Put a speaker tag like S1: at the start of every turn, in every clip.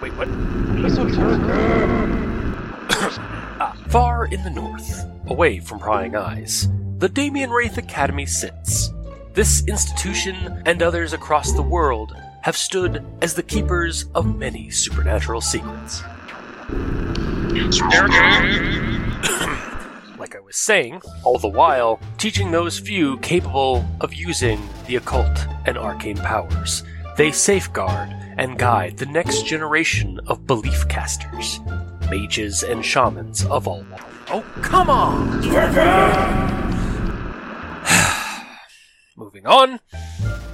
S1: Wait, what? Ah, far in the north, away from prying eyes, the Damien Wraith Academy sits. This institution and others across the world have stood as the keepers of many supernatural secrets. like I was saying, all the while teaching those few capable of using the occult and arcane powers. They safeguard and guide the next generation of belief casters, mages and shamans of all. Oh, come on! Moving on.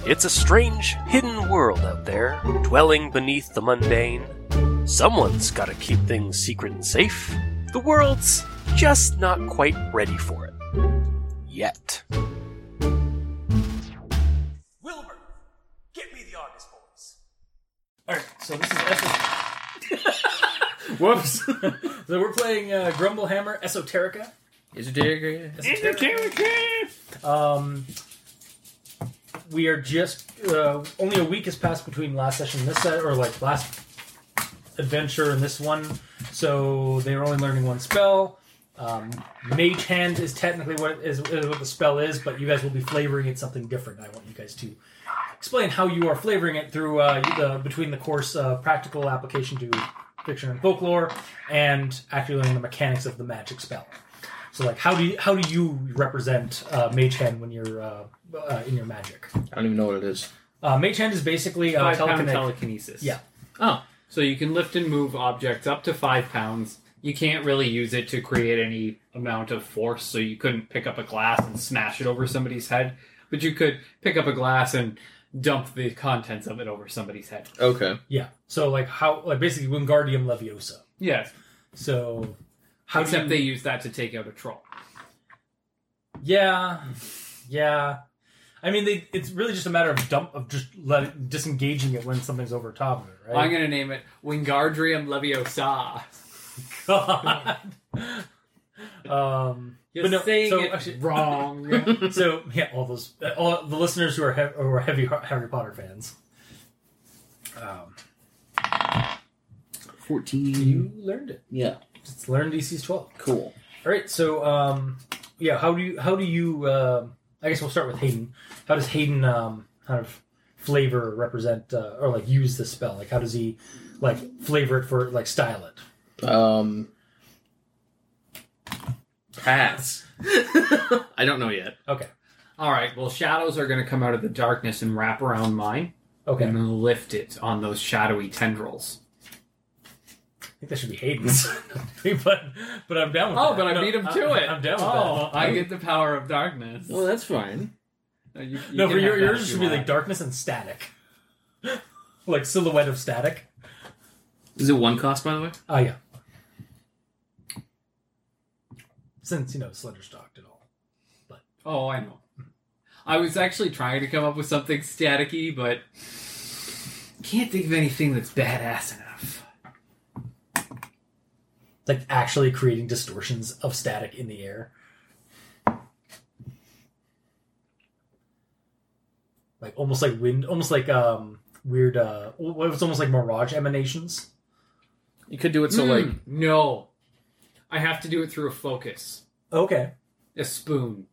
S1: It's a strange, hidden world out there, dwelling beneath the mundane. Someone's gotta keep things secret and safe. The world's just not quite ready for it. Yet. Wilbur, get me the August boys.
S2: Alright, so this is esoterica. Whoops. so we're playing uh, Grumblehammer Esoterica.
S3: Is it dear?
S2: Um, we are just uh, only a week has passed between last session, and this set, or like last adventure and this one. So they are only learning one spell. Um, Mage Hand is technically what is, is what the spell is, but you guys will be flavoring it something different. I want you guys to explain how you are flavoring it through uh, the between the course uh, practical application to fiction and folklore, and actually learning the mechanics of the magic spell. So, like, how do you how do you represent uh, Mage Hand when you're uh, uh, in your magic?
S3: I don't even know what it is.
S2: Uh, Mage Hand is basically uh,
S4: Five pound
S2: telekinetic.
S4: telekinesis.
S2: Yeah.
S4: Oh, so you can lift and move objects up to five pounds. You can't really use it to create any amount of force, so you couldn't pick up a glass and smash it over somebody's head, but you could pick up a glass and dump the contents of it over somebody's head.
S3: Okay.
S2: yeah. So, like, how like basically Wingardium Leviosa.
S4: Yes,
S2: So, how do
S4: except
S2: you-
S4: they use that to take out a troll.
S2: Yeah, yeah. I mean, they, it's really just a matter of dump of just let it, disengaging it when something's over top of it,
S4: I'm
S2: right?
S4: going to name it Wingardrium Leviosa.
S2: God. um,
S4: You're
S2: but no,
S4: saying
S2: so
S4: it
S2: actually-
S4: wrong.
S2: so yeah, all those uh, all the listeners who are hev- who are heavy Har- Harry Potter fans.
S4: Oh.
S2: Um,
S3: 14.
S2: you learned it.
S3: Yeah.
S2: Just learn DC's twelve.
S3: Cool.
S2: All right, so um, yeah, how do you how do you? um I guess we'll start with Hayden. How does Hayden um, kind of flavor represent uh, or like use this spell? Like, how does he like flavor it for like style it?
S3: Um. Pass. I don't know yet.
S2: Okay,
S4: All right, well, shadows are going to come out of the darkness and wrap around mine
S2: okay.
S4: and then lift it on those shadowy tendrils.
S2: I think that should be Hayden's, but but I'm down with
S4: Oh,
S2: that.
S4: but I
S2: No,
S4: beat him to
S2: I-
S4: it.
S2: I'm down with
S4: oh,
S2: that.
S4: I get the power of darkness.
S3: Well, that's fine.
S4: No, you- you
S2: no,
S4: can
S2: for your,
S4: have that
S2: yours
S4: if
S2: should
S4: you
S2: be like
S4: want.
S2: darkness and static, like silhouette of static.
S3: Is it one cost, by the way?
S2: Oh yeah. Since you know Slender stalked it all.
S4: Oh, I know. I was actually trying to come up with something staticky, but can't think of anything that's badass enough.
S2: like actually creating distortions of static in the air. Like almost like wind, almost like um weird uh it was almost like mirage emanations.
S3: You could do it so, like,
S4: Mm, no, I have to do it through a focus,
S2: Okay.
S4: a spoon.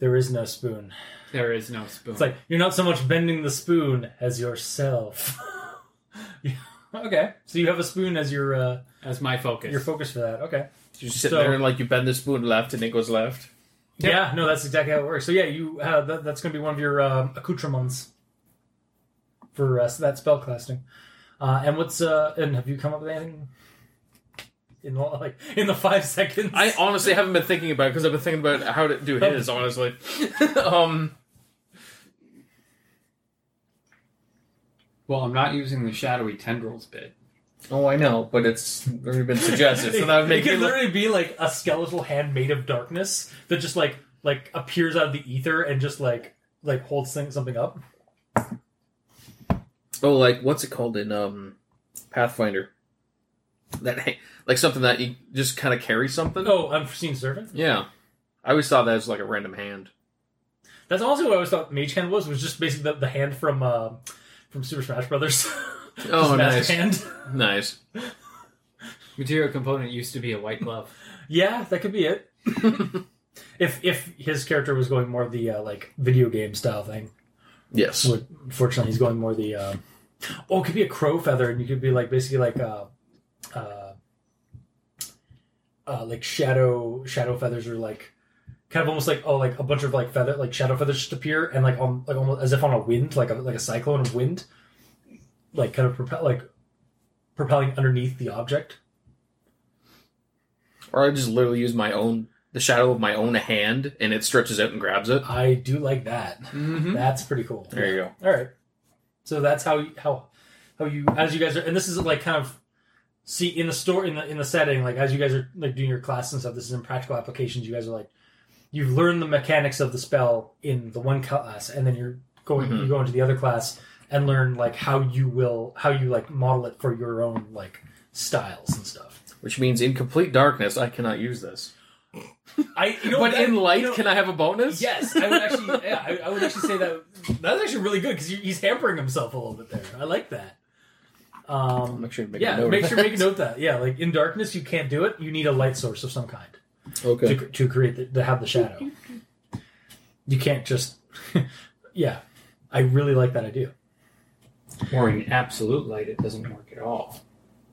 S2: There is no spoon.
S4: There is no spoon.
S2: It's like you're not so much bending the spoon as yourself. Yeah, okay. So you have a spoon as your uh
S4: as my focus.
S2: your focus for that. Okay.
S3: you sit
S2: So-
S3: there and, like, you bend the spoon left and it goes left.
S4: Yep.
S2: Yeah, no, that's exactly how it works. So yeah, you uh, that, that's going to be one of your um, accoutrements for uh, that spell casting. Uh, and what's uh, and have you come up with anything in the, like in the five seconds?
S3: I honestly haven't been thinking about it because I've been thinking about how to do his, honestly. um.
S4: well, I'm not using the shadowy tendrils bit.
S3: Oh, I know, but it's already been suggested, so that would
S2: it
S3: make me
S2: could
S3: look.
S2: literally be like a skeletal hand made of darkness that just like like appears out of the ether and just like like holds thing, something up.
S3: Oh, like what's it called in um Pathfinder? That like something that you just kind of carry something.
S2: Oh, unforeseen servant.
S3: Yeah, I always thought that was like a random hand.
S2: That's also what I always thought Mage Hand was was just basically the, the hand from uh, from Super Smash Brothers.
S3: Oh,
S2: His masked
S3: nice,
S2: hand.
S3: nice.
S4: Material component used to be a white glove.
S2: Yeah, that could be it. if if his character was going more the uh, like video game style thing,
S3: Yes.
S2: would fortunately he's going more the uh, oh, it could be a crow feather, and you could be like basically like uh, uh, uh, like shadow shadow feathers or like kind of almost like oh like a bunch of like feather like shadow feathers just appear and like on like almost as if on a wind like a like a cyclone of wind, like kind of propel like propelling underneath the object.
S3: Or I just literally use my own the shadow of my own hand, and it stretches out and grabs it.
S2: I do like that.
S4: Mm-hmm.
S2: That's pretty cool.
S3: There you go.
S2: All right. So that's how how how you as you guys are, and this is like kind of see in the store in the in the setting, like as you guys are like doing your class and stuff. This is in practical applications. You guys are like you've learned the mechanics of the spell in the one class, and then you're going
S3: Mhm.
S2: you go into the other class and learn like how you will how you like model it for your own like styles and stuff.
S3: Which means in complete darkness, I cannot use this.
S2: I you know
S3: but
S2: that-
S3: in light,
S2: you know-
S3: can I have a bonus?
S2: Yes, I would actually. Yeah, I, I would actually say that that's actually really good because he's hampering himself a little bit there. I like that. Um,
S3: Make sure you make
S2: yeah,
S3: a note.
S2: make
S3: of
S2: sure
S3: that.
S2: make a note that yeah, like in darkness you can't do it. You need a light source of some kind
S3: Okay.
S2: to, to create the, to have the shadow. You can't just yeah. I really like that idea.
S4: Or in absolute light, it doesn't work at all.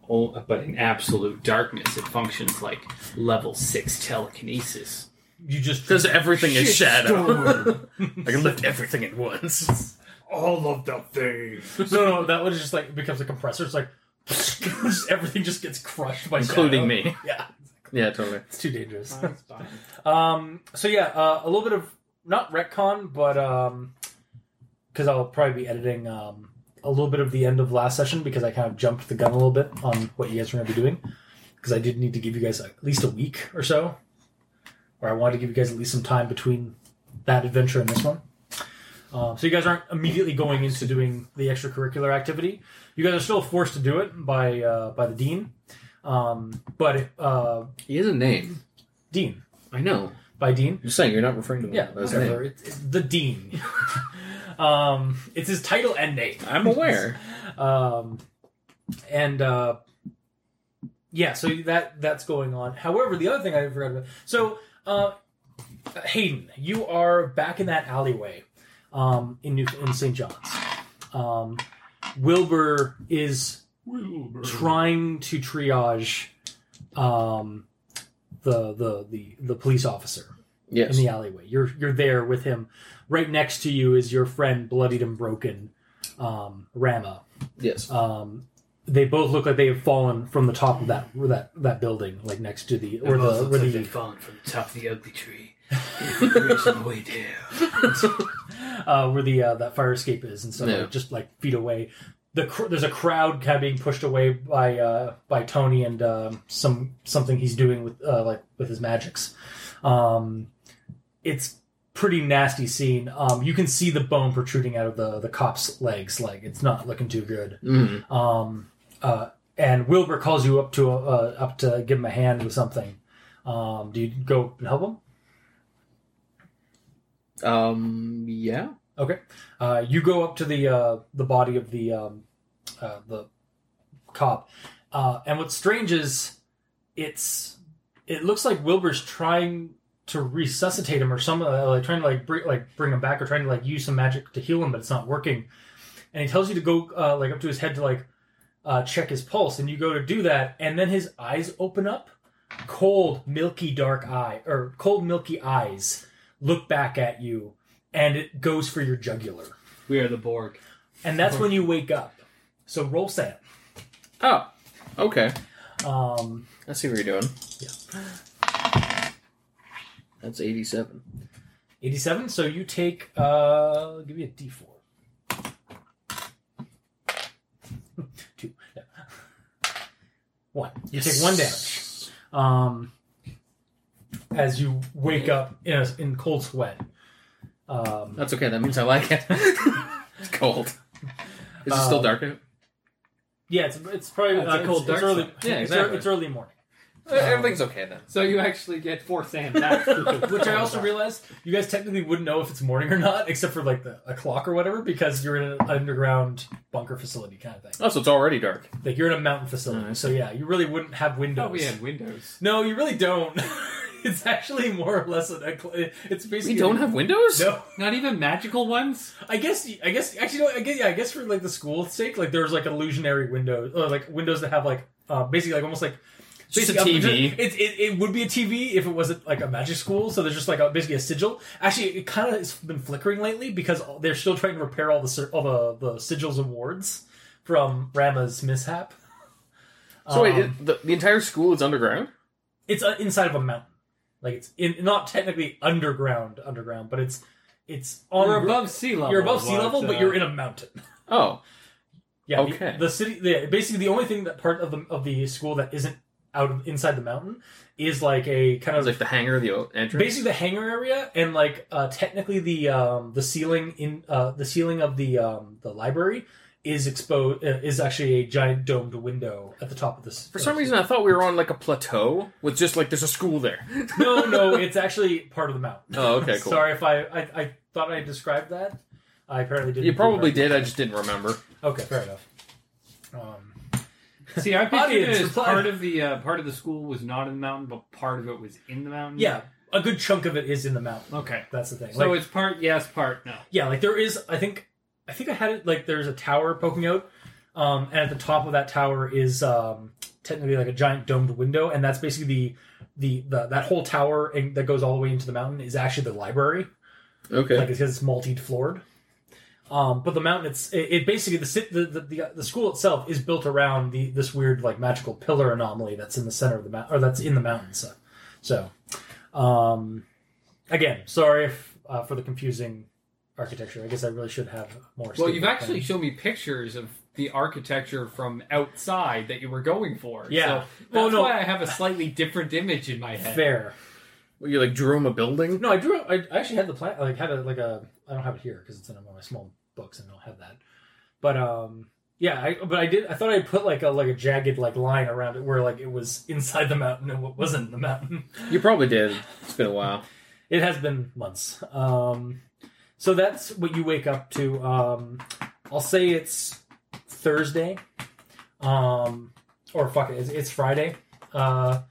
S4: Oh, but in absolute darkness, it functions like level six telekinesis.
S2: You just
S3: Because everything is
S4: Shit
S3: shadow. I can lift everything at once.
S4: All of the things.
S2: no no that was just like becomes a compressor. It's like just everything just gets crushed by
S3: Including
S2: shadow.
S3: me.
S2: Yeah,
S3: Yeah, totally.
S2: it's too dangerous. Um, so yeah, uh, a little bit of not retcon, but um, because I'll probably be editing um, a little bit of the end of last session because I kind of jumped the gun a little bit on what you guys were going to be doing because I did need to give you guys at least a week or so, or I wanted to give you guys at least some time between that adventure and this one. Um, so you guys aren't immediately going into doing the extracurricular activity. You guys are still forced to do it by uh, by the dean, um, but uh,
S3: He has a name.
S2: dean
S3: I know.
S2: by dean.
S3: I'm just saying you're not referring to him
S2: Yeah,
S3: as a name.
S2: whatever. It's, it's the dean. um, it's his title and name.
S3: I'm aware.
S2: Um, and uh, yeah, so that that's going on. However, the other thing I forgot about. So, uh, Hayden, you are back in that alleyway um, in New in St. John's. Um, Wilbur is trying to triage um, the, the the the police officer
S3: Yes.
S2: in the alleyway. You're you're there with him. Right next to you is your friend, bloodied and broken, um, Rama.
S3: Yes.
S2: Um, they both look like they have fallen from the top of that that that building, like next to the or the where the
S4: fallen from the top of the ugly tree. Reached the way down.
S2: uh, where the uh, that fire escape is and stuff,
S3: Yeah.
S2: like, just like feet away. The cr- there's a crowd kind of being pushed away by uh, by Tony and um, some something he's doing with uh, like with his magics. Um, it's pretty nasty scene. Um, you can see the bone protruding out of the the cop's legs. Like it's not looking too good.
S3: Mm.
S2: Um, uh, and Wilbur calls you up to uh, up to give him a hand with something. Um, do you go and help him?
S3: Um. Yeah.
S2: Okay. Uh, you go up to the uh, the body of the um, uh, the cop, uh, and what's strange is it's it looks like Wilbur's trying to resuscitate him or some uh, like trying to like bring like bring him back or trying to like use some magic to heal him, but it's not working. And he tells you to go uh, like up to his head to like uh, check his pulse, and you go to do that, and then his eyes open up, cold milky dark eye or cold milky eyes look back at you and it goes for your jugular.
S4: We are the Borg.
S2: And that's when you wake up. So roll sand.
S3: Oh. Okay.
S2: Um,
S3: I see what you're doing.
S2: Yeah.
S3: That's 87.
S2: 87. So you take, uh, give me a d4. Two. Yeah. One. You take one damage. Um, as you wake up in, a, in cold sweat. Um,
S3: That's okay. That means I like it. it's cold. Is it still
S2: Um,
S3: dark out?
S2: yeah, it's, it's probably
S4: Yeah, it's
S2: uh,
S4: a cold
S2: it's,
S4: dark
S2: it's early.
S4: side.
S3: Yeah,
S2: it's,
S3: exactly.
S2: ear- it's early morning.
S3: Everything's okay then.
S4: So you actually get four sand back.
S2: Which I also realized you guys technically wouldn't know if it's morning or not, except for like the, a clock or whatever, because you're in an underground bunker facility kind of thing.
S3: Oh, so it's already dark.
S2: Like you're in a mountain facility,
S3: Nice.
S2: so yeah, you really wouldn't have windows.
S4: Oh, we had windows.
S2: No, you really don't. it's actually more or less an. ecl- It's basically
S3: We don't have windows.
S2: No,
S4: Not even magical ones.
S2: I guess. I guess. Actually, no. I guess. Yeah, I guess for like the school's sake, like there's like illusionary windows, or like windows that have like uh, basically like almost like.
S3: Just a
S2: basically-
S3: TV.
S2: It, it, it would be a TV if it wasn't like a magic school. So there's just like a, basically a sigil. Actually, it kind of has been flickering lately because they're still trying to repair all the sig- all the, the sigils and wards from Rama's mishap.
S3: So wait,
S2: Um,
S3: it, the, the entire school is underground.
S2: it's uh, inside of a mountain. Like it's in, not technically underground, underground, but it's it's on
S4: You're above sea level.
S2: you're above sea level,
S4: uh,
S2: but you're in a mountain.
S3: Oh,
S2: Yeah. the-
S3: Okay.
S2: The, city. The, basically, the only thing that part of the of the school that isn't out of, inside the mountain is like a kind of
S3: it's like the hangar, the o- entrance.
S2: basically the hangar area and like uh, technically the um, the ceiling in uh, the ceiling of the um, the library is exposed uh, is actually a giant domed window at the top of this.
S3: For some reason, I thought we were on like a plateau with just like there's a school there.
S2: no, no, it's actually part of the mountain.
S3: Oh, okay, cool.
S2: Sorry if I, I I thought I described that. I apparently didn't.
S3: You probably
S2: Right.
S3: did. I just didn't remember.
S2: Okay, fair enough. Um,
S4: See, I pictured it
S2: Audience,
S4: as
S2: reply.
S4: part of the uh, part of the school was not in the mountain, but part of it was in the mountain.
S2: yeah, a good chunk of it is in the mountain.
S4: Okay.
S2: That's the thing.
S4: So
S2: Like-
S4: it's part yes, part no.
S2: yeah like there is i think i think i had it like there's a tower poking out um and at the top of that tower is um technically like a giant domed window and that's basically the the, the that whole tower and that goes all the way into the mountain is actually the library
S3: Okay.
S2: like it's because it's multi-floored um but the mountain it's it, it basically the, sit- the the the uh, the school itself is built around the this weird like magical pillar anomaly that's in the center of the mountain or that's in the mountain so so um again sorry if, uh, for the confusing architecture i guess i really should have more
S4: Well,
S2: statement
S4: you've actually
S2: than-
S4: shown me pictures of the architecture from outside that you were going for.
S2: Yeah.
S4: So that's
S2: Well, no.
S4: why I have a slightly different image in my head.
S2: fair
S3: Well, you like drew him a building.
S2: no i drew i I actually had the plan like had a like a i don't have it here because it's in one of my small books and i don't have that but um yeah I, but i did i thought i put like a like a jagged like line around it where like it was inside the mountain and what wasn't in the mountain
S3: You probably did. It's been a while.
S2: it has been months. Um, so that's what you wake up to. Um, I'll say it's Thursday, um, or fuck it, it's, it's Friday. Uh,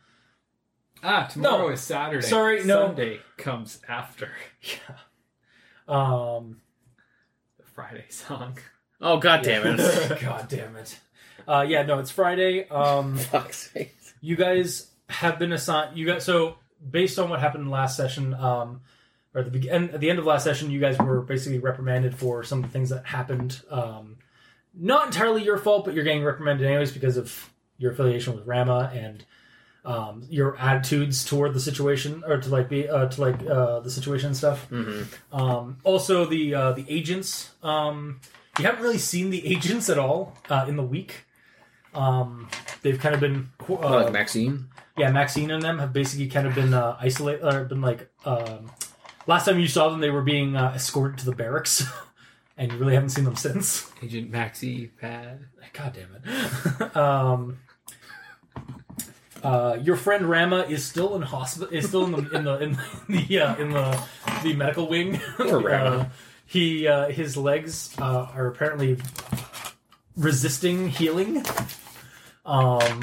S4: Ah, tomorrow
S2: No.
S4: is Saturday.
S2: Sorry, no.
S4: Sunday comes after
S2: um,
S4: the Friday song.
S3: Oh god damn it!
S2: God damn it. Uh, yeah, no, it's Friday. Um,
S3: Fuck's sake.
S2: you guys have been assigned. You guys so based on what happened last session, um, or at the be- end, at the end of last session, you guys were basically reprimanded for some of the things that happened. Um, not entirely your fault, but you're getting reprimanded anyways because of your affiliation with Rama and um, your attitudes toward the situation, or to like be uh, to like uh, the situation and stuff. Um, also, the uh, the agents. Um, you haven't really seen the agents at all uh, in the week. Um, they've kind of been qu-
S3: Oh,
S2: uh,
S3: like Maxine.
S2: yeah, Maxine and them have basically kind of been uh, isolated, or been like, um, last time you saw them, they were being uh, escorted to the barracks, and you really haven't seen them since.
S4: Agent Maxie Pad.
S2: God damn it. um, uh, your friend Rama is still in hospital. Is still in the in the in the uh, in the the medical wing.
S3: Poor Rama.
S2: Uh, he uh, his legs uh, are apparently resisting healing, um,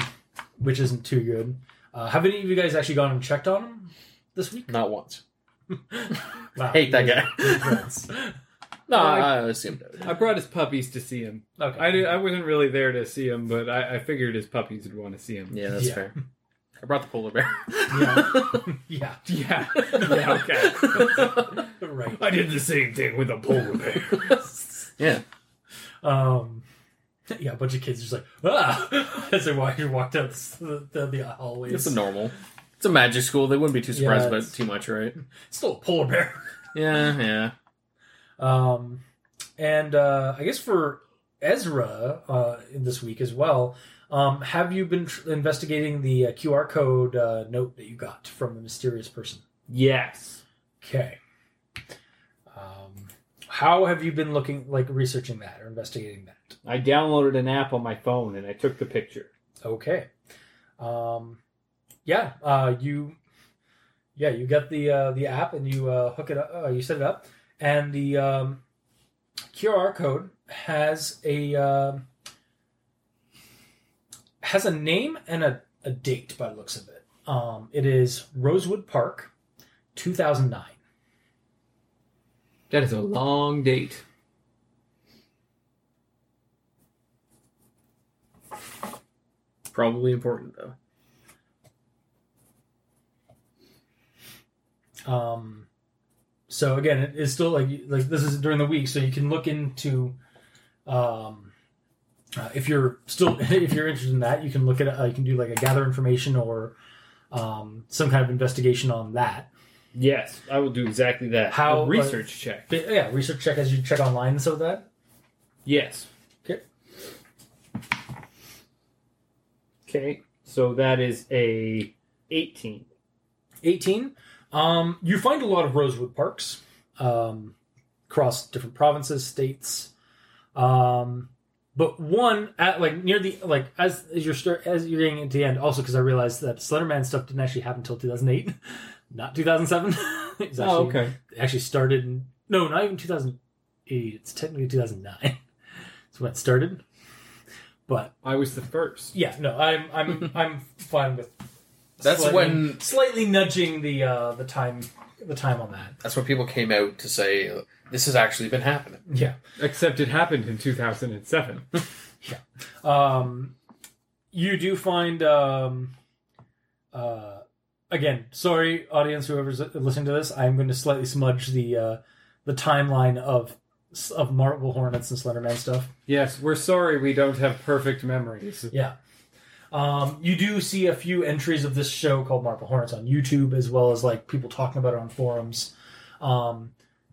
S2: which isn't too good. Uh, have any of you guys actually gone and checked on him this week?
S3: Not once.
S2: Wow,
S3: Hate that
S2: you guys
S3: guy.
S2: are good friends.
S3: No,
S4: Like-
S3: I assumed. it.
S4: I brought his puppies to see him.
S2: okay,
S4: I, did, I wasn't really there to see him, but I, I figured his puppies would want to see him.
S3: Yeah, that's
S2: Yeah.
S3: fair. I brought the polar bear.
S2: yeah,
S4: Yeah. yeah okay.
S2: right.
S4: I did the same thing with a polar bear.
S3: yeah.
S2: Um, yeah, a bunch of kids just like ah as they walk, walked out the, the, the hallways.
S3: It's a normal. It's a magic school. They wouldn't be too
S2: Yeah,
S3: surprised about
S2: it's-
S3: it too much, right?
S2: Still a polar bear.
S3: Yeah, yeah.
S2: Um, and uh, I guess for Ezra uh, in this week as well. Um, have you been tr- investigating the uh, QR code uh, note that you got from the mysterious person?
S4: Yes.
S2: Okay. Um, how have you been looking, like researching that or investigating that?
S4: I downloaded an app on my phone and I took the picture.
S2: Okay. Um, yeah, uh, you, yeah, you get the uh, the app and you uh, hook it up. Uh, you set it up, and the um, QR code has a um has a name and a, a date by the looks of it. Um, it is Rosewood Park, two thousand nine.
S4: That is a long date.
S3: Probably important though.
S2: Um, so again, it is still like like this is during the week, so you can look into. Um, uh, if you're still if you're interested in that, you can look at uh, you can do like a gather information or um, some kind of investigation on that.
S4: Yes, I will do exactly that.
S2: How-
S4: A research check?
S2: But, yeah, research check as you check online and so that.
S4: Yes.
S2: Okay.
S4: Okay. So that is a eighteen.
S2: 18. Um, you find a lot of rosewood parks um, across different provinces, states. Um, but one at like near the like as as you're start, as you're getting into the end, also because I realized that Slenderman stuff didn't actually happen until 2008, not 2007. It's
S4: Oh,
S2: actually, it actually started. In, no, not even 2008. It's technically 2009. That's when it started. But
S4: I was the first.
S2: yeah, no, I'm I'm I'm fine with.
S3: That's
S2: slightly-
S3: when
S2: slightly nudging the uh, the time the time on that.
S3: that's when people came out to say uh, this has actually been happening.
S2: Yeah.
S4: Except it happened in two thousand and seven.
S2: Um, you do find um, uh, again. Sorry, audience, whoever's listening to this, I'm going to slightly smudge the uh, the timeline of of Marble Hornets and Slenderman stuff.
S4: yes, we're sorry we don't have perfect memories.
S2: Yeah. Um, you do see a few entries of this show called Marble Hornets on YouTube, as well as like people talking about it on forums. Um,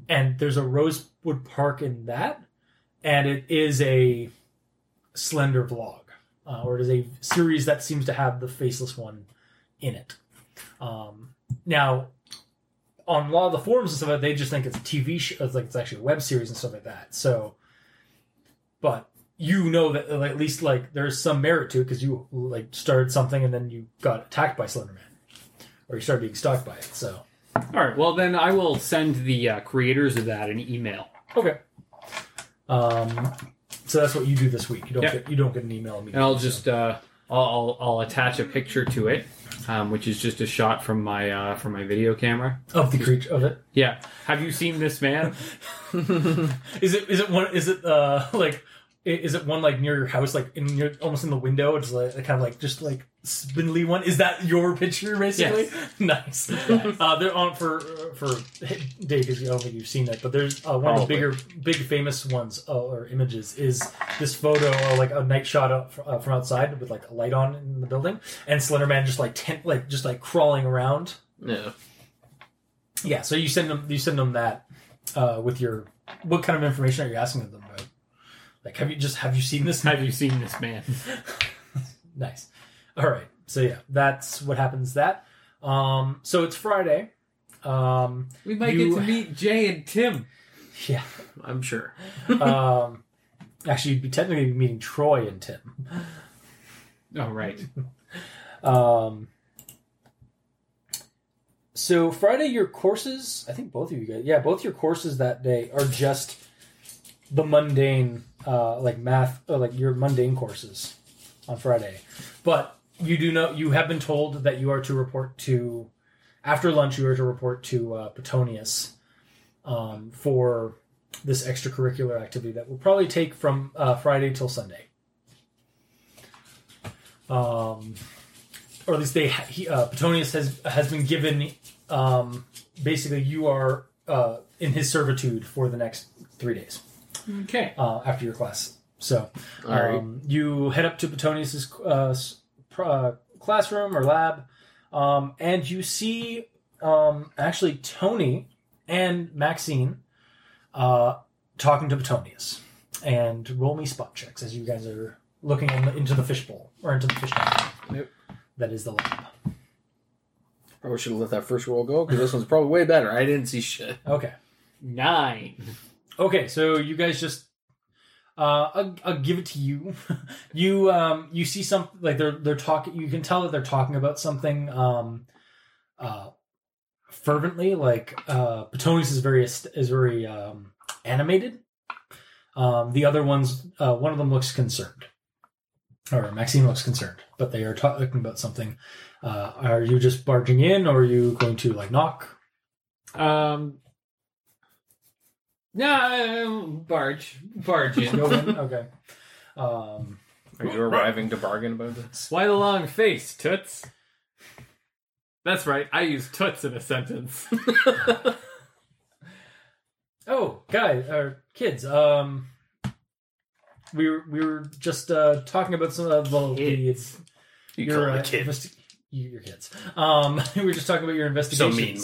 S2: and there's a Rosewood Park in that, and it is a slender vlog, uh, or it is a series that seems to have the faceless one in it. Um, now, on a lot of the forums and stuff, they just think it's a TV show, it's like it's actually a web series and stuff like that. So, but you know that uh, at least like there's some merit to it because you like started something and then you got attacked by Slenderman, or you started being stalked by it. So
S4: All right. Well, then I will send the uh, creators of that an email.
S2: okay, um, so that's what you do this week. You don't
S4: Yeah.
S2: get you don't get an email immediately.
S4: and I'll just uh, I'll, I'll I'll attach a picture to it, um, which is just a shot from my uh, from my video camera.
S2: so. of the creature of it.
S4: Yeah, have you seen this man?
S2: Is it is it one is it uh like i- is it one like near your house like in your almost in the window? It's like kind of like just like spindly one. Is that your picture basically? nice. uh, they're on for for Dave because I don't think you've seen it, but there's uh, one of the
S4: Probably.
S2: bigger big famous ones uh, or images is this photo uh, like a night shot up fr- uh, from outside with like a light on in the building and Slenderman just like tent like just like crawling around.
S3: Yeah.
S2: Yeah, so you send them you send them that uh, with your what kind of information are you asking of them about? Like, have you just have you seen this?
S4: have you seen this man?
S2: nice. All right. So yeah, that's what happens. That. Um, so it's Friday. Um,
S4: We
S2: might get to
S4: meet Jay and Tim.
S2: yeah.
S3: I'm sure.
S2: Um, actually, you'd be technically meeting Troy and Tim.
S4: Oh right.
S2: Um, so Friday, your courses. I think both of you guys. Yeah, both your courses that day are just the mundane, uh, like math, or like your mundane courses on Friday. But you do know you have been told that you are to report to after lunch. You are to report to uh, Petonius um, for this extracurricular activity that will probably take from uh, Friday till Sunday. Um, or at least they he, uh, Petonius has has been given um, basically you are uh, in his servitude for the next three days
S4: Okay.
S2: uh, after your class. So
S3: All right.
S2: um, you head up to Petonius's uh, s- pr- uh, classroom or lab, um, and you see um, actually Tony and Maxine uh, talking to Petonius. And roll me spot checks as you guys are looking in the, into the fishbowl or into the fish tank.
S3: Yep.
S2: That is the lab.
S3: Probably should have let that first roll go because this one's probably way better. I didn't see shit.
S2: Okay.
S4: Nine.
S2: Okay, so you guys just Uh, I'll, I'll give it to you. you um, you see some like they're they're talking. You can tell that they're talking about something um, uh, fervently. Like uh, Petonius is very est- is very um, animated. Um, the other ones, uh, one of them looks concerned, or Maxine looks concerned, but they are talking about something. Uh, are you just barging in, or are you going to like knock?
S4: Um. No, uh, barge, barge in.
S2: Go in? Okay. Um,
S3: Are you arriving to bargain about this?
S4: Why the long face, toots? That's right. I use toots in a sentence.
S2: oh, guys or kids. Um, we were we were just uh, talking about some of the,
S4: Kids.
S3: You
S2: your,
S3: call
S2: uh,
S3: me kid.
S2: investi- you- your kids. Um, we were just talking about your
S3: So
S2: investigations.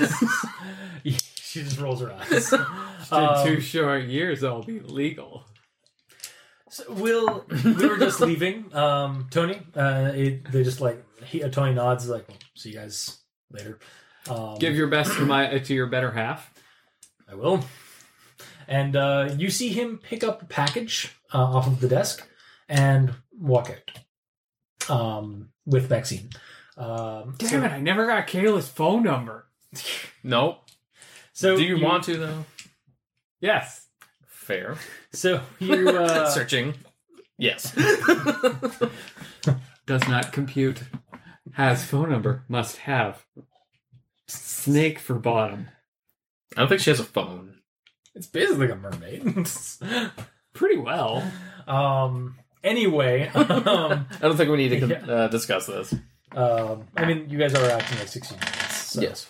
S3: mom.
S2: she just rolls her eyes.
S4: In two
S2: Um,
S4: short years, I'll be legal.
S2: so we'll, we were just leaving. Um, Tony, uh, it, they just like he, uh, Tony nods like, "See you guys later." Um,
S4: Give your best to my uh, to your better half.
S2: I will. And uh, you see him pick up a package uh, off of the desk and walk out um, with Maxine. Um,
S4: Damn
S2: so-
S4: it! I never got Kayla's phone number.
S3: No.
S2: So
S3: Do you, want to though?
S4: Yes.
S3: Fair.
S2: So you uh,
S3: Searching. Yes.
S4: Does not compute. Has phone number. Must have. Snake for bottom.
S3: I don't think she has a phone.
S2: it's basically like a mermaid.
S4: Pretty well.
S2: um, anyway, um,
S3: I don't think we need to
S2: Yeah.
S3: uh, discuss this.
S2: um, I mean, you guys are acting like sixteen year olds. So.
S3: Yes.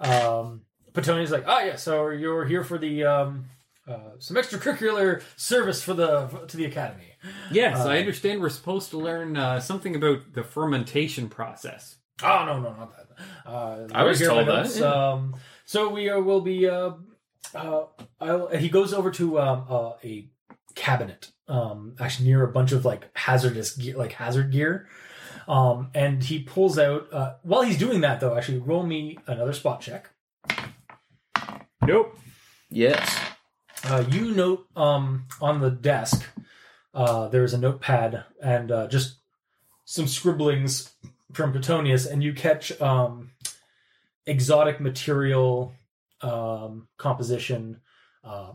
S2: Um, Petonia's like, oh yeah, so you're here for the um, uh, some extracurricular service for the to the academy.
S4: Yes, I
S2: Um,
S4: understand we're supposed to learn uh, something about the fermentation process.
S2: Oh no, no, not that. Uh,
S3: I was
S2: here in my
S3: told that,
S2: notes.
S3: yeah.
S2: Um, so we are, will be. Uh, uh, I'll, he goes over to um, uh, a cabinet, um, actually near a bunch of like hazardous, gear, like hazard gear, um, and he pulls out. Uh, while he's doing that, though, actually, roll me another spot check.
S4: Nope.
S3: Yes.
S2: Uh, you note um, on the desk uh, there is a notepad and uh, just some scribblings from Petonius, and you catch um, exotic material um, composition, uh,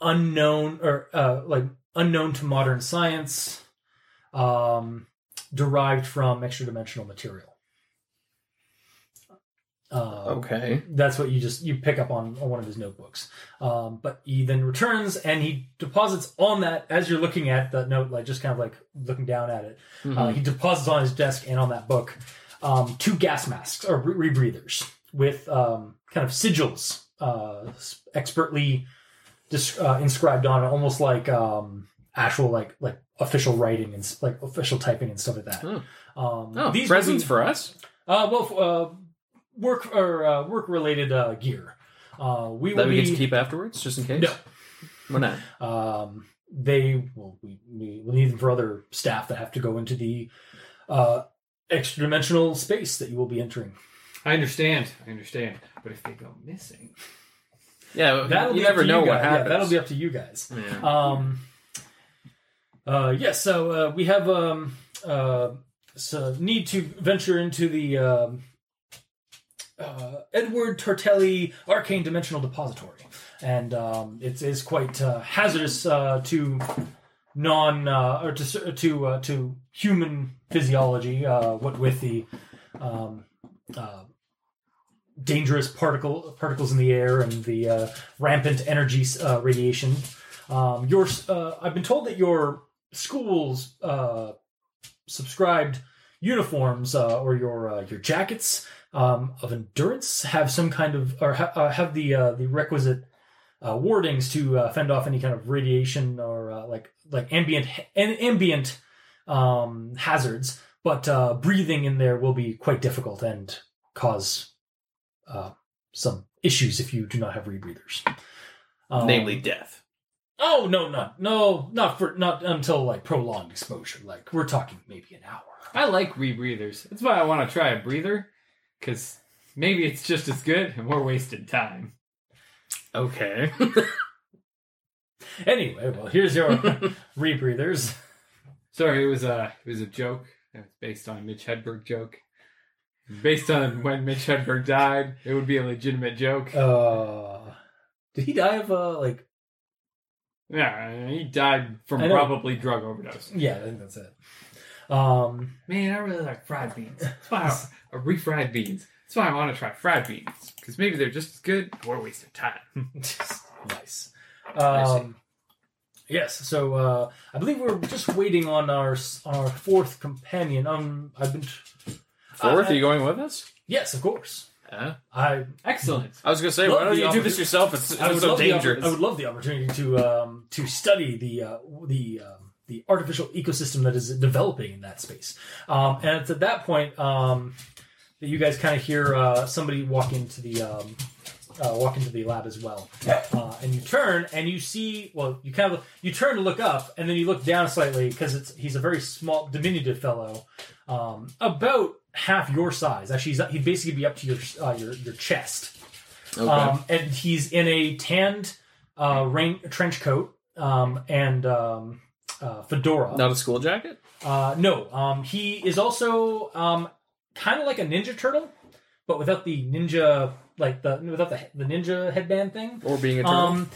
S2: unknown or uh, like unknown to modern science, um, derived from extra-dimensional material.
S3: Oh,
S2: Uh,
S3: Okay.
S2: that's what you just you pick up on, on one of his notebooks um, but he then returns and he deposits on that as you're looking at that note like just kind of like looking down at it
S3: Mm-hmm.
S2: uh, he deposits on his desk and on that book um, two gas masks or re- rebreathers with um, kind of sigils uh, s- expertly dis- uh, inscribed on it almost like um, actual like like official writing and s- like official typing and stuff like that
S3: Hmm.
S2: um,
S3: oh,
S2: these would
S3: presents
S2: be-
S3: for us.
S2: uh, well, f- uh, work or uh, work related uh, gear. Uh, we
S3: That
S2: will
S3: we
S2: be.
S3: get to keep afterwards, just in case.
S2: No.
S3: We're not.
S2: Um, they well, we, we we need them for other staff that have to go into the uh, extra dimensional space that you will be entering.
S4: I understand. I understand. But if they go missing,
S3: Yeah,
S2: That'll
S3: you
S2: be up
S3: never
S2: to
S3: know
S2: you
S3: what
S2: guys. Yeah,
S3: happens.
S2: that'll be up to you guys.
S3: Yeah.
S2: Um, uh, yes, so uh, we have um, uh, so need to venture into the um, uh, Edward Tortelli Arcane Dimensional Depository, and um, it is quite uh, hazardous uh, to non uh, or to to uh, to human physiology. Uh, what with the um, uh, dangerous particle particles in the air and the uh, rampant energy uh, radiation. Um, your uh, I've been told that your school's uh, subscribed uniforms uh, or your uh, your jackets um, of endurance have some kind of or ha- uh, have the uh, the requisite uh, wardings to uh, fend off any kind of radiation or uh, like like ambient an- ambient um, hazards. But uh, breathing in there will be quite difficult and cause uh, some issues if you do not have rebreathers. Um,
S3: Namely, death.
S2: Oh no, not no, not for not until like prolonged exposure. Like we're talking maybe an hour.
S4: I like rebreathers. That's why I want to try a breather, because maybe it's just as good and we're wasting time.
S3: Okay.
S2: Anyway, well, here's your rebreathers.
S4: Sorry, it was a it was a joke. It was based on a Mitch Hedberg joke. Based on when Mitch Hedberg died, it would be a legitimate joke.
S2: Uh, did he die of uh, like?
S4: yeah, he died from
S2: I know.
S4: probably drug overdose.
S2: Yeah, I think that's it. Um,
S4: Man, I really like fried beans. That's why I, or refried beans. That's why I want to try fried beans because maybe they're just as good or a waste of time.
S2: nice. Um, yes. So uh, I believe we're just waiting on our our fourth companion. Um, I've been.
S3: Fourth,
S2: Uh,
S3: are you going with us?
S2: Yes, of course.
S3: Uh,
S2: I
S4: Excellent.
S3: I was gonna say,
S2: Love
S3: why don't
S2: the
S3: you do this
S2: opportu-
S3: yourself? It's, it's
S2: I would,
S3: so
S2: love the oppor-
S3: dangerous.
S2: I would love the opportunity to um, to study the uh, the um, the artificial ecosystem that is developing in that space. Um, and it's at that point um, that you guys kind of hear uh, somebody walk into the um, uh, walk into the lab as well. Uh, and you turn and you see. Well, you kind of you turn to look up, and then you look down slightly because it's he's a very small, diminutive fellow, um, about half your size. Actually, he's, he'd basically be up to your uh, your your chest.
S3: okay.
S2: Um, and he's in a tanned uh, rain trench coat um, and um, uh, fedora.
S3: Not a school jacket.
S2: Uh, no, um, he is also um, kind of like a ninja turtle, but without the ninja like the without the, the ninja headband thing.
S3: Or being a turtle.
S2: Um,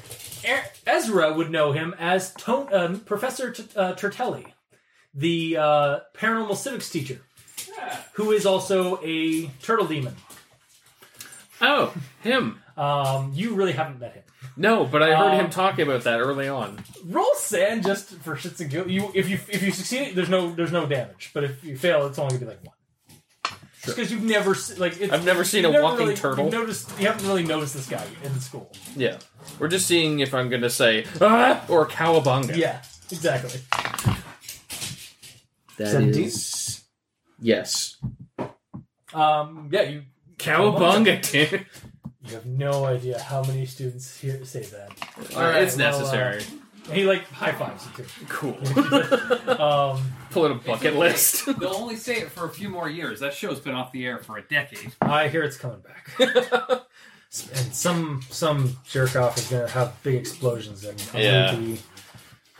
S2: E- Ezra would know him as Tone, um, Professor T- uh, Tertelli, the uh, paranormal civics teacher, who is also a turtle demon.
S3: oh, him.
S2: Um, you really haven't met him.
S3: No, but I heard
S2: Um,
S3: him talking about that early on.
S2: Roll sand just for shits and giggles. You if you if you succeed, there's no there's no damage. But if you fail, it's only gonna be like one. Because you've never se- like it's,
S3: I've never seen a
S2: you've never
S3: walking
S2: really-
S3: turtle.
S2: You've noticed you haven't really noticed this guy in school.
S3: Yeah, we're just seeing if I'm gonna say ah! or cowabunga.
S2: Yeah, exactly.
S3: That is
S2: 17?
S3: yes,
S2: Um, yeah, you
S3: cowabunga. Tim.
S2: you have no idea how many students here say that.
S3: All right, it's
S2: well, uh,
S3: necessary.
S2: And he like high fives you too.
S3: cool.
S2: Um,
S3: Pull out a bucket list.
S4: They'll only say it for a few more years. That show's been off the air for a decade.
S2: I hear it's coming back. and some some jerk off is gonna have big explosions and
S3: Yeah.
S2: completely-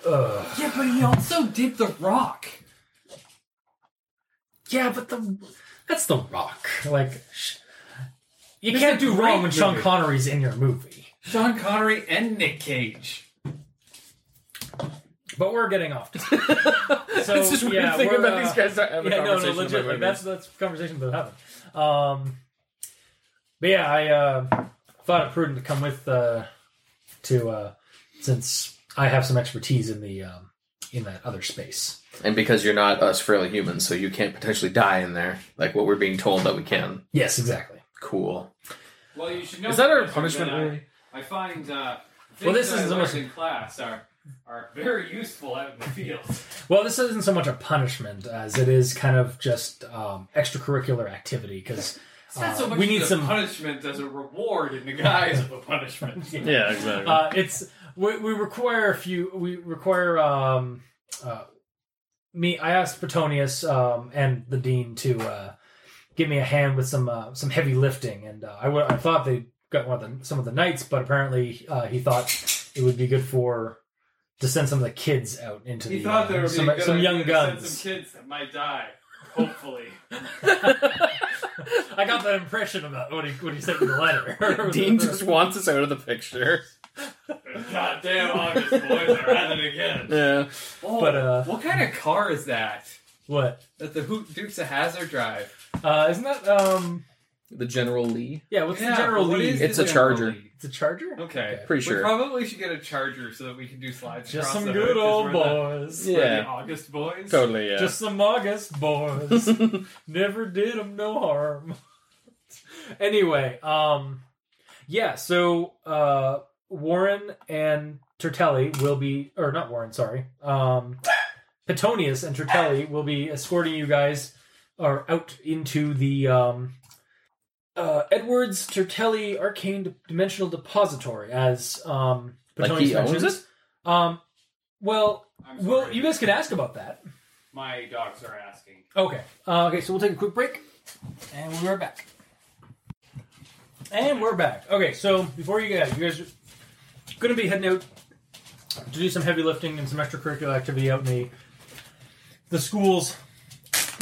S2: Ugh.
S4: Yeah, but he also did The Rock.
S2: Yeah, but the that's The Rock. Like sh- you
S4: This
S2: can't
S4: is a
S2: do wrong
S4: great
S2: when Sean
S4: movie.
S2: Connery's in your movie.
S4: Sean Connery and Nick Cage.
S2: But we're getting off. Topic. So,
S3: it's just weird
S2: yeah,
S3: thinking
S2: we're,
S3: about
S2: uh,
S3: these guys not having
S2: yeah,
S3: a
S2: no, no,
S3: conversation
S2: legit.
S3: about
S2: Like, that's that's the conversation they're having. Um, but yeah, I uh, thought it prudent to come with uh, to uh, since I have some expertise in the um, in that other space.
S3: and because you're not us frail humans, so you can't potentially die in there, like what we're being told that we can.
S2: Yes, exactly.
S3: Cool.
S4: Well, you should know.
S3: Is that our
S4: I-
S3: punishment? Really?
S4: I, find. Uh,
S2: Well, this
S4: things that I
S2: isn't so
S4: learned
S2: much-
S4: in class are are very useful out in the field.
S2: Well, this isn't so much a punishment as it is kind of just um, extracurricular activity because
S4: It's not so
S2: Uh,
S4: much
S2: we need
S4: as a
S2: some-
S4: punishment as a reward in the guise of a punishment.
S3: Yeah, exactly.
S2: uh, it's we, we require a few we require um uh me i asked Petonius um and the dean to uh give me a hand with some uh, some heavy lifting and uh, I wa- I thought they got one of the some of the knights but apparently uh, he thought it would be good for to send some of the kids out into
S4: He
S2: the
S4: thought
S2: uh,
S4: there would be
S2: some,
S4: a good
S2: some
S4: idea
S2: young
S4: to send
S2: guns
S4: some kids that might die. Hopefully,
S2: i got that impression about what he what he said in the letter
S3: Dean just wants us out of the picture.
S4: goddamn August boys are at it again.
S3: Yeah.
S4: Oh,
S2: But, uh,
S4: what kind of car is that?
S2: what
S4: That the Hoot Dukes of Hazard drive.
S2: uh isn't that um
S3: The General Lee.
S2: yeah what's
S4: Yeah,
S2: the general
S4: but what
S2: lead
S4: is
S3: It's
S4: the
S3: a
S4: General
S3: Charger.
S4: Lee?
S2: it's a charger
S4: Okay.
S3: Pretty
S4: We
S3: sure.
S4: probably should get a charger so that we can do slides.
S2: Just
S4: across
S2: some
S4: the
S2: good
S4: hood, 'cause
S2: old
S4: we're
S2: boys.
S4: The, we're
S3: Yeah.
S4: the August boys.
S3: Totally, yeah.
S2: Just some August boys. Never did them no harm. anyway, um, yeah, so uh, Warren and Tertelli will be, or not Warren, sorry. Um, Petonius and Tertelli will be escorting you guys or out into the um, uh, Edwards Tertelli Arcane Dimensional Depository, as um, Petonius
S3: Like he owns
S2: mentions. Um, well,
S4: I'm sorry.
S2: well, you guys can ask about that.
S4: My dogs are asking.
S2: Okay. Uh, okay, so we'll take a quick break, and we're back. And we're back. Okay, so before you guys, you guys are going to be heading out to do some heavy lifting and some extracurricular activity out in the the school's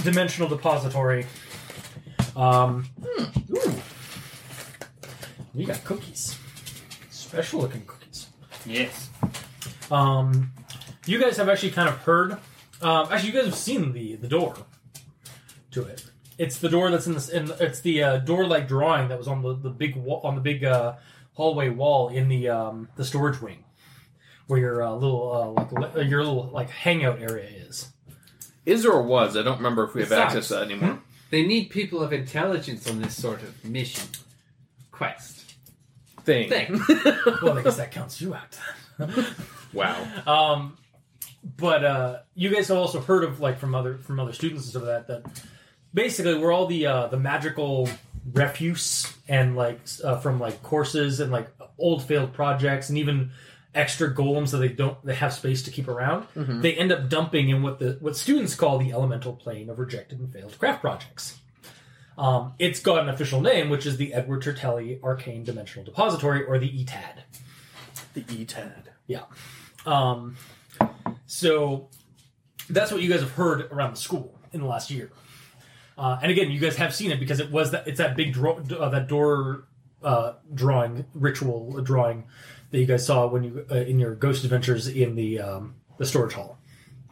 S2: dimensional depository. Um, ooh. we got cookies, special looking cookies.
S4: Yes.
S2: Um, you guys have actually kind of heard. Um, actually, you guys have seen the the door to it. It's the door that's in this. In, it's the uh, door like drawing that was on the, the big wa- on the big uh, hallway wall in the um, the storage wing, where your uh, little uh, like le- uh, your little like hangout area is.
S3: Is or was? I don't remember if we have
S2: It's
S3: access to that anymore.
S4: They need people of intelligence on this sort of mission. Quest.
S3: Thing.
S4: Thing.
S2: Well, I guess that counts you out.
S3: Wow.
S2: Um, but uh, you guys have also heard of like from other from other students and stuff like that that basically where all the uh, the magical refuse and like s- uh, from like courses and like old failed projects and even extra golems that they don't they have space to keep around they end up dumping in what the what students call the elemental plane of rejected and failed craft projects um, it's got an official name which is the edward tertelli arcane dimensional depository or the E etad
S3: The ETAD.
S2: yeah. Um, so that's what you guys have heard around the school in the last year. Uh, and again, you guys have seen it because it was that it's that big draw, uh, that door uh, drawing ritual drawing that you guys saw when you uh, in your ghost adventures in the um, the storage hall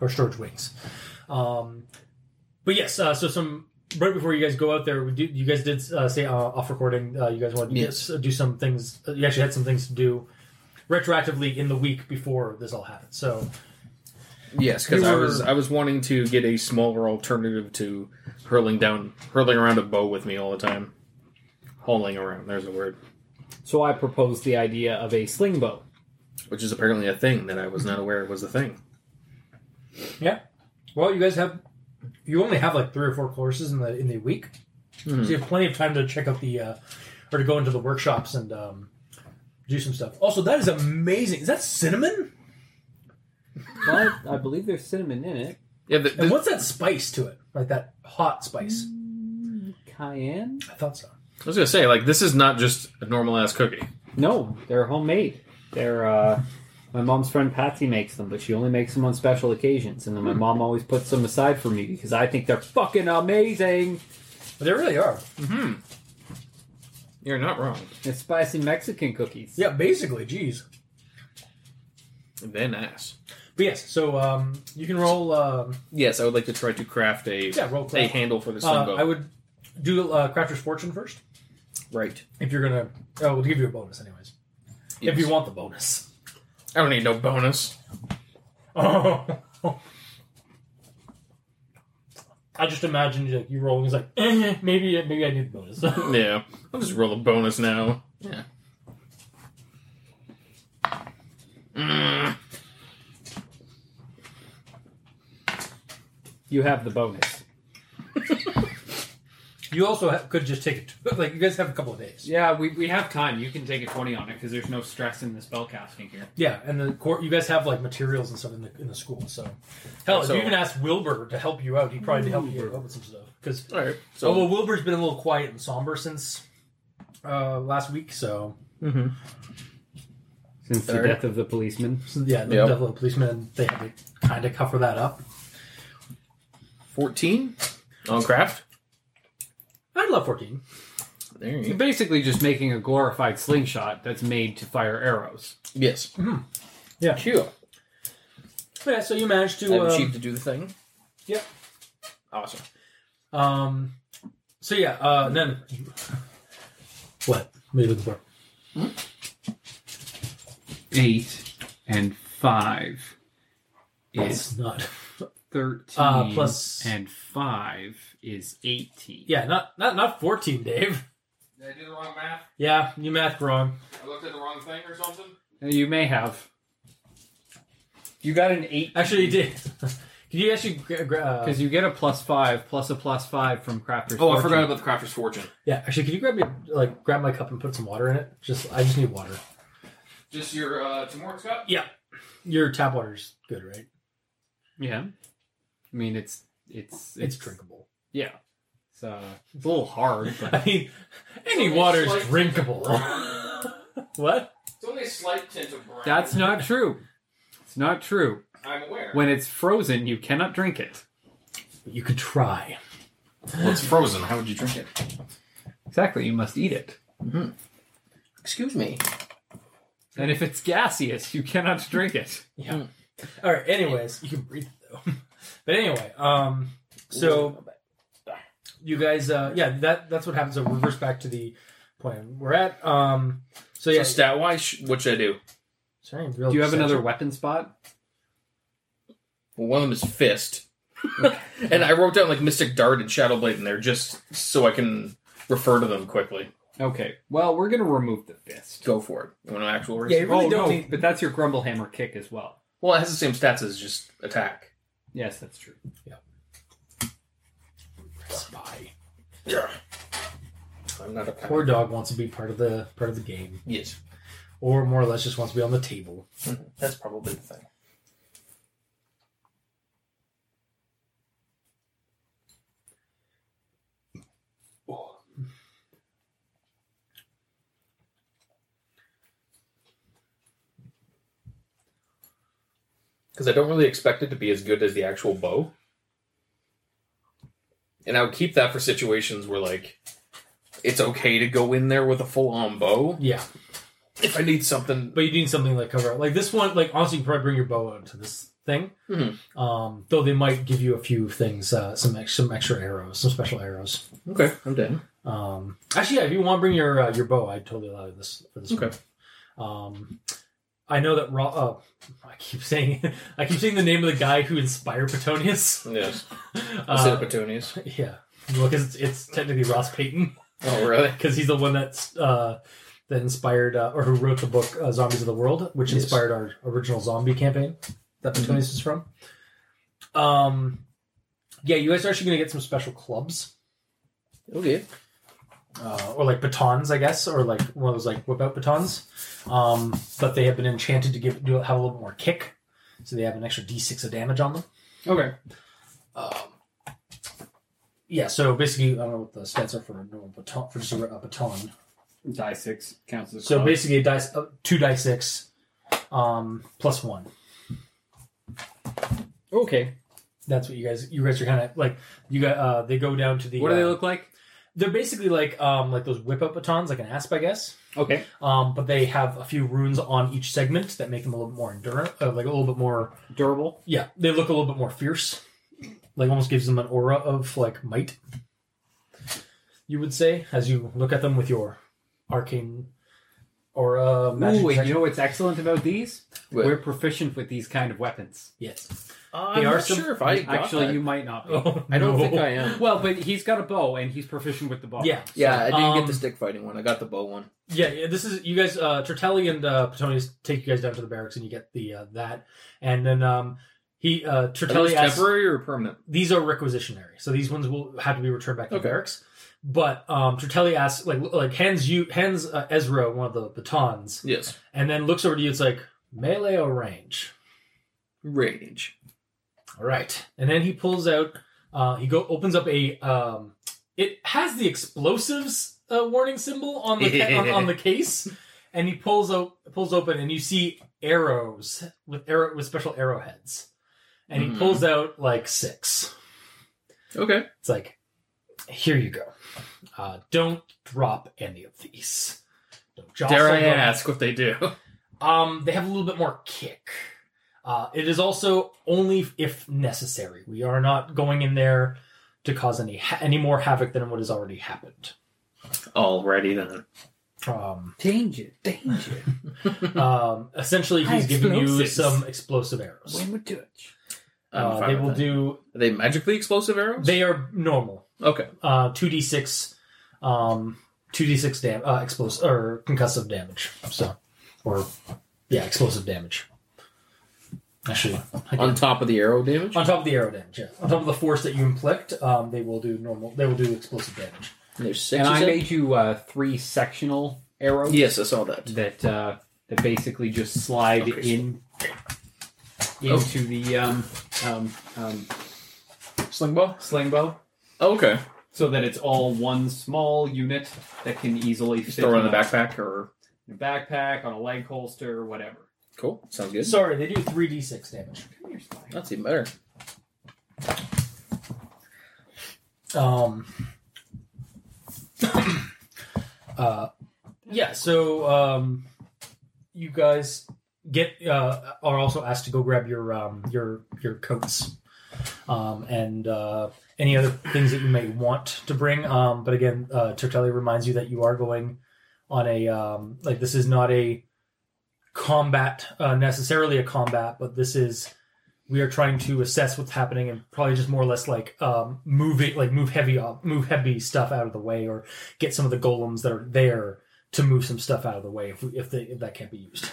S2: or storage wings. Um, but yes, uh, so some right before you guys go out there, we do, you guys did uh, say uh, off recording. Uh, you guys wanted to
S3: Yes.
S2: do some things. uh, You actually had some things to do retroactively in the week before this all happened. So
S3: Yes, because
S2: You
S3: I
S2: were-
S3: was I was wanting to get a smaller alternative to hurling down, hurling around a bow with me all the time. Hauling around. There's a word,
S4: So I proposed the idea of a sling bow.
S3: which is apparently a thing that I was not aware was a thing.
S2: yeah, well, you guys have you only have like three or four courses in the in the week, so you have plenty of time to check out the uh, or to go into the workshops and um, do some stuff. Also, that is amazing. Is that cinnamon?
S4: But I believe there's cinnamon in it.
S3: Yeah, the,
S2: And
S3: the,
S2: what's that spice to it? Like that hot spice?
S4: Cayenne?
S2: I thought so.
S3: I was gonna say like this is not just a normal ass cookie.
S4: No, they're homemade. They're uh, my mom's friend Patsy makes them, but she only makes them on special occasions, and then my mom always puts them aside for me because I think they're fucking amazing.
S2: But they really are.
S3: You're not wrong.
S4: It's spicy Mexican cookies.
S2: Yeah, basically. Jeez.
S3: Then ass.
S2: But yes, so um, you can roll. Um,
S3: Yes, I would like to try to craft a
S2: Yeah, roll
S3: a
S2: craft.
S3: handle for this
S2: uh,
S3: bow.
S2: I would do uh, Crafter's Fortune first
S3: right.
S2: if you're gonna. Oh, we'll give you a bonus anyways if you want the bonus.
S3: I don't need no bonus.
S2: Oh. I just imagined like you rolling. He's like, eh, maybe, maybe I need the bonus.
S3: Yeah, I'll just roll a bonus now. Yeah. Mm.
S4: You have the bonus.
S2: you also ha- could just take it. Like you guys have a couple of days.
S4: Yeah, we, we have time. You can take a 20 on it because there's no stress in the spell casting here.
S2: Yeah, and the court. You guys have like materials and stuff in the in the school. So, hell, if
S3: So-
S2: you even asked Wilbur to help you out, he'd probably help you out with some stuff. Because
S3: All right. So
S2: although Wilbur's been a little quiet and somber since uh, last week, so,
S4: Since
S3: Fair.
S4: the death of the policeman.
S2: so yeah, the
S3: Yep.
S2: devil and policeman they had to kind of cover that up.
S3: fourteen on craft.
S2: I'd love fourteen.
S3: There you
S4: You're
S3: go.
S4: basically just making a glorified slingshot that's made to fire arrows.
S3: Yes.
S2: Yeah.
S3: Cute.
S2: Yeah, so you managed to.
S3: I've
S2: um,
S3: achieved to do the thing.
S2: yeah.
S3: Awesome.
S2: Um. So yeah. Uh. Then. What? What are you looking for?
S4: Eight and five
S2: It's not.
S4: 13
S2: Uh, plus-
S4: and 5 is 18.
S2: Yeah. Not. Not. Not fourteen, Dave.
S3: Did I do the wrong math?
S2: Yeah. You math wrong.
S3: I looked at the wrong thing or something?
S4: You may have. You got an 8
S2: Actually, you did. Can you actually? Gra- gra- uh,
S4: because you get a plus 5 plus a plus 5 from Crafter's
S3: Oh, I
S4: Fortune.
S3: forgot about the crafter's fortune.
S2: yeah. Actually, could you grab me like grab my cup and put some water in it? Just. I just need water.
S3: Just your uh, Tamorix cup?
S2: Yeah. Your tap water's good, right?
S4: Yeah. I mean, it's it's
S2: It's drinkable.
S4: Yeah. It's, uh, it's a little hard, but
S2: I mean, any water is
S3: Slight-
S2: drinkable. what?
S3: It's only a slight tint of brown.
S4: that's not true. It's not true.
S5: I'm aware.
S4: When it's frozen, you cannot drink it.
S2: You could try.
S3: Well, it's frozen. How would you drink it?
S4: Exactly, you must eat it.
S2: Mm-hmm.
S5: Excuse me.
S4: And if it's gaseous, you cannot drink it.
S2: All right. Anyways, you can breathe though. But anyway, um, so you guys, uh, yeah, that that's what happens. So reverse back to the point we're at. Um, so yeah,
S3: So stat wise, what should I do?
S2: sorry, I'm real
S4: Do you have another
S2: eccentric.
S4: weapon spot?
S3: Well, one of them is fist, and I wrote down like mystic dart and shadow blade in there just so I can refer to them quickly.
S4: Okay. Well, we're gonna remove the fist.
S3: Go for it. You want an actual
S2: Yeah,
S3: race?
S2: you really
S4: oh
S2: don't
S4: no!
S2: need.
S4: But that's your grumble hammer kick as well.
S3: Well, it has the same stats as just attack.
S4: Yes, that's true.
S2: Spy.
S3: Yeah. I'm not a power.
S2: Poor dog wants to be part of the part of the game,
S3: Yes.
S2: or more or less just wants to be on the table.
S3: That's probably the thing. Because I don't really expect it to be as good as the actual bow. And I would keep that for situations where, like, it's okay to go in there with a full on bow.
S2: Yeah,
S3: If I need something
S2: but you need something like cover. Like this one, like honestly, you could probably bring your bow out to this thing.
S3: Mhm.
S2: Um, though they might give you a few things, uh, some ex- some extra arrows, some special arrows.
S3: Okay, I'm down.
S2: Um, actually, yeah, if you want to bring your uh, your bow, I totally allow you this for this.
S3: Okay.
S2: One. Um, I know that Ra- uh, I keep saying I keep saying the name of the guy who inspired Petonius.
S3: Yes.
S2: Uh,
S3: Petunias.
S2: yeah, well, because it's, it's technically Ross Payton
S3: Oh, really?
S2: because he's the one that's uh, that inspired uh, or who wrote the book uh, Zombies of the World, which
S3: Yes. Mm-hmm.
S2: inspired our original zombie campaign that Petonius is from. Um, yeah, you guys are actually going to get some special clubs.
S3: Okay.
S2: uh, or like batons, I guess, or like one of those like whip out batons. Um, but they have been enchanted to give do have a little bit more kick, so they have an extra d6 of damage on them.
S4: Okay.
S2: Yeah, so basically, I don't know what the stats are for a normal baton for just a, a baton.
S4: Die six counts as. a
S2: So
S4: club.
S2: basically, a dice uh, two die six, um, plus one.
S4: Okay.
S2: That's what you guys you guys are kind of like you got. Uh, they go down to the.
S4: What do they
S2: uh,
S4: look like?
S2: They're basically like um like those whip out batons, like an asp, I guess.
S4: Okay.
S2: Um, but they have a few runes on each segment that make them a little bit more endurance, uh, like a little bit more
S4: Durable.
S2: Yeah, they look a little bit more fierce. Like almost gives them an aura of like might. You would say as you look at them with your arcane aura. Magic
S4: Ooh, and
S2: detect-
S4: you know what's excellent about these?
S3: What?
S4: We're proficient with these kind of weapons.
S2: yes.
S3: Uh, I'm
S2: They are
S3: not
S2: some-
S3: sure if I got
S4: Actually,
S3: that. Oh.
S4: you might not be.
S3: I don't think I am.
S4: Well, but he's got a bow and he's proficient with the bow.
S2: Yeah,
S3: Yeah, I didn't
S2: Um,
S3: get the stick fighting one. I got the bow one.
S2: yeah, yeah. This is you guys. Uh, Tertelli and uh, Petonius take you guys down to the barracks, and you get the uh, that, and then um, he uh,
S3: Are
S2: Tertelli
S3: those
S2: asks.
S3: temporary or permanent?
S2: these are requisitionary, so these ones will have to be returned back to
S3: Okay.
S2: the barracks. But um, Tertelli asks, like, like hands you hands uh, Ezra one of the batons,
S3: Yes.
S2: and then looks over to you. It's like melee or range.
S3: Range.
S2: All right, and then he pulls out. Uh, he go opens up a. Um, it has the explosives uh, warning symbol on the ca- on, on the case, and he pulls out pulls open, and you see arrows with arrow with special arrowheads, and he
S3: Mhm.
S2: pulls out like six.
S3: Okay.
S2: It's like, here you go. Uh, don't drop any of these. Don't jostle
S3: Dare I
S2: them.
S3: ask what they do?
S2: Um, they have a little bit more kick. Uh, it is also only if necessary. We are not going in there to cause any ha- any more havoc than what has already happened.
S3: Alrighty then.
S2: Um,
S5: Danger, danger.
S2: um, essentially, he's giving you
S3: Explosives.
S2: some explosive arrows.
S5: we touch.
S3: I'm
S2: Uh,
S3: fine
S2: they
S3: with
S2: will
S3: that.
S2: do.
S3: Are they magically explosive arrows?
S2: They are normal.
S3: Okay.
S2: uh, 2d6 um, 2d6 dam- uh, explosive or concussive damage so or yeah explosive damage actually I
S3: On
S2: can-
S3: top of the arrow damage?
S2: on top of the arrow damage yeah on top of the force that you inflict um, they will do normal they will do explosive damage
S3: There's six.
S4: And
S3: you
S4: I
S3: said?
S4: made you uh, three sectional arrows
S3: Yes, I saw that.
S4: that uh, that basically just slide
S3: Okay.
S4: in
S3: Oh.
S4: into the um, um, um,
S3: Sling bow?
S4: sling bow,
S3: Oh, Okay.
S4: so that it's all one small unit that can easily
S3: Just
S4: fit
S3: throw it in the
S4: a-
S3: backpack or
S4: in a backpack, on a leg holster, whatever.
S3: Cool. Sounds good.
S2: Sorry, they do 3d6 damage.
S3: That's even better.
S2: Um, uh, yeah, so um, you guys get uh, are also asked to go grab your um, your your coats um, and uh, any other things that you may want to bring. Um, but again, uh, Tertelli reminds you that you are going on a um, like this is not a combat uh, necessarily a combat, but this is we are trying to assess what's happening and probably just more or less like um, move it, like move heavy, move heavy stuff out of the way, or get some of the golems that are there to move some stuff out of the way if we, if, they, if that can't be used.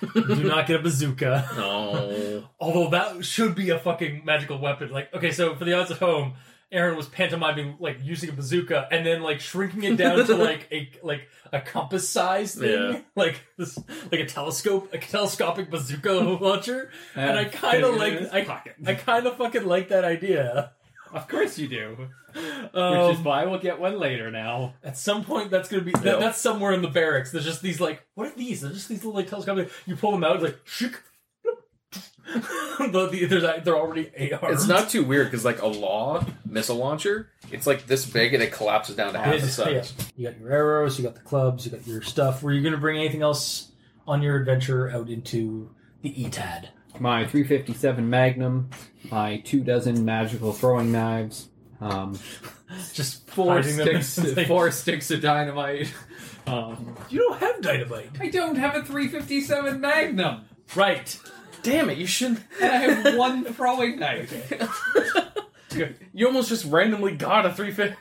S2: Do not get a bazooka,
S3: No.
S2: although that should be a fucking magical weapon. Like, okay, so for the odds at home, Aaron was pantomiming like using a bazooka and then like shrinking it down to like a like a compass size thing,
S3: Yeah.
S2: like this like a telescope, a telescopic bazooka launcher and I kind
S4: fit it
S2: of
S4: in
S2: like
S4: his
S2: I,
S4: pocket.
S2: I kind of fucking like that idea.
S4: Of course you do. Which is
S2: Um,
S4: why we'll get one later now.
S2: at some point, that's gonna be that,
S3: Yeah.
S2: that's somewhere in the barracks. There's just these like what are these? They're just these little like telescopic. You pull them out, it's like shik. but the, there's a- they're already AR.
S3: It's not too weird because like a law missile launcher, it's like this big and it collapses down to half the
S2: It's- yeah.
S3: size.
S2: You got your arrows, you got the clubs, you got your stuff. Were you gonna bring anything else on your adventure out into the E ETAD?
S4: My 357 Magnum, my two dozen magical throwing knives, um,
S2: Just
S4: four
S2: hiding them in
S4: sticks,
S2: things.
S4: four sticks of dynamite. Um,
S2: You don't have dynamite,
S4: I don't have a 357 Magnum.
S2: right?
S3: Damn it! You shouldn't.
S4: And I have one throwing knife.
S3: You almost just randomly got a three fifty.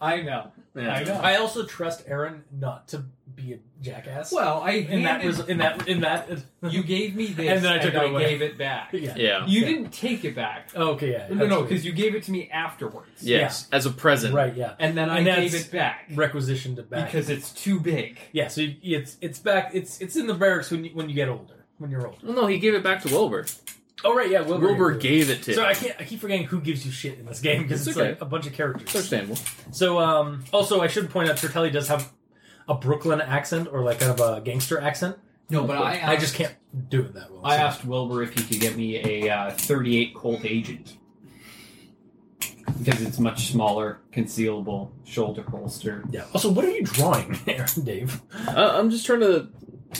S4: I know. I know.
S2: I also trust Aaron not to be a jackass.
S4: Well, I
S2: in that
S4: handed-
S2: was in that in that
S4: you gave me this,
S2: And then I took it away.
S4: gave it back.
S2: yeah.
S3: Yeah.
S4: You
S2: Yeah.
S4: didn't take it back.
S2: Okay, yeah.
S4: No,
S2: that's
S4: no,
S2: right.
S4: because you gave it to me afterwards.
S3: Yes. As a present.
S2: right, yeah.
S4: And then I
S2: And
S4: gave
S2: that's-
S4: it back
S2: Requisition to back
S4: because it's too big.
S2: yeah, so you, it's it's back it's it's in the barracks when you when you get older when you're older.
S3: Well, no, he gave it back to Wilbur.
S2: Oh right, yeah. Wilbur,
S3: Wilbur, gave it to.
S2: So I
S3: him.
S2: can't I keep forgetting who gives you shit in this game because
S3: It's
S2: it's,
S3: okay.
S2: like a bunch of characters.
S3: It's understandable.
S2: So um also I should point out Tertelli does have a Brooklyn accent or like kind of a gangster accent.
S4: No, but I
S2: I just can't do it that well.
S4: I
S2: so.
S4: asked Wilbur if he could get me a uh, 38 Colt Agent because it's much smaller, concealable shoulder holster.
S2: Yeah. Also, what are you drawing, Aaron, Dave?
S5: Uh, I'm just trying to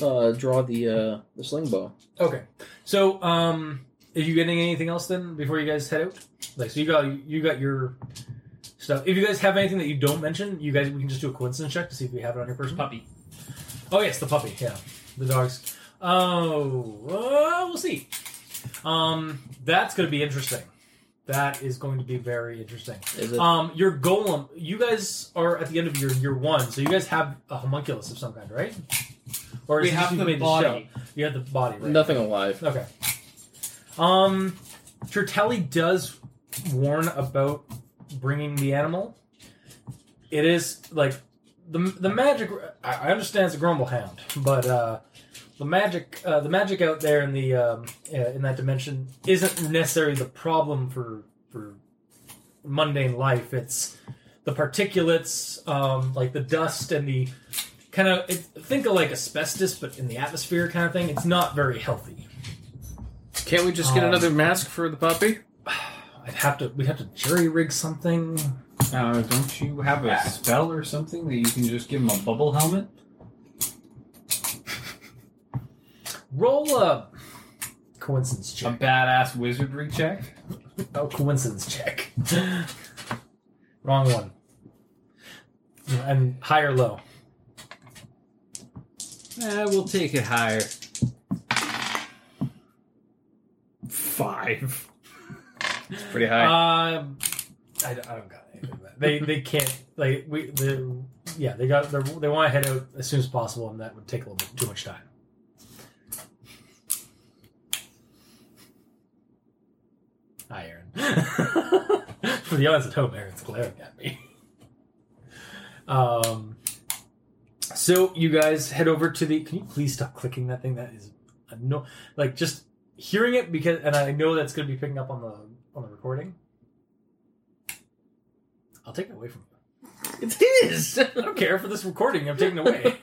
S5: uh, draw the uh, the sling bow.
S2: Okay. So, um, are you getting anything else then before you guys head out? Like, so you got you got your stuff. If you guys have anything that you don't mention, you guys we can just do a coincidence check to see if we have it on your person.
S4: Puppy.
S2: Oh yes, the puppy. Yeah, the dogs. Oh, uh, we'll see. Um, that's going to be interesting. That is going to be very interesting.
S5: Is it?
S2: Um, your golem. You guys are at the end of your year one, so you guys have a homunculus of some kind, right? Or is
S4: We
S2: it
S4: have
S2: just you
S4: the
S2: made
S4: body.
S2: shell? You have the body. Right?
S5: Nothing alive.
S2: Okay. Um, Tertelli does warn about bringing the animal. It is like the the magic. I I understand it's a grumble hound, but uh, the magic uh, the magic out there in the um, uh, in that dimension isn't necessarily the problem for for mundane life. It's the particulates, um, like the dust and the kind of it, think of like asbestos, but in the atmosphere kind of thing. It's not very healthy.
S3: Can't we just get
S2: Um,
S3: another mask for the puppy?
S2: I'd have to. We'd have to jury rig something.
S4: Uh, don't you have a spell or something that you can just give him a bubble helmet?
S2: Roll a coincidence
S4: A
S6: Um,
S2: check.
S4: badass wizardry check?
S2: oh, coincidence check. Wrong one. And high or low?
S4: Eh, we'll take it higher. Five.
S3: Pretty high.
S2: Um, I, don't- I don't got anything. Of that. They they can't like we the yeah they got they're- they want to head out as soon as possible and that would take a little bit too much time. Hi, Aaron. For the audience at home, Aaron's glaring at me. Um, so you guys head over to the. Can you please stop clicking that thing? That is no like just hearing it because, and I know that's going to be picking up on the on the recording. I'll take it away from you.
S5: It's his.
S2: I don't care for this recording. I'm taking it away.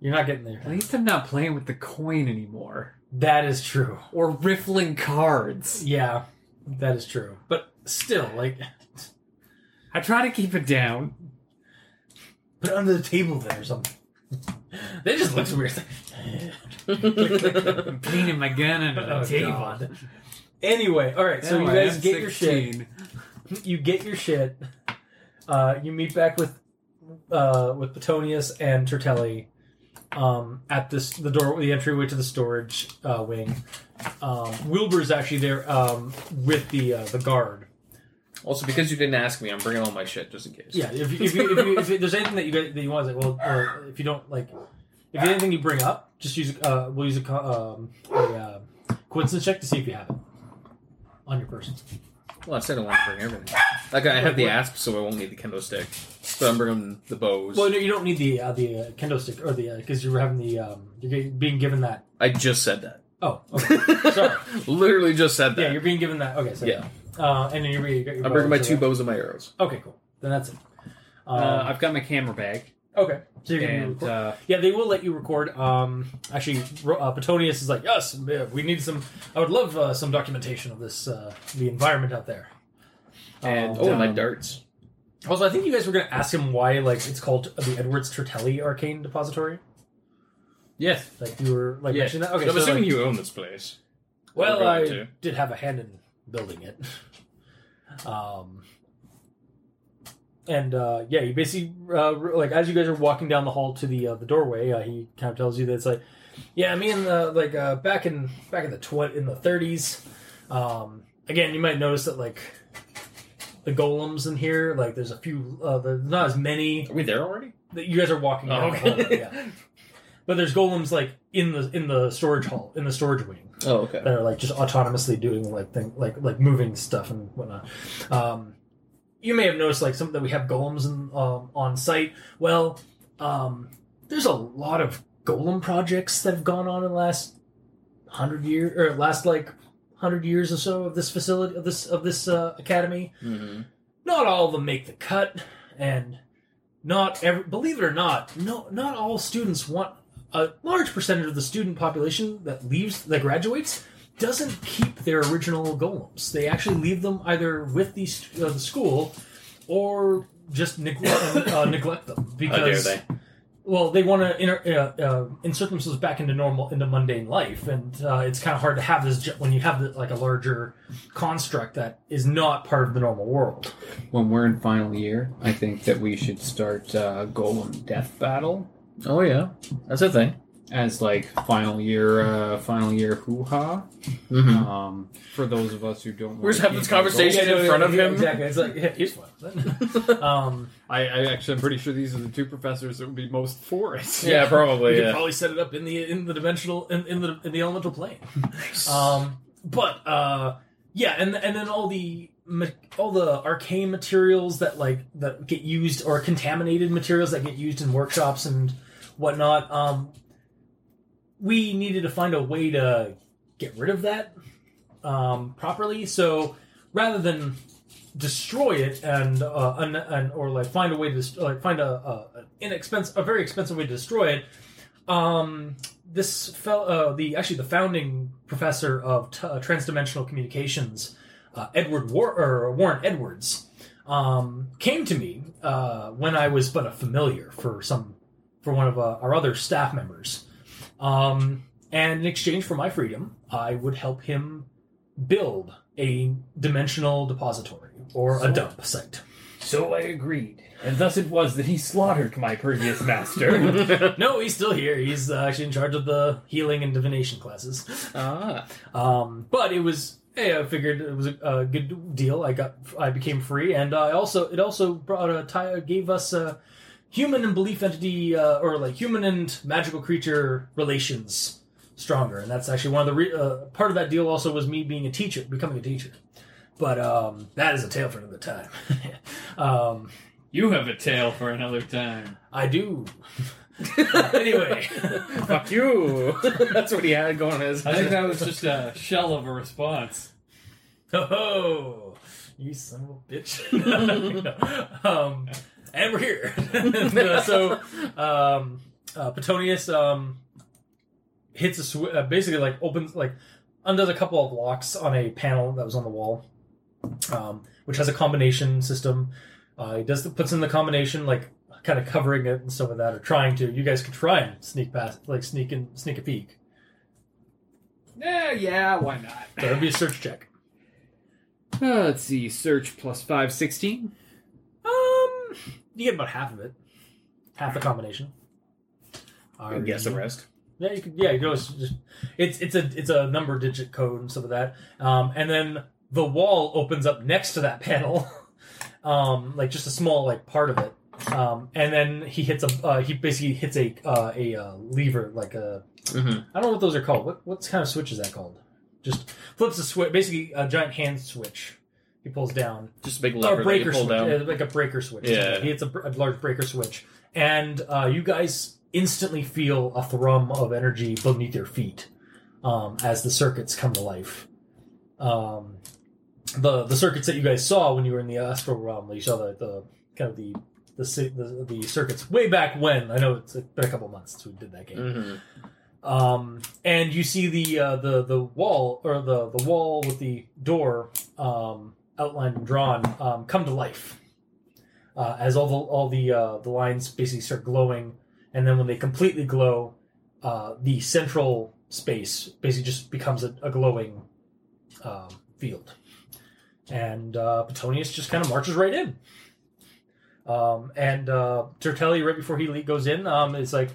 S2: You're not getting there.
S4: At least I'm not playing with the coin anymore.
S2: That is true.
S4: Or riffling cards.
S2: Yeah, that is true. But still, like,
S4: I try to keep it down.
S2: put it under the table there or something. They just looked weird. Like,
S4: I'm cleaning my gun under the
S2: Oh,
S4: table.
S2: God. anyway, all right. So
S4: Now
S2: you
S4: I
S2: guys
S4: am
S2: get your shit.
S4: 16.
S2: You get your shit. Uh, you meet back with uh, with Petonius and Tertelli um, at this the door the entryway to the storage uh, wing. Um, Wilbur's actually there um, with the uh, the guard.
S3: Also, because you didn't ask me, I'm bringing all my shit just in case.
S2: Yeah, if, you- if, you, if, you, if there's anything that you get, that you want, it's like, well, or if you don't like, if there's anything you bring up, just use uh, we'll use a, co- um, a uh, coincidence check to see if you have it on your person.
S3: Well, I said I want to bring everything. Like I have the asp, so I won't need the kendo stick. So I'm bringing the bows.
S2: Well, no, you don't need the uh, the uh, kendo stick or the because you're having the um, you're getting, being given that.
S3: I just said that.
S2: Oh, okay. sorry.
S3: Literally just said
S2: Yeah,
S3: that.
S2: you're being given that. Okay, so
S3: Yeah.
S2: uh, and then you're, you got your
S3: I'm bringing my
S2: so
S3: two
S2: that-
S3: bows and my arrows.
S2: Okay, cool. Then that's it. Um,
S4: Uh, I've got my camera bag.
S2: okay, so you're gonna
S4: And
S2: record.
S4: uh,
S2: Yeah, they will let you record. Um, actually, Ro- uh, Petonius is like, yes, yeah, we need some. I would love uh, some documentation of this, uh, the environment out there.
S4: And-
S3: Oh, and my
S4: Um,
S3: darts.
S2: Also, I think you guys were going to ask him why, like, it's called the Edwards Tertelli Arcane Depository.
S4: yes,
S2: Like, you were like
S4: Yeah.
S2: mentioning that. Okay,
S3: I'm
S2: so,
S3: assuming
S2: like,
S3: you own this place.
S2: Well,
S3: Or
S2: I
S3: to.
S2: did have a hand in building it. Um, and uh, yeah, you basically uh, re- like as you guys are walking down the hall to the uh, the doorway, uh, he kind of tells you that it's like, yeah, me and the like uh, back in back in the tw- in the thirties. Um, again, you might notice that like the golems in here, like there's a few, uh, there's not as many
S3: Are we there already?
S2: that you guys are walking down
S3: Oh,
S2: the
S3: okay.
S2: hallway, yeah. But there's golems like in the in the storage hall in the storage wing
S3: Oh, okay.
S2: that are like just autonomously doing like thing like like moving stuff and whatnot. Um, you may have noticed like some that we have golems in, um, on site. Well, um, there's a lot of golem projects that have gone on in the last hundred years or last like hundred years or so of this facility of this of this uh, academy
S3: Mm-hmm.
S2: not all of them make the cut, and not every, believe it or not, no, not all students want a large percentage of the student population that leaves that graduates doesn't keep their original golems. They actually leave them either with the, st- uh, the school or just neglect, uh, neglect them because
S3: How dare they?
S2: well, they want to inter- uh, uh, insert themselves back into normal, into mundane life, and uh, it's kind of hard to have this ju- when you have the, like a larger construct that is not part of the normal world.
S4: when we're in final year, I think that we should start uh, Golem Death Battle
S3: Oh, yeah. That's a thing.
S4: as like final year, uh, final year hoo ha.
S3: Mm-hmm.
S4: Um, for those of us who don't,
S3: We're just
S4: wanna
S3: having this
S4: keep our
S3: conversation.
S4: gold-
S3: in front of him?
S2: exactly. It's like yeah, here's one. um,
S4: I, I actually, I'm pretty sure these are the two professors that would be most for it.
S3: Yeah,
S2: we
S3: probably.
S2: could
S3: Yeah.
S2: probably set it up in the in the dimensional in, in the in the elemental plane. Um, but uh, yeah, and and then all the ma- all the arcane materials that like that get used or contaminated materials that get used in workshops and whatnot. Um, we needed to find a way to get rid of that um, properly. So rather than destroy it and uh, un- and or like find a way to dest- like find a, a an inexpensive a very expensive way to destroy it. Um, this fel- uh, the actually the founding professor of t- uh, transdimensional communications, uh, Edward War- or Warren Edwards, um, came to me uh, when I was but a familiar for some for one of uh, our other staff members, um, and in exchange for my freedom, I would help him build a dimensional depository or a dump site.
S4: So I agreed, and thus it was that he slaughtered my previous master.
S2: no, he's still here. He's uh, actually in charge of the healing and divination classes.
S3: ah.
S2: Um, but it was hey, I figured it was a, a good deal. I got I became free, and I also it also brought a tie gave us a human and belief entity uh, or like human and magical creature relations stronger, and that's actually one of the re- uh, part of that deal. Also, was me being a teacher, becoming a teacher. But um, that is a tale for another time. um,
S4: you have a tale for another time.
S2: I do. anyway,
S3: Fuck you. That's what he had going on his
S4: I think that was just a shell of a response.
S2: oh, you son of a bitch. um, and we're here. so, um, uh, Petonius um, hits a sw- uh, basically like opens like undoes a couple of locks on a panel that was on the wall, um, which has a combination system. Uh, he does the, puts in the combination like kind of covering it and stuff like that, or trying to. You guys can try and sneak past, like sneak and sneak a peek.
S4: Yeah, yeah, why not?
S2: So it'd be a search check.
S4: Uh, let's see, search plus five, 16.
S2: Um, you get about half of it, half the combination.
S3: I guess the rest.
S2: Yeah, you could. Yeah, you could always just. It's it's a it's a number digit code and stuff of that. Um, and then the wall opens up next to that panel, um, like just a small like part of it. Um, and then he hits a uh, he basically hits a uh, a uh, lever like a
S3: Mhm.
S2: I don't know what those are called. What what kind of switch is that called? Just flips a switch, basically a giant hand switch. He pulls down
S3: Just a big
S2: a
S3: lever that you
S2: breaker
S3: pull
S2: switch,
S3: down.
S2: yeah, like a breaker switch.
S3: Yeah.
S2: he hits a, br- a large breaker switch, and uh, you guys instantly feel a thrum of energy beneath your feet um, as the circuits come to life. Um, the the circuits that you guys saw when you were in the astral realm, you saw the, the kind of the the, si- the the circuits way back when. I know it's been a couple months since we did that game
S3: Mhm.
S2: um, and you see the uh, the the wall or the the wall with the door um, outlined and drawn um, come to life uh, as all the all the uh, the lines basically start glowing, and then when they completely glow, uh, the central space basically just becomes a, a glowing um, field, and uh, Petonius just kind of marches right in. Um, and uh, Tertelli, right before he le- goes in, um, is like,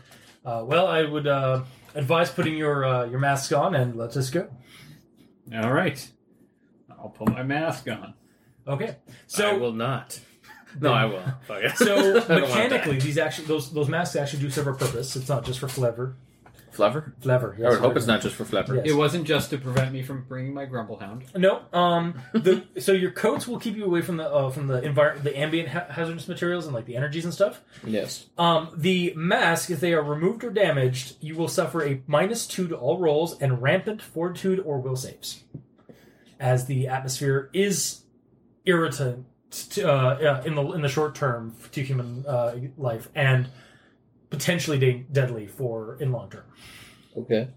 S2: uh, "Well, I would uh, advise putting your uh, your mask on and let us go."
S4: All right. I'll put my mask on.
S2: Okay,
S3: I
S2: so
S3: will not. No, I will. Fuck it.
S2: so
S3: I don't want that.
S2: mechanically, these actually those those masks actually do serve a purpose. It's not just for flavor.
S3: Fluffer?
S2: Flavor.
S3: I would hope it's not just for Fluffer.
S2: Yes.
S4: It wasn't just to prevent me from bringing my grumble hound.
S2: No. Um. The so your coats will keep you away from the uh, from the environment, the ambient ha- hazardous materials, and like the energies and stuff.
S3: Yes.
S2: Um. The mask, if they are removed or damaged, you will suffer a minus two to all rolls and rampant fortitude or will saves, as the atmosphere is irritant to, uh, uh, in the in the short term to human uh, life and potentially de- deadly for in long term.
S5: Okay.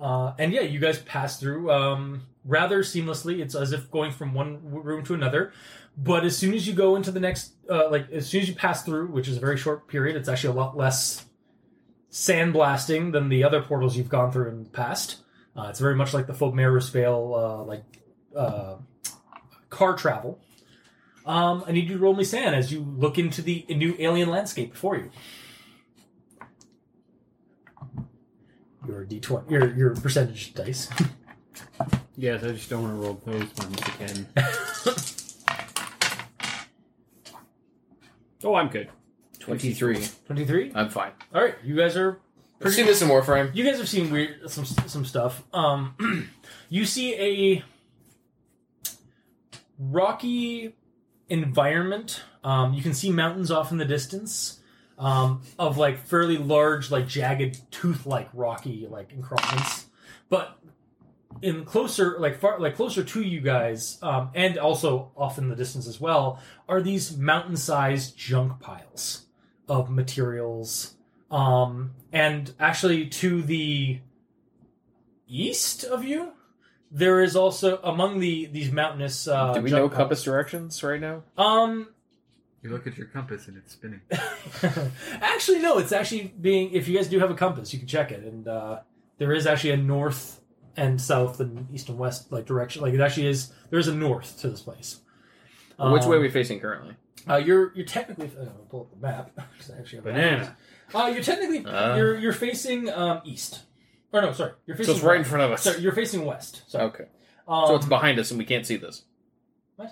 S2: Uh, and yeah, you guys pass through um, rather seamlessly. It's as if going from one w- room to another. But as soon as you go into the next, uh, like as soon as you pass through, which is a very short period, it's actually a lot less sandblasting than the other portals you've gone through in the past. Uh, it's very much like the Fobmerus Vale, uh, like uh, car travel. Um, I need you to roll me sand as you look into the new alien landscape before you. Your D twenty, your your percentage dice.
S4: Yes, I just don't want to roll those ones again. oh, I'm good.
S3: 23.
S2: Twenty three.
S3: I'm fine.
S2: All right, you guys are
S3: I've seen this in Warframe.
S2: you guys have seen weird some some stuff. Um, you see a rocky environment. Um, you can see mountains off in the distance um, of like fairly large, like jagged, tooth-like rocky like encroachments. But in closer, like far, like closer to you guys, um, and also off in the distance as well, are these mountain-sized junk piles of materials um, and actually, to the east of you, there is also among the these mountainous. Uh,
S3: Do we know
S2: junk
S3: compass directions right now?
S2: piles- Um,
S4: You look at your compass and it's spinning.
S2: actually, no. It's actually being. If you guys do have a compass, you can check it, and uh, there is actually a north and south and east and west like direction. Like it actually is. There is a north to this place.
S3: Which way are
S2: Um,
S3: we facing currently?
S2: Uh, you're you're technically. I'm gonna pull up the map. 'cause I actually have a map.
S4: Banana.
S2: Uh, you're technically
S3: Ah.
S2: you're you're facing um, east. Or no, sorry, you're
S3: So
S2: facing
S3: it's right in front of us.
S2: So you're facing west. Sorry.
S3: Okay.
S2: Um,
S3: So it's behind us and we can't see this.
S2: sorry,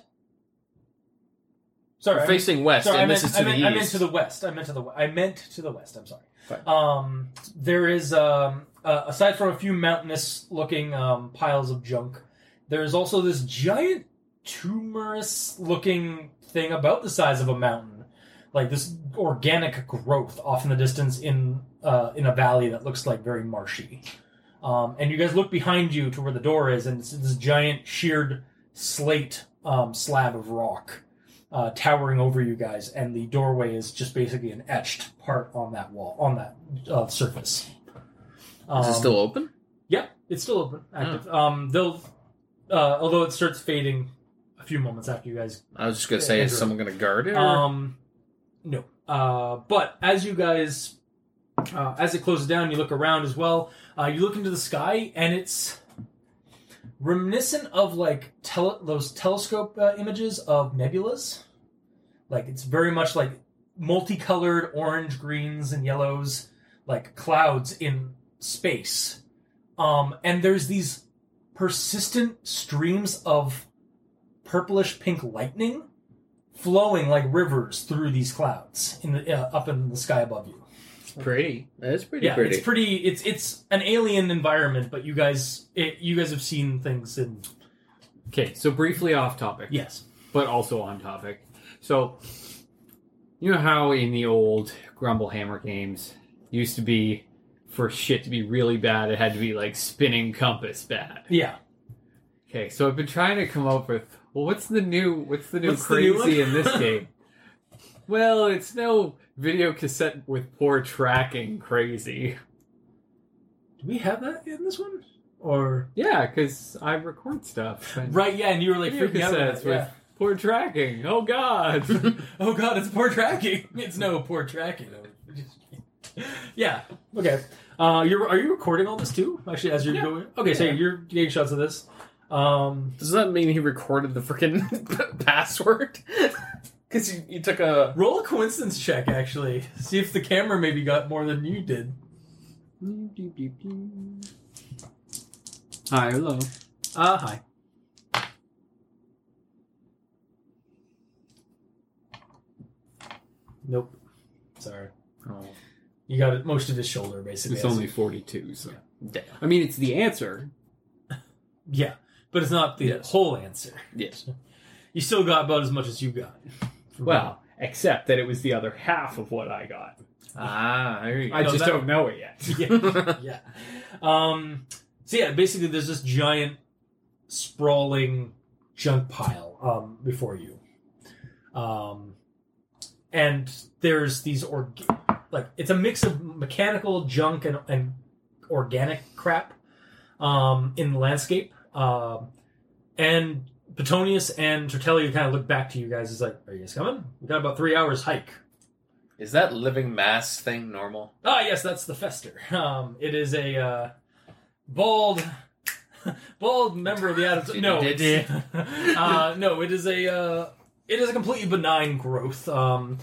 S3: We're
S2: I meant-
S3: facing west
S2: sorry, I
S3: and
S2: meant,
S3: this is
S2: I
S3: to the
S2: meant- I meant
S3: east.
S2: to the west. I meant to the we- I meant to the west. I'm sorry.
S3: Fine.
S2: Um, there is um, uh, aside from a few mountainous looking um, piles of junk, there is also this giant tumorous looking thing about the size of a mountain, like this organic growth off in the distance in uh, in a valley that looks like very marshy. Um, and you guys look behind you to where the door is, and it's this giant sheared slate um, slab of rock uh, towering over you guys, and the doorway is just basically an etched part on that wall, on that uh, surface. Um,
S3: Is it still Hmm. open?
S2: Yeah, it's still open, active. Um, they'll, uh, although it starts fading a few moments after you guys
S3: I was just gonna say, is
S2: Andrew.
S3: someone gonna guard it? Or?
S2: um, no. Uh, but as you guys, uh, as it closes down, you look around as well. Uh, you look into the sky, and it's reminiscent of like tele- those telescope uh, images of nebulas. Like it's very much like multicolored orange, greens, and yellows, like clouds in space. Um, and there's these persistent streams of purplish pink lightning flowing like rivers through these clouds in the uh, up in the sky above you.
S4: Pretty.
S5: That's pretty
S2: Yeah,
S5: pretty.
S2: it's pretty. It's it's an alien environment, but you guys it, you guys have seen things in
S4: Okay, so briefly off topic,
S2: yes.
S4: but also on topic. So, you know how in the old Grumble Hammer games used to be for shit to be really bad, it had to be like spinning compass bad.
S2: Yeah,
S4: Okay, so I've been trying to come up with well, what's the new what's the new
S2: What's the new
S4: crazy
S2: one?
S4: in this game? well, it's no video cassette with poor tracking crazy.
S2: do we have that in this one or
S4: Yeah, because I record stuff. and
S2: right? Yeah, and you were like
S4: Video
S2: freaking out. About
S4: cassettes
S2: it,
S4: with
S2: yeah.
S4: poor tracking. Oh God.
S2: Oh god, it's poor tracking. It's no poor tracking. yeah. Okay. Uh, you're are you recording all this too? Actually, as you're
S4: Yeah.
S2: going. Okay, so
S4: Yeah.
S2: you're getting shots of this. Um,
S3: Does that mean he recorded the freaking password? Because you, you took a.
S2: roll a coincidence check. Actually, see if the camera maybe got more than you did.
S4: Hi, hello.
S2: Uh, hi. Nope. Sorry.
S3: Oh.
S2: You got it, most of his shoulder, basically.
S4: It's only forty-two. So
S3: Yeah.
S4: I mean, it's the answer.
S2: Yeah, but it's not the
S3: Yes.
S2: whole answer.
S3: Yes.
S2: You still got about as much as you got.
S4: Well, except that it was the other half of what I got.
S3: Ah, there you go.
S4: I
S2: No,
S4: just
S2: that-
S4: don't know it yet.
S2: yeah. yeah. Um, so yeah, basically, there's this giant, sprawling junk pile um, before you, um, and there's these org like it's a mix of mechanical junk and, and organic crap um, in the landscape. Um, and Petonius and Tertellia kind of look back to you guys. Is like, are you guys coming? We got about three hours hike.
S3: Is that living mass thing normal?
S2: Ah, yes, that's the Fester. Um, it is a uh, bald, bald member of the Adams. No, it's- uh, no, it is a uh, it is a completely benign growth. Um,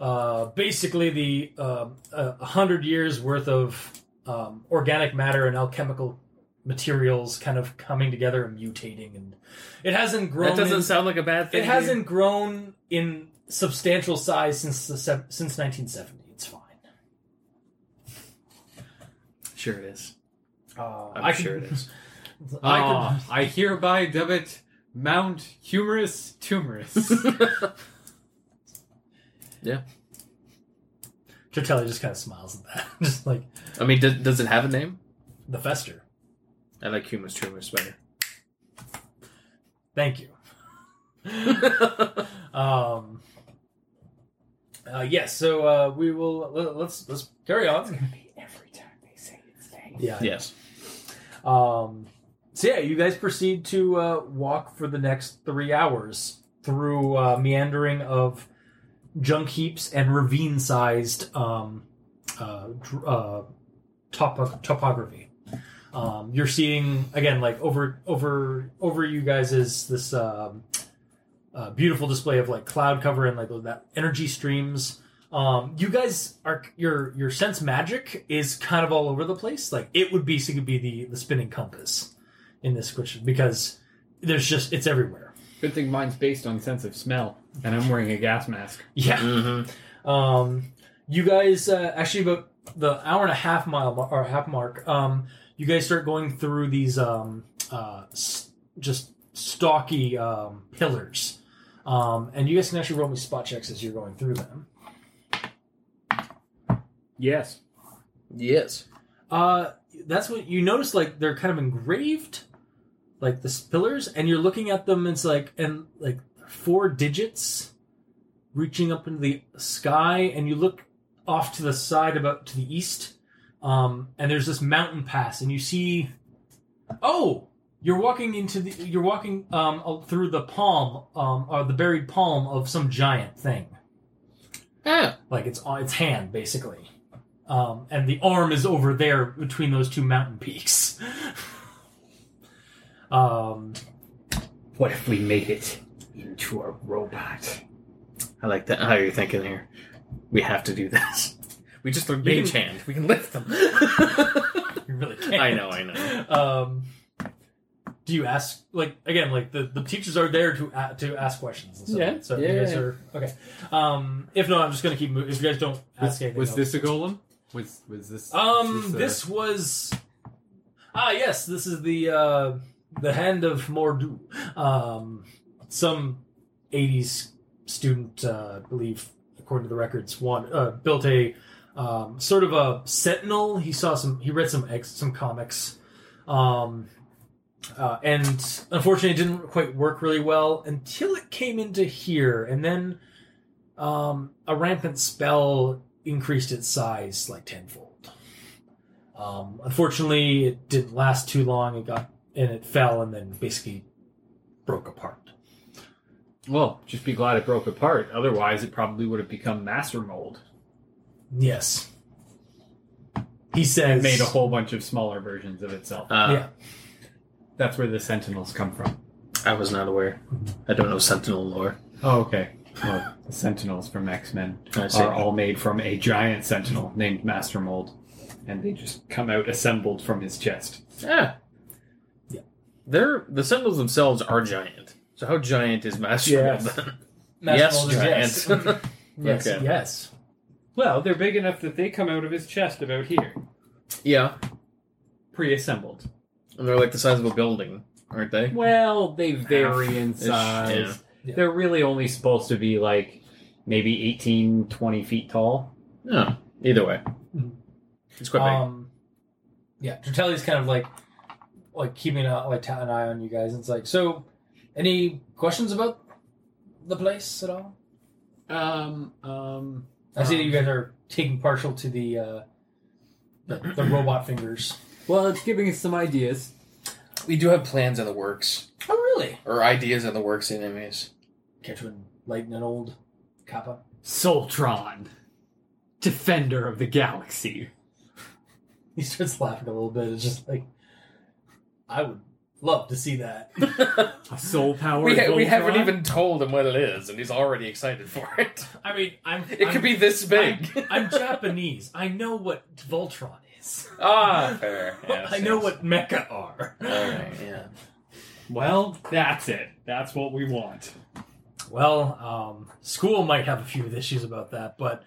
S2: uh, basically, the um, uh, a hundred years worth of um, organic matter and alchemical materials kind of coming together and mutating, and it hasn't grown.
S3: That doesn't
S2: in-
S3: sound like a bad thing.
S2: it
S3: to you.
S2: hasn't grown in substantial size since the, se- since 1970. It's fine.
S3: Sure, it is.
S2: Uh,
S3: I'm
S2: I could-
S3: sure it is.
S2: I
S4: Ah, I hereby debit Mount Humorous Tumorous.
S2: could, Tertelli just kind of smiles at that, just like
S3: I mean, does, does it have a name?
S2: the fester.
S3: I like humus trumus better.
S2: Thank you. Um, uh, yes, so uh, we will le- let's let's carry on.
S4: Every time they say its name.
S2: Yeah.
S3: yes.
S2: Um, so yeah, you guys proceed to uh, walk for the next three hours through uh, meandering of junk heaps and ravine-sized um, uh, dr- uh, topo- topography. Um, you're seeing again, like over over over you guys is this um, uh, beautiful display of like cloud cover and like that energy streams. Um, you guys are your your sense magic is kind of all over the place. Like it would basically be the the spinning compass in this question because there's just it's everywhere.
S4: Good thing mine's based on sense of smell, and I'm wearing a gas mask.
S2: Yeah.
S3: Mm-hmm.
S2: Um, you guys uh, actually about the hour and a half mile mar- or half mark. Um, you guys start going through these um, uh, s- just stocky um, pillars, um, and you guys can actually roll me spot checks as you're going through them.
S4: Yes.
S5: yes.
S2: Uh, that's what you notice. Like they're kind of engraved, like the s- pillars, and you're looking at them. It's like and like four digits reaching up into the sky, and you look off to the side, about to the east, um, and there's this mountain pass, and you see. Oh, you're walking into the. You're walking um, uh, through the palm, um, or the buried palm of some giant thing.
S3: Ah,
S2: Like it's on its hand, basically. Um, and the arm is over there between those two mountain peaks. um,
S4: What if we made it into a robot?
S3: I like that. How you're thinking here. We have to do this. We just look mage hand. We can lift them.
S2: you really can't.
S3: I know. I know.
S2: um, do you ask like again like the, the teachers are there to a to ask questions and stuff.
S5: Yeah.
S2: so
S5: Yeah,
S2: you guys
S5: yeah, yeah.
S2: are okay um if not i'm just gonna keep moving if you guys don't ask
S4: Was,
S2: anything
S4: was
S2: else.
S4: this a golem? Was was this?
S2: um
S4: a-
S2: this was ah yes this is the uh the hand of mordu um some 80s student uh I believe according to the records one uh built a um sort of a sentinel he saw some he read some ex some comics um uh, and unfortunately it didn't quite work really well until it came into here and then um, a rampant spell increased its size like tenfold um, unfortunately it didn't last too long it got and it fell and then basically broke apart
S4: Well, just be glad it broke apart. Otherwise, it probably would have become master mold
S2: yes he
S4: and
S2: says
S4: made a whole bunch of smaller versions of itself.
S3: Uh,
S2: yeah
S4: That's where the sentinels come from.
S3: I was not aware. I don't know Sentinel lore.
S4: Oh, okay. Well, the sentinels from X Men
S3: I see.
S4: are all made from a giant sentinel named Master Mold, and they just come out assembled from his chest.
S3: Yeah.
S2: Yeah.
S3: Ah. They're the Sentinels themselves are giant. So how giant is Master
S5: Yes.
S3: Mold then?
S2: Master
S3: yes,
S2: Mold is
S3: giant.
S2: yes
S3: Okay.
S2: yes
S4: Well, they're big enough that they come out of his chest about here,
S3: yeah.
S4: pre-assembled.
S3: And they're like the size of a building, aren't they?
S4: Well, they vary in
S3: Half-ish, yeah.
S4: size.
S2: Yeah.
S4: They're really only supposed to be like maybe 18, 20 feet tall.
S3: No. Either way.
S2: Mhm.
S3: It's quite big.
S2: Um, yeah, Tertelli's kind of like like keeping an eye, like ta- an eye on you guys. And it's like, so any questions about the place at all?
S4: Um, um,
S2: I see that you guys are taking partial to the uh, the, the robot fingers.
S4: well, it's giving us some ideas.
S3: we do have plans in the works.
S2: Oh, really?
S3: Or ideas in the works anyways.
S2: Catch one lighting an old kappa.
S4: Soltron, defender of the galaxy.
S2: He starts laughing a little bit. It's just like, I would love to see that.
S4: A soul power.
S3: we, ha- we haven't even told him what it is, and he's already excited for it.
S2: I mean, I'm.
S3: It could be this big.
S2: I'm Japanese. I know what Voltron is.
S3: ah, fair. Yes,
S2: I know
S3: yes.
S2: what mecha are.
S3: All right, yeah.
S4: Well, that's it. That's what we want.
S2: Well, um, school might have a few issues about that, but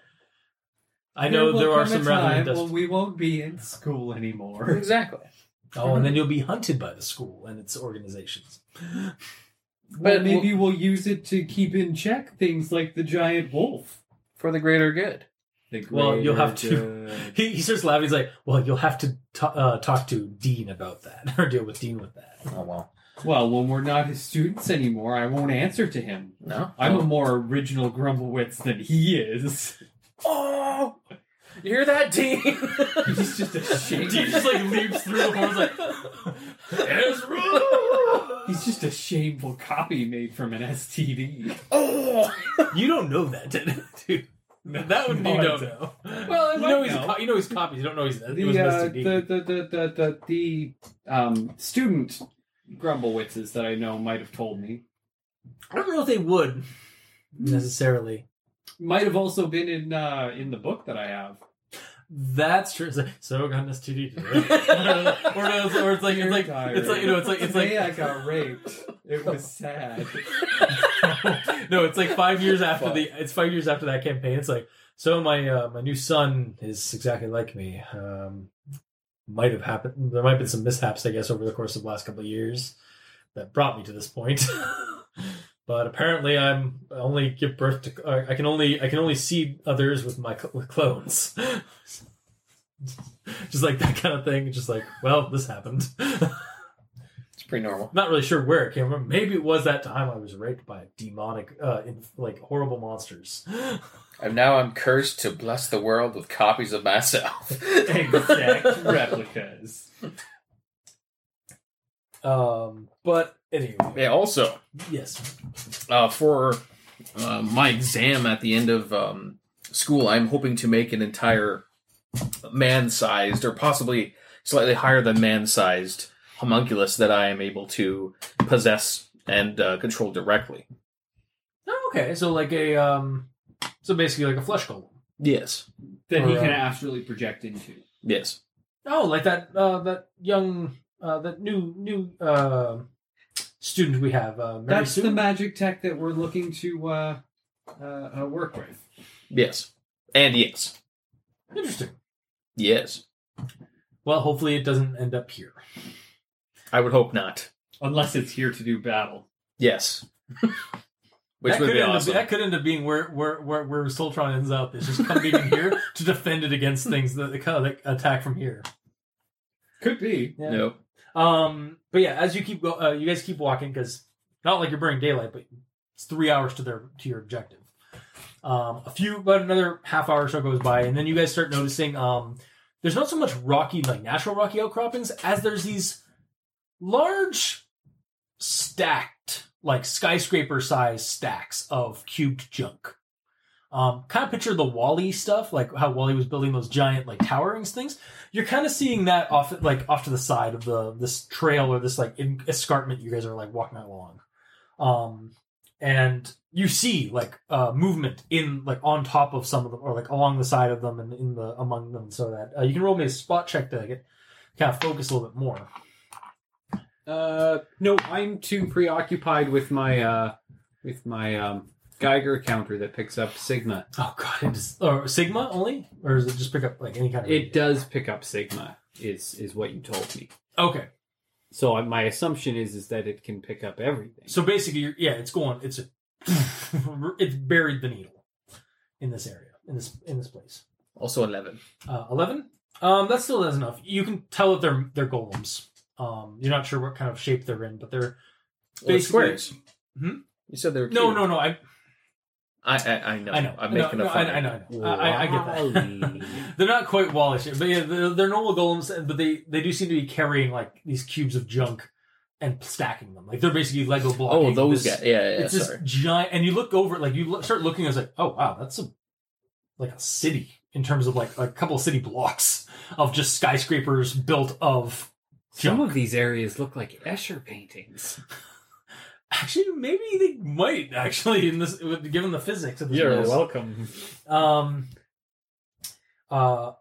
S2: I know there, are some rather industri-
S4: we won't be in school anymore.
S3: Exactly.
S2: Oh, and then you'll be hunted by the school and its organizations.
S3: But maybe
S4: we'll use it to keep in check things like the giant wolf.
S3: For the greater good.
S2: Well, you'll have to- He, he starts laughing. He's like, "Well, you'll have to ta uh, talk to Dean about that, or deal with Dean with that."
S3: Oh, well.
S4: Well, when we're not his students anymore, I won't answer to him.
S3: No?
S4: I'm
S2: Oh.
S4: a more original Grumblewitz than he is.
S3: Oh! You hear that, Dean?
S4: He's just a
S2: Dean
S4: shame.
S2: just like leaps through the horns, like,
S4: He's just a shameful copy made from an STD.
S3: oh!
S2: "You don't know that, did it, dude? That one
S4: No,
S2: you
S4: I
S2: don't
S4: don't.
S2: know.
S4: Well, I
S2: you
S4: might
S2: know he's
S4: know.
S2: A co- you know he's copies. You don't know he's it was
S4: the, uh,
S2: Mr. Dean.
S4: the the the the the, the um, student grumblewitzes that I know might have told me
S2: I don't know if they would necessarily.
S4: might have also been in uh, in the book that I have.
S2: That's true. It's like, so got an STD today. or, no, it's, or it's like it's like
S4: You're
S2: it's like you know it's like it's
S4: Today
S2: like
S4: I got raped. It was sad.
S2: no it's like five years after the it's five years after that campaign. It's like so my uh, my new son is exactly like me. Um, might have happened. There might have been some mishaps, I guess, over the course of the last couple of years that brought me to this point. but apparently, I'm I only give birth to. Uh, I can only I can only see others with my cl- with clones. just like that kind of thing. Just like, well, this happened.
S3: It's pretty normal.
S2: I'm not really sure where it came from. Maybe it was that time I was raped by demonic, uh, in, like horrible monsters.
S3: And now I'm cursed to bless the world with copies of myself.
S4: Exact replicas.
S2: um, but anyway,
S3: yeah. Also,
S2: yes,
S3: uh, for uh, my exam at the end of um, school, I'm hoping to make an entire man-sized, or possibly slightly higher than man-sized, homunculus that I am able to possess and uh, control directly.
S2: Oh, okay. So like a um, so basically like a flesh golem.
S3: Yes.
S4: That he
S2: Or,
S4: can
S2: um,
S4: astrally project into.
S3: Yes.
S2: Oh, like that uh, that young uh, that new new uh, student we have. Uh, Mary
S4: That's
S2: Sue?
S4: the magic tech that we're looking to uh, uh, uh, work with.
S3: Yes. And yes.
S2: Interesting.
S3: Yes.
S2: Well, hopefully it doesn't end up here.
S3: I would hope not.
S4: Unless it's here to do battle.
S3: Yes. Which
S2: that
S3: would
S2: could
S3: be
S2: end up-
S3: awesome.
S2: that could end up being where where where, where Soltron ends up. It's just coming in here to defend it against things that that kind of like attack from here.
S4: Could be.
S2: Yeah.
S3: No.
S2: Um. But yeah, as you keep go, uh, you guys keep walking because not like you're burning daylight, but it's three hours to their to your objective. Um. A few, but another half hour or so goes by, and then you guys start noticing. Um. There's not so much rocky, like natural rocky outcroppings, as there's these large, stacked, like skyscraper size stacks of cubed junk. Um, kind of picture the Wally stuff, like how Wally was building those giant, like towering things you're kind of seeing that off like off to the side of the this trail or this like in, escarpment you guys are like walking along um and you see like uh movement in like on top of some of them or like along the side of them and in the among them so that uh, you can roll me a spot check to get kind of focus a little bit more
S4: Uh, no, I'm too preoccupied with my uh, with my um, Geiger counter that picks up sigma.
S2: oh god it is or sigma only or does it just pick up like any kind of
S4: It does pick up sigma. Is is what you told me.
S2: okay
S4: So I- my assumption is is that it can pick up everything.
S2: so basically you're, yeah it's going it's a it's buried the needle in this area in this in this place
S3: Also 11.
S2: Uh, Eleven. Um, that still does enough. You can tell that they're they're golems. Um, you're not sure what kind of shape they're in, but they're
S3: Well,
S2: Basically-
S3: it's squares.
S2: Hmm?
S3: You said they were
S2: no,
S3: cute.
S2: no, no. I
S3: I, I, I know.
S2: I know.
S3: I'm
S2: No,
S3: making
S2: no,
S3: a fun.
S2: I, I know. I know. I, I, I get that.
S4: Wally.
S2: they're not quite wall shape, but yeah, they're, they're normal golems, but they they do seem to be carrying like these cubes of junk and stacking them. Like they're basically Lego blocks.
S3: Oh, those guys. Yeah, yeah, yeah,
S2: it's
S3: sorry.
S2: this giant, and you look over, like you look, start looking, and it's like, oh wow, that's a like a city in terms of like a couple of city blocks of just skyscrapers built of
S4: Some of these areas look like Escher paintings.
S2: Actually, maybe they might actually in this with- given the physics of this. place.
S4: welcome.
S2: Um. Uh.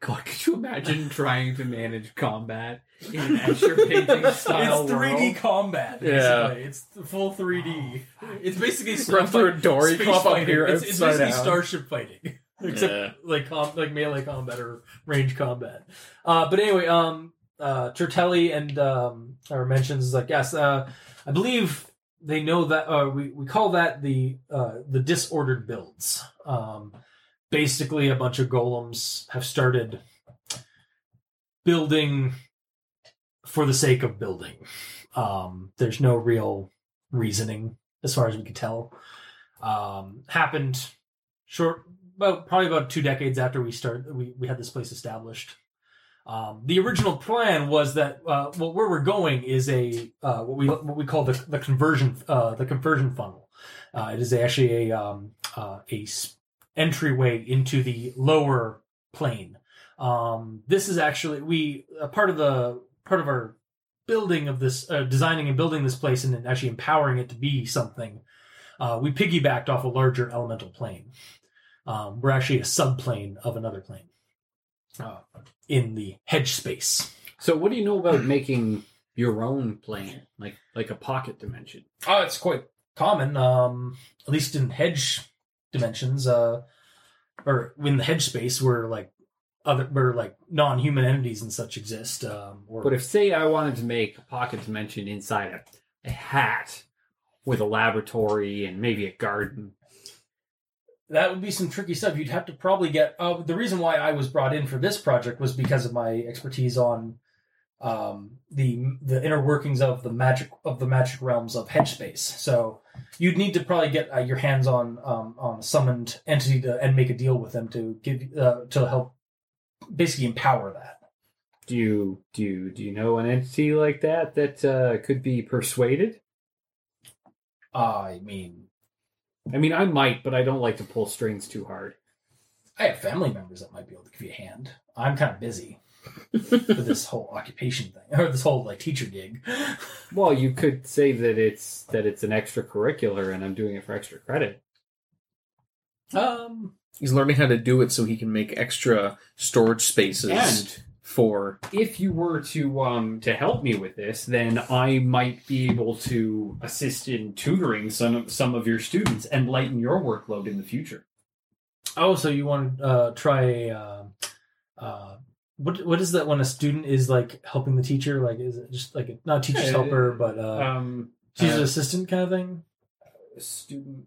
S4: God, could you imagine trying to manage combat in an Escher painting style
S2: it's 3D
S4: world?
S2: combat. Basically.
S3: Yeah.
S2: It's the full 3D. It's basically
S3: Run
S2: space
S3: through a
S2: fight-
S3: door, you
S2: space
S3: come up
S2: fighting.
S3: here
S2: It's, it's
S3: upside
S2: basically
S3: down.
S2: starship fighting, except
S3: Yeah.
S2: like com- like melee combat or range combat. Uh. But anyway, um. Uh. Tertelli and um. Or mentions is like yes. Uh. I believe they know that uh, we we call that the uh, the disordered builds. Um, basically, a bunch of golems have started building for the sake of building. Um, there's no real reasoning, as far as we could tell. Um, happened short, about probably about two decades after we started. We we had this place established. Um, the original plan was that uh, well, where we're going is a uh, what we what we call the the conversion uh, the conversion funnel. Uh, it is actually a um, uh, a s- entryway into the lower plane. Um, this is actually we a part of the part of our building of this uh, designing and building this place and then actually empowering it to be something. Uh, we piggybacked off a larger elemental plane. Um, we're actually a subplane of another plane. Uh, in the hedge space.
S4: So, what do you know about making your own plane, like like a pocket dimension?
S2: Oh, it's quite common, um, at least in hedge dimensions, uh, or in the hedge space where like other where like non-human entities and such exist. Um, or
S4: But if, say, I wanted to make a pocket dimension inside a, a hat with a laboratory and maybe a garden,
S2: that would be some tricky stuff. You'd have to probably get. Uh, the reason why I was brought in for this project was because of my expertise on um, the the inner workings of the magic of the magic realms of Hedgespace. So you'd need to probably get uh, your hands on um, on a summoned entity to, and make a deal with them to give uh, to help basically empower that.
S4: Do you do you, do you know an entity like that that uh, could be persuaded?
S2: I mean,
S4: I mean, I might, but I don't like to pull strings too hard.
S2: I have family members that might be able to give you a hand. I'm kind of busy with this whole occupation thing or this whole like teacher gig.
S4: Well, you could say that it's that it's an extracurricular, and I'm doing it for extra credit.
S2: Um,
S3: He's learning how to do it so he can make extra storage spaces
S4: And
S3: for.
S4: if you were to um to help me with this, then I might be able to assist in tutoring some of, some of your students and lighten your workload in the future.
S2: oh, so you want to uh, try? Uh, uh, what what is that when a student is like helping the teacher? Like is it just like a, not a teacher's
S4: Yeah,
S2: helper, but uh,
S4: Um,
S2: teacher's
S4: uh,
S2: assistant kind of thing?
S4: student.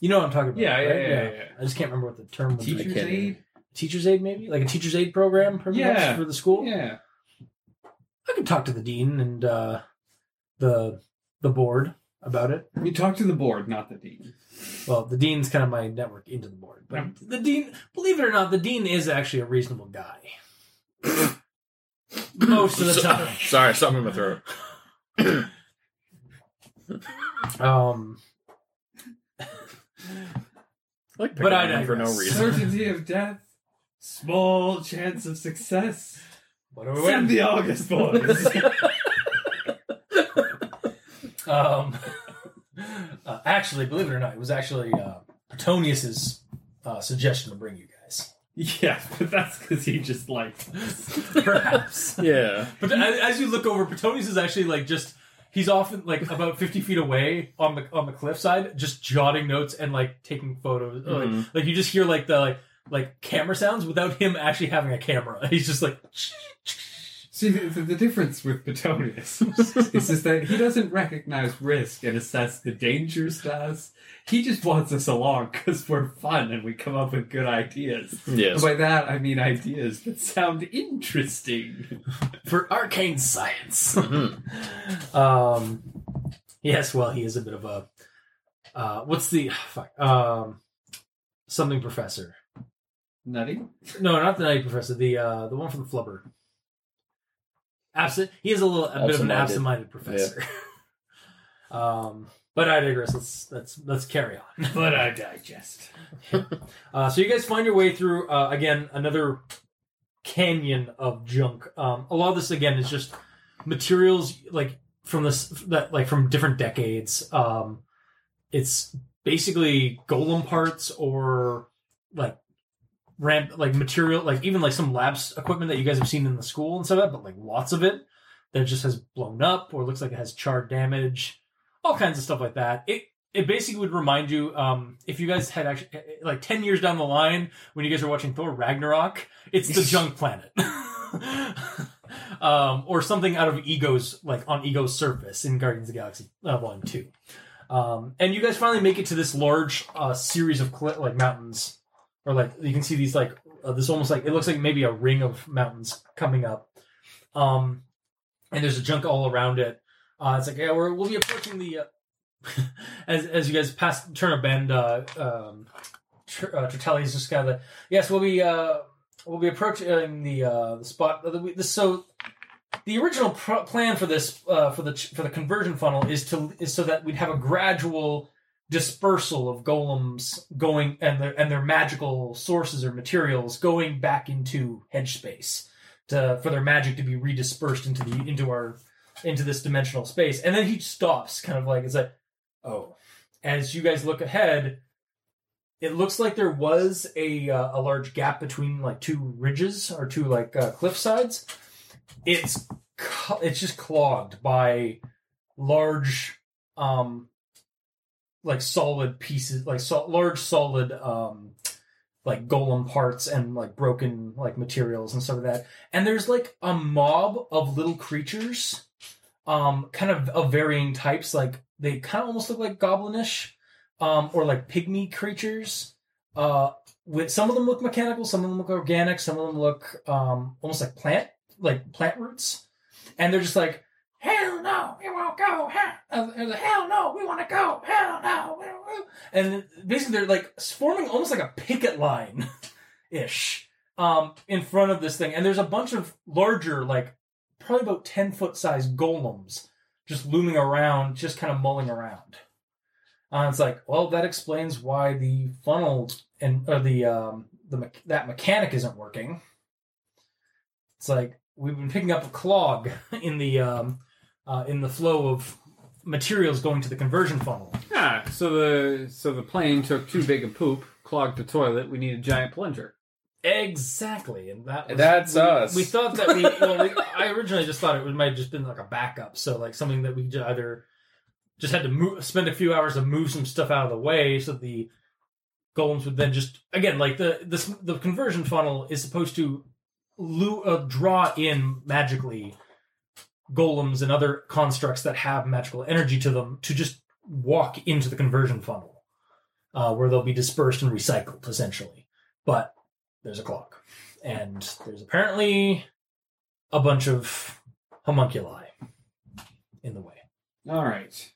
S2: You know what I'm talking about?
S4: Yeah, yeah,
S2: right?
S4: yeah, yeah. yeah.
S2: I just can't remember what the term was.
S3: Teacher-
S2: Like,
S4: Teacher's
S3: kidding.
S4: aid.
S2: teacher's aid, maybe like a teacher's aid program, pretty
S4: Yeah.
S2: much for the school.
S4: Yeah.
S2: I can talk to the dean and uh, the the board about it.
S4: You talk to the board, not the dean.
S2: Well, the dean's kind of my network into the board, but
S4: Yeah.
S2: the dean, believe it or not, the dean is actually a reasonable guy. Most of the
S3: So-
S2: time,
S3: Sorry, something in my throat.
S2: um,
S3: I like
S2: But
S3: picking
S2: I
S3: on him for no
S2: digress.
S3: reason.
S7: Certainty of death, small chance of success.
S2: what are we
S7: Send
S2: waiting?
S7: the August boys.
S2: Um, uh, actually, believe it or not, it was actually uh, Petonius's uh, suggestion to bring you guys.
S7: yeah, but that's because he just likes us.
S2: Perhaps.
S3: Yeah.
S2: But a- as you look over, Petonius is actually like just he's often like about fifty feet away on the on the cliffside, just jotting notes and like taking photos. Like-
S3: Mhm.
S2: Like, you just hear like the like like camera sounds without him actually having a camera. He's just like
S7: See, the, the, the difference with Petonius is just that he doesn't recognize risk and assess the dangers to us. He just wants us along because we're fun and we come up with good ideas.
S3: Yes.
S7: And by that, I mean ideas that sound interesting.
S2: for arcane science.
S3: Mhm.
S2: um, yes, well, he is a bit of a uh, what's the fuck um something professor.
S7: Nutty?
S2: No, not the Nutty Professor. The uh, the one from Flubber. Absent. He is a little a bit of an
S5: Absent-minded.
S2: absent-minded professor. um, but I digress. Let's let's let's carry on.
S7: But I digest.
S2: Uh, so you guys find your way through uh, again another canyon of junk. Um, a lot of this again is just materials like from this that like from different decades. Um, it's basically golem parts or like ramp like material like even like some labs equipment that you guys have seen in the school and stuff like that, but like lots of it that just has blown up or looks like it has charred damage, all kinds of stuff like that. It it basically would remind you um, if you guys had actually like 10 years down the line when you guys are watching thor ragnarok it's the junk planet um, or something out of ego's like on ego's surface in guardians of the galaxy uh, 1 2 um, and you guys finally make it to this large uh, series of cli like mountains or like you can see these like uh, this almost like it looks like maybe a ring of mountains coming up um, and there's a junk all around it uh, it's like yeah we're, we'll be approaching the uh, as as you guys pass turn a bend, uh, um, Tr- uh, Tertelli's just kind of like, yes, we'll be uh, we'll be approaching the uh, the spot. Of the, we- this, so the original pro- plan for this uh, for the ch- for the conversion funnel is to is so that we'd have a gradual dispersal of golems going and their and their magical sources or materials going back into hedge space to for their magic to be redispersed into the into our into this dimensional space and then he stops kind of like it's like Oh. As you guys look ahead, it looks like there was a uh, a large gap between like two ridges or two like uh, cliff sides. It's co- it's just clogged by large um like solid pieces like so- large solid um like golem parts and like broken like materials and stuff like that. And there's like a mob of little creatures um kind of of varying types like they kind of almost look like goblinish um or like pygmy creatures uh with some of them look mechanical, some of them look organic, some of them look um, almost like plant, like plant roots, and they're just like, hell no, we won't go, hell, and they're like, hell no, we want to go, hell no, we don't want-" and basically they're like forming almost like a picket line, ish, um, in front of this thing, and there's a bunch of larger, like probably about ten foot size golems just looming around, just kind of mulling around. Uh, it's like, well, that explains why the funnel and or the um the mech- that mechanic isn't working. It's like we've been picking up a clog in the um uh, in the flow of materials going to the conversion funnel.
S4: Yeah, Ah, so the so the plane took too big a poop, clogged the toilet. We need a giant plunger.
S2: Exactly, and that was,
S3: That's
S2: we,
S3: us.
S2: We thought that we. Well, we I originally just thought it would- might have just been like a backup, so like something that we j- either just had to move, spend a few hours to move some stuff out of the way, so the golems would then just again like the this the conversion funnel is supposed to lu- uh, draw in magically golems and other constructs that have magical energy to them to just walk into the conversion funnel, uh, where they'll be dispersed and recycled essentially, but there's a clock, and there's apparently a bunch of homunculi in the way.
S7: All right.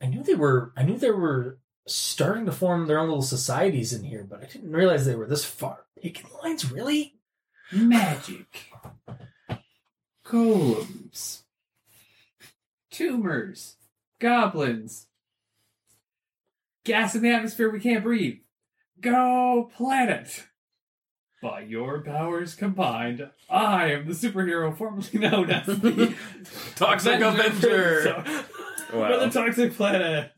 S2: I knew they were. I knew they were starting to form their own little societies in here, but I didn't realize they were this far. Picking lines, really?
S7: Magic. Golems. Tumors. Goblins. Gas in the atmosphere we can't breathe. Go planet. By your powers combined, I am the superhero formerly known as the
S2: Toxic Avenger.
S7: We're the toxic planet.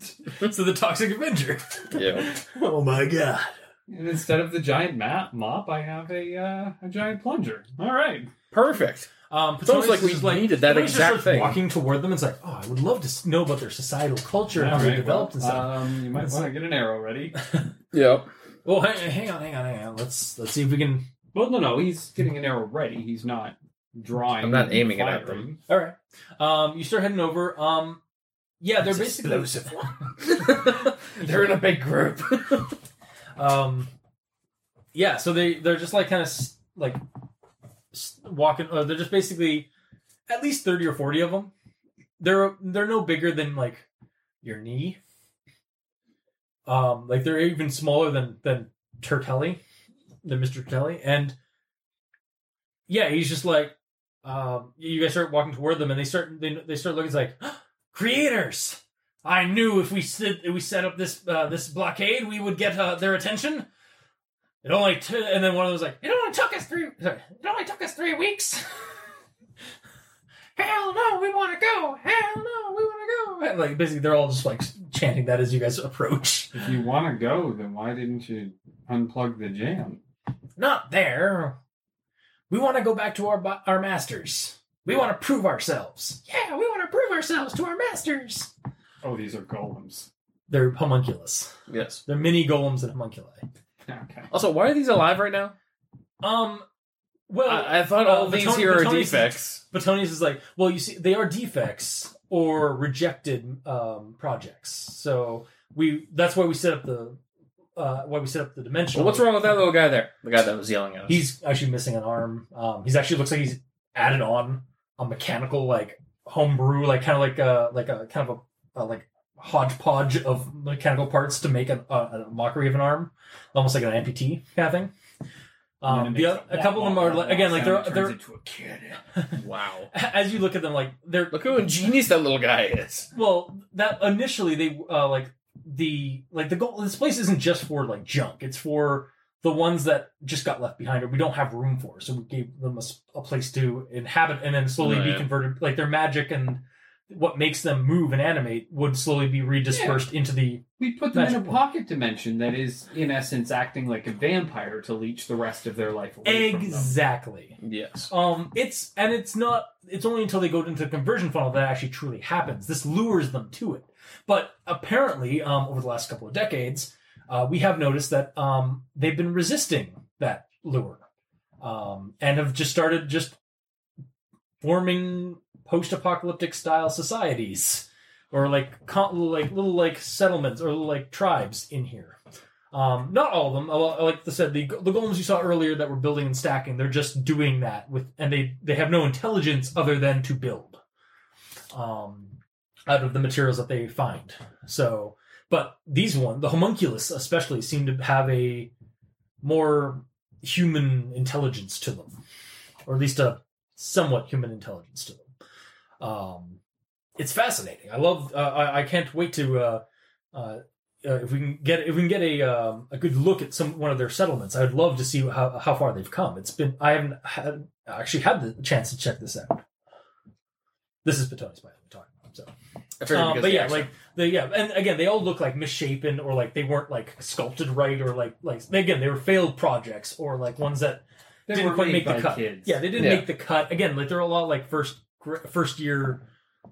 S2: so the Toxic Avenger.
S3: yeah.
S2: Oh my god!
S7: And instead of the giant map mop, I have a uh, a giant plunger. All right.
S3: Perfect.
S2: Um,
S3: It's almost
S2: Petonius
S3: like
S2: is
S3: we
S2: just
S3: needed that
S2: Petonius just
S3: exact
S2: starts
S3: thing.
S2: Walking toward them, it's like, oh, I would love to s- know about their societal culture and how
S7: All
S2: they
S7: right,
S2: developed and
S7: well,
S2: stuff.
S7: um, you might want to get an arrow ready.
S3: Yep.
S2: well, hang, hang on, hang on, hang on. Let's let's see if we can.
S7: Well, no, no, he's getting an arrow ready. He's not drawing.
S3: I'm not aiming it
S7: and
S3: at
S7: firing.
S2: All right. Um, you start heading over. Um, yeah, they're basically
S3: They're in a big group.
S2: Um, yeah, so they they're just like kind of s- like s- walking. Or they're just basically at least thirty or forty of them. They're they're no bigger than like your knee. Um, like they're even smaller than than Tertelli, than Mister Tertelli, and yeah, he's just like, um, you guys start walking toward them, and they start they they start looking it's like creators. I knew if we sit, if we set up this uh, this blockade, we would get uh, their attention. It only t- and then one of those like it only took us three. Sorry, it only took us three weeks. Hell no, we want to go. Hell no, we want to go. And, like basically, they're all just like chanting that as you guys approach.
S7: If you want to go, then why didn't you unplug the jam?
S2: Not there. We want to go back to our bo- our masters. We want to prove ourselves. Yeah, we want to prove ourselves to our masters.
S7: Oh, these are golems.
S2: They're homunculus.
S3: yes.
S2: They're mini golems and homunculi.
S7: Okay.
S3: Also, why are these alive right now?
S2: Um, well,
S3: I, I thought all
S2: uh, the
S3: these
S2: Tony-
S3: here
S2: the
S3: are
S2: Tony's-
S3: defects.
S2: Batonius is like, well, you see, they are defects or rejected um, projects. So we that's why we set up the uh, why we set up the dimension.
S3: Well, what's wrong with that little guy there? The guy that was yelling at us.
S2: He's actually missing an arm. Um, he's actually looks like he's added on a mechanical like homebrew, like kind of like a like a kind of a, a like hodgepodge of mechanical parts to make an, uh, a mockery of an arm, almost like an amputee kind of thing. Um, the, oth- a couple of them are like, again like they're they're
S3: wow.
S2: as you look at them like they're
S3: Look how ingenious that little guy is.
S2: Well, that initially they uh, like the like the goal. This place isn't just for like junk. It's for the ones that just got left behind, or we don't have room for. So we gave them a, s- a place to inhabit, and then slowly be
S3: Right.
S2: converted. Like their magic and what makes them move and animate would slowly be redispersed into the.
S7: We put them in a
S2: Magical.
S7: pocket dimension that is, in essence, acting like a vampire to leech the rest of their life away from them.
S2: Exactly.
S3: Yes.
S2: Um, it's and it's not. It's only until they go into the conversion funnel that actually truly happens. This lures them to it. But apparently, um, over the last couple of decades, uh, we have noticed that um, they've been resisting that lure, um, and have just started just forming post-apocalyptic style societies or like con- like little like settlements or like tribes in here. Um, not all of them. Well, Like I said, the the golems you saw earlier that were building and stacking, they're just doing that with, and they they have no intelligence other than to build, um, out of the materials that they find. So, but these one, the homunculus especially, seem to have a more human intelligence to them, or at least a somewhat human intelligence to them. Um, it's fascinating. I love. Uh, I, I can't wait to uh, uh, uh, if we can get if we can get a um, a good look at some one of their settlements. I'd love to see how how far they've come. It's been I haven't had, actually had the chance to check this out. This is Patonis, by the way, talking about. So.
S3: I figured
S2: Um, but
S3: because the
S2: yeah,
S3: accent.
S2: like they yeah, and again, they all look like misshapen or like they weren't like sculpted right or like like they- again they were failed projects or like ones that
S7: They
S2: didn't
S7: were
S2: quite
S7: made
S2: make the
S7: by
S2: cut.
S7: kids.
S2: Yeah, they didn't
S3: Yeah.
S2: make the cut. Again, like they're a lot like first gr- first year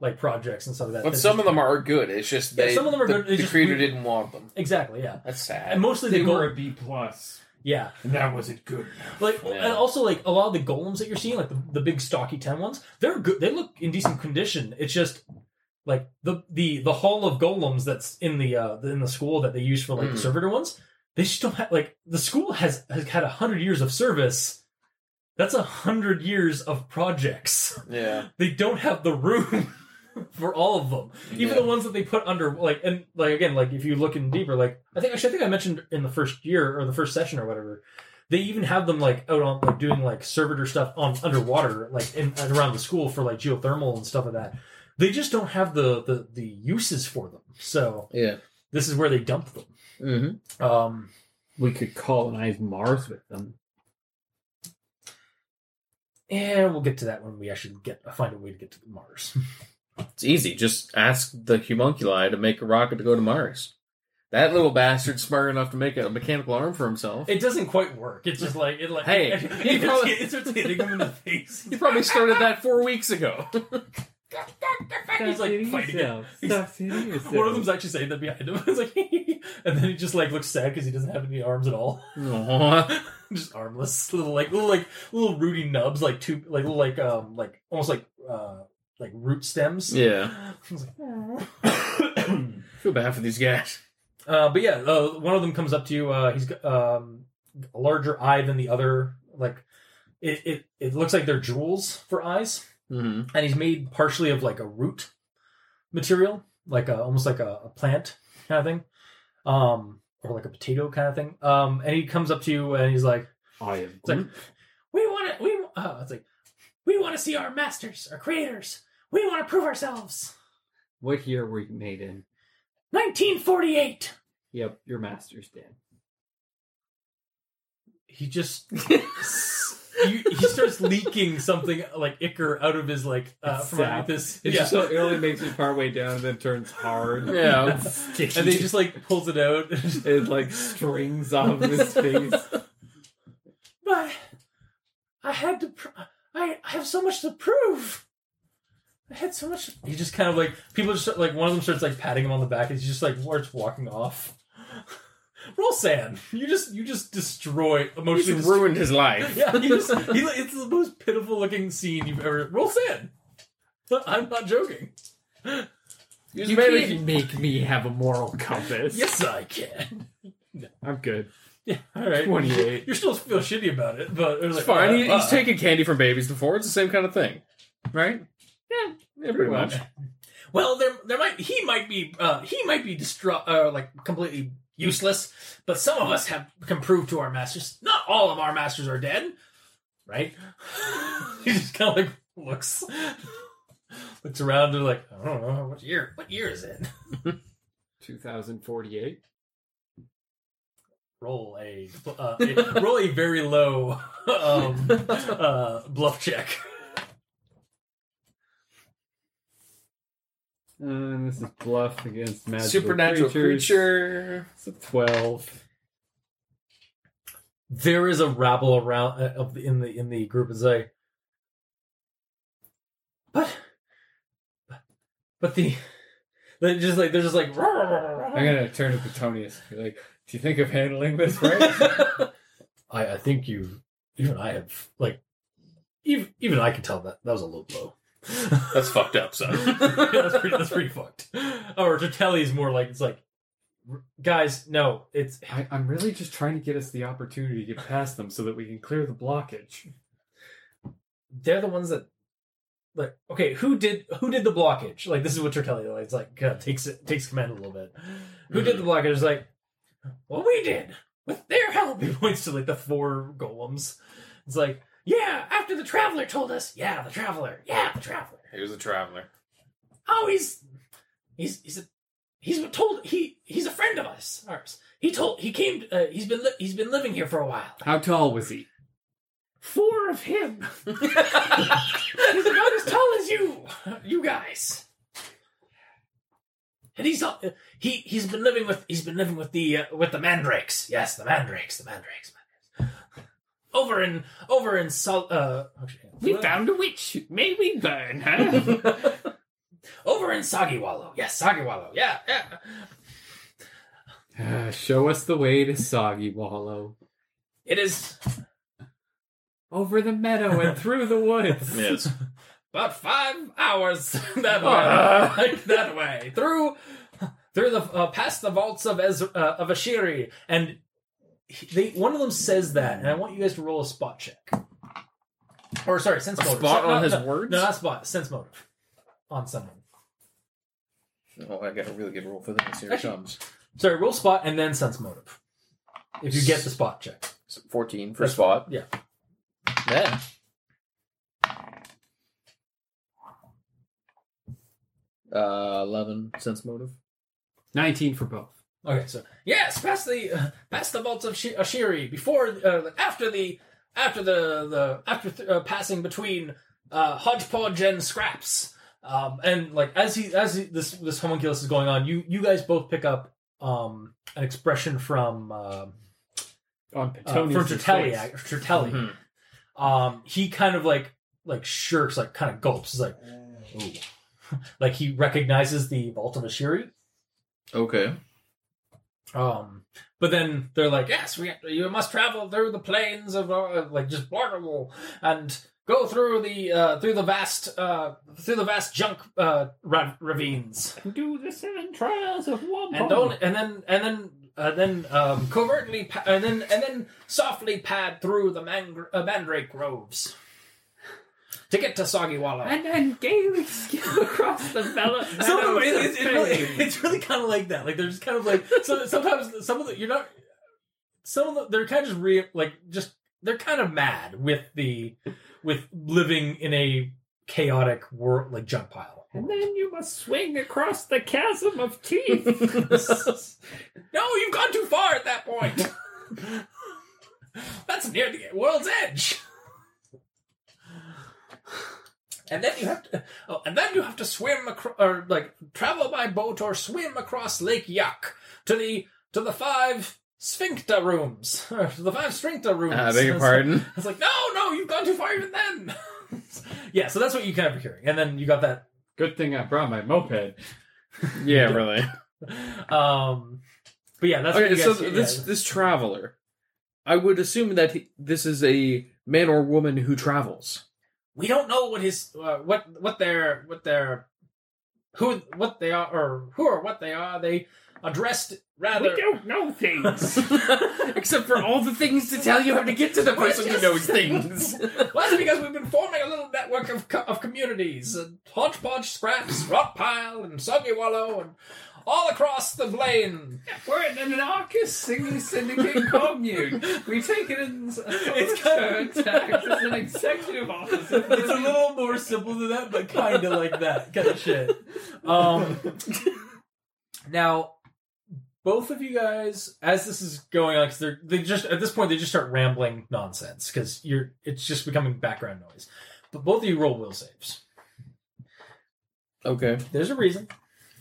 S2: like projects and stuff like that.
S3: but
S2: That's
S3: some
S2: just-
S3: of them are good. It's just
S2: Yeah,
S3: they,
S2: some of them are
S3: the,
S2: good, they
S3: the
S2: just-
S3: creator
S2: we-
S3: didn't want them.
S2: exactly yeah,
S3: That's
S2: and
S3: sad.
S2: mostly
S7: They
S2: the
S7: were
S2: gold,
S7: a B plus,
S2: yeah,
S7: and that wasn't good.
S2: like
S3: Yeah.
S2: and also like a lot of the golems that you're seeing, like the, the big stocky ten ones, they're good. They look in decent condition. It's just like the the the hall of golems that's in the uh in the school that they use for like the
S3: Mm.
S2: servitor ones. They just don't have like the school has has had a hundred years of service. That's a hundred years of projects.
S3: Yeah,
S2: they don't have the room for all of them. Even
S3: Yeah.
S2: the ones that they put under, like, and like again, like if you look in deeper, like I think actually I think I mentioned in the first year or the first session or whatever, they even have them like out on like doing like servitor stuff on underwater, like in and around the school for like geothermal and stuff like that. They just don't have the the the uses for them. So
S3: yeah.
S2: this is where they dump them.
S3: Mm-hmm.
S2: Um,
S4: We could colonize Mars with them.
S2: and we'll get to that when we actually get find a way to get to Mars.
S3: It's easy. Just ask the homunculi to make a rocket to go to Mars. That little bastard's smart enough to make a mechanical arm for himself.
S2: It doesn't quite work. It's just like it like
S3: Hey,
S2: it,
S3: you know-
S2: it's, it's hitting him in the face.
S3: He probably started that four weeks ago.
S2: He's like fighting it.
S7: Stop hitting yourself.
S2: One of them's actually saying that behind him. It's like, and then he just like looks sad because he doesn't have any arms at all,
S3: Aw.
S2: just armless, little like little like little rooty nubs, like two like little like um like almost like uh like root stems.
S3: yeah.
S2: It's like,
S3: feel bad for these guys.
S2: uh, but yeah, uh, one of them comes up to you. Uh, he's got, um a larger eye than the other. Like it it it looks like they're jewels for eyes.
S3: Mm-hmm.
S2: and he's made partially of like a root material, like a, almost like a, a plant kind of thing, um, or like a potato kind of thing. Um, and he comes up to you and he's like,
S4: I am
S2: It's like-
S7: Mm-hmm.
S2: "We want to, we wa- uh, it's like, we want to see our masters, our creators. We want to prove ourselves."
S4: What year were you made in?
S2: 1948.
S4: Yep, your master's dead.
S2: He just. You, he starts leaking something like ichor out of his like uh,
S4: It's
S2: from
S4: sap.
S2: underneath this.
S7: It's
S2: yeah.
S7: just so it only makes it part way down and then turns hard.
S3: Yeah.
S2: and then he just like pulls it out.
S7: It like strings off his face.
S2: But I had to. Pr- I I have so much to prove. I had so much. He just kind of like people just start, like one of them starts like patting him on the back. and He's just like starts walking off. Roll sand. You just you just destroy
S3: He's
S2: emotionally. dest-
S3: ruined his life.
S2: yeah, you just, he, it's the most pitiful looking scene you've ever. Roll sand. I'm not joking.
S3: You
S4: You
S3: made
S4: can't make me have a moral compass.
S2: Yes, I can.
S4: I'm good.
S2: Yeah, all right.
S4: 28.
S2: You still feel shitty about it, but it's like,
S3: It's fine.
S2: uh,
S3: He,
S2: uh,
S3: he's taken candy from babies before. It's the same kind of thing, right? Yeah, pretty,
S4: well.
S3: much.
S2: Well, there, there might he might be uh, he might be distru- uh, like completely useless, but some of us have can prove to our masters. Not all of our masters are dead, right? he just kind of like looks looks around and like I don't know what year what year is it?
S4: 2048.
S2: Roll a, uh, a- roll a very low um, uh, bluff check.
S4: And this is bluff against magical
S3: Supernatural
S4: creatures.
S3: creature.
S4: It's a 12.
S2: There is a rabble around uh, of the, in the in the group as I. But, but the, they're just like they're just like.
S7: I'm gonna turn to Petonius and be like, "Do you think of handling this right?"
S2: I, I think you, even I have like, even even I can tell that that was a low blow.
S3: That's fucked up, son.
S2: that's pretty. That's pretty fucked. Or Tertelli's more like it's like, guys, no, it's
S7: I, I'm really just trying to get us the opportunity to get past them so that we can clear the blockage.
S2: they're the ones that like okay who did who did the blockage like this is what Tertelli like it's like uh, takes it takes command a little bit who
S3: Mm-hmm.
S2: did the blockage it's like well we did with their help he points to like the four golems it's like yeah after the traveler told us yeah the traveler yeah the traveler
S3: Here's the traveler.
S2: oh he's he's he's a he's been told he he's a friend of us ours he told he came uh, he's been li- he's been living here for a while
S7: How tall was he?
S2: four of him. he's about as tall as you, you guys. And he's all, he he's been living with he's been living with the uh, with the mandrakes. Yes, the mandrakes, the mandrakes, mandrakes. Over in over in Sol, uh, actually,
S4: We found a witch. May we burn her?
S2: over in Sagiwalo. Yes, Sagiwalo. Yeah, yeah.
S7: Uh, show us the way to Soggy Wallow.
S2: It is
S7: Over the meadow and through the woods.
S3: Yes.
S2: about five hours that way,
S7: Ah.
S2: like that way through, through the uh, past the vaults of Ez- uh, of Ashiri, and he- they one of them says that, and I want you guys to roll a spot check, or sorry, sense motive.
S3: spot
S2: So-
S3: on
S2: no,
S3: his
S2: no,
S3: words?
S2: No, not spot, sense motive on someone.
S3: Oh, I got a really good roll for this. Here it
S2: Actually-
S3: comes.
S2: Sorry, roll spot and then sense motive. If you get the spot check,
S3: So 14 for spot.
S2: yeah.
S3: Yeah. Uh, 11 sense motive.
S7: 19 for both.
S2: Okay, so yes, past the uh, past the vaults of Shi- Ashiri, before uh, after the after the the after th- uh, passing between uh, hodgepodge and scraps, um, and like as he as he, this this homunculus is going on, you you guys both pick up um, an expression from uh,
S7: On
S2: uh, from Tertelli. ac- Tertelli.
S3: Mhm.
S2: Um, he kind of like like shirks, like kind of gulps, is like, "Ooh." like he recognizes the vault of Ashiri.
S3: Okay.
S2: Um, but then they're like, "Yes, we you must travel through the plains of uh, like just Bartable and go through the uh, through the vast uh, through the vast junk uh, ra- ravines."
S4: Do the seven trials of one.
S6: Oh.
S2: and only, and then and then uh, then um, covertly pa- and then and then softly pad through the mangr uh, mandrake groves to get to Soggy Wallow.
S4: And then gaily skim across the mellow.
S2: So it, it's- it's really, it's really kind of like that. Like they're just kind of like so sometimes some of the you're not some of the they're kind of just re like just they're kind of mad with the with living in a chaotic world like junk pile.
S4: And then you must swing across the chasm of teeth.
S2: No, you've gone too far at that point. That's near the world's edge. And then you have to, oh, and then you have to swim acro- or like travel by boat or swim across Lake Yak to the to the five sphincter rooms, or to the five sphincter rooms.
S3: Ah, I beg your
S2: It's-
S3: pardon.
S2: It's like no, no, you've gone too far even then. yeah, so that's what you kind of are hearing, and then you got that
S7: Good thing I brought my moped.
S3: Yeah, really.
S2: Um, but yeah, that's what
S3: okay,
S2: you
S3: so
S2: guys hear,
S3: this
S2: yeah.
S3: this traveler, I would assume that he, this is a man or woman who travels.
S2: we don't know what his uh, what what their what their who what they are or who or what they are. They are dressed rather.
S4: we don't know things.
S3: Except for all the things to tell you how to get to the person who knows things.
S2: Well, that's because we've been forming a little network of co- of communities, uh, hodgepodge, scraps, rock pile, and soggy wallow, and all across the plain.
S7: We're an anarchist singing syndicate commune. We take it in
S2: It's kind
S7: to act as an executive officer.
S2: It's a little more simple than that, but kind of like that kind of shit. Um, now, both of you guys, as this is going on, because they're they just at this point they just start rambling nonsense because you're it's just becoming background noise. But both of you roll will saves.
S3: Okay.
S2: There's a reason.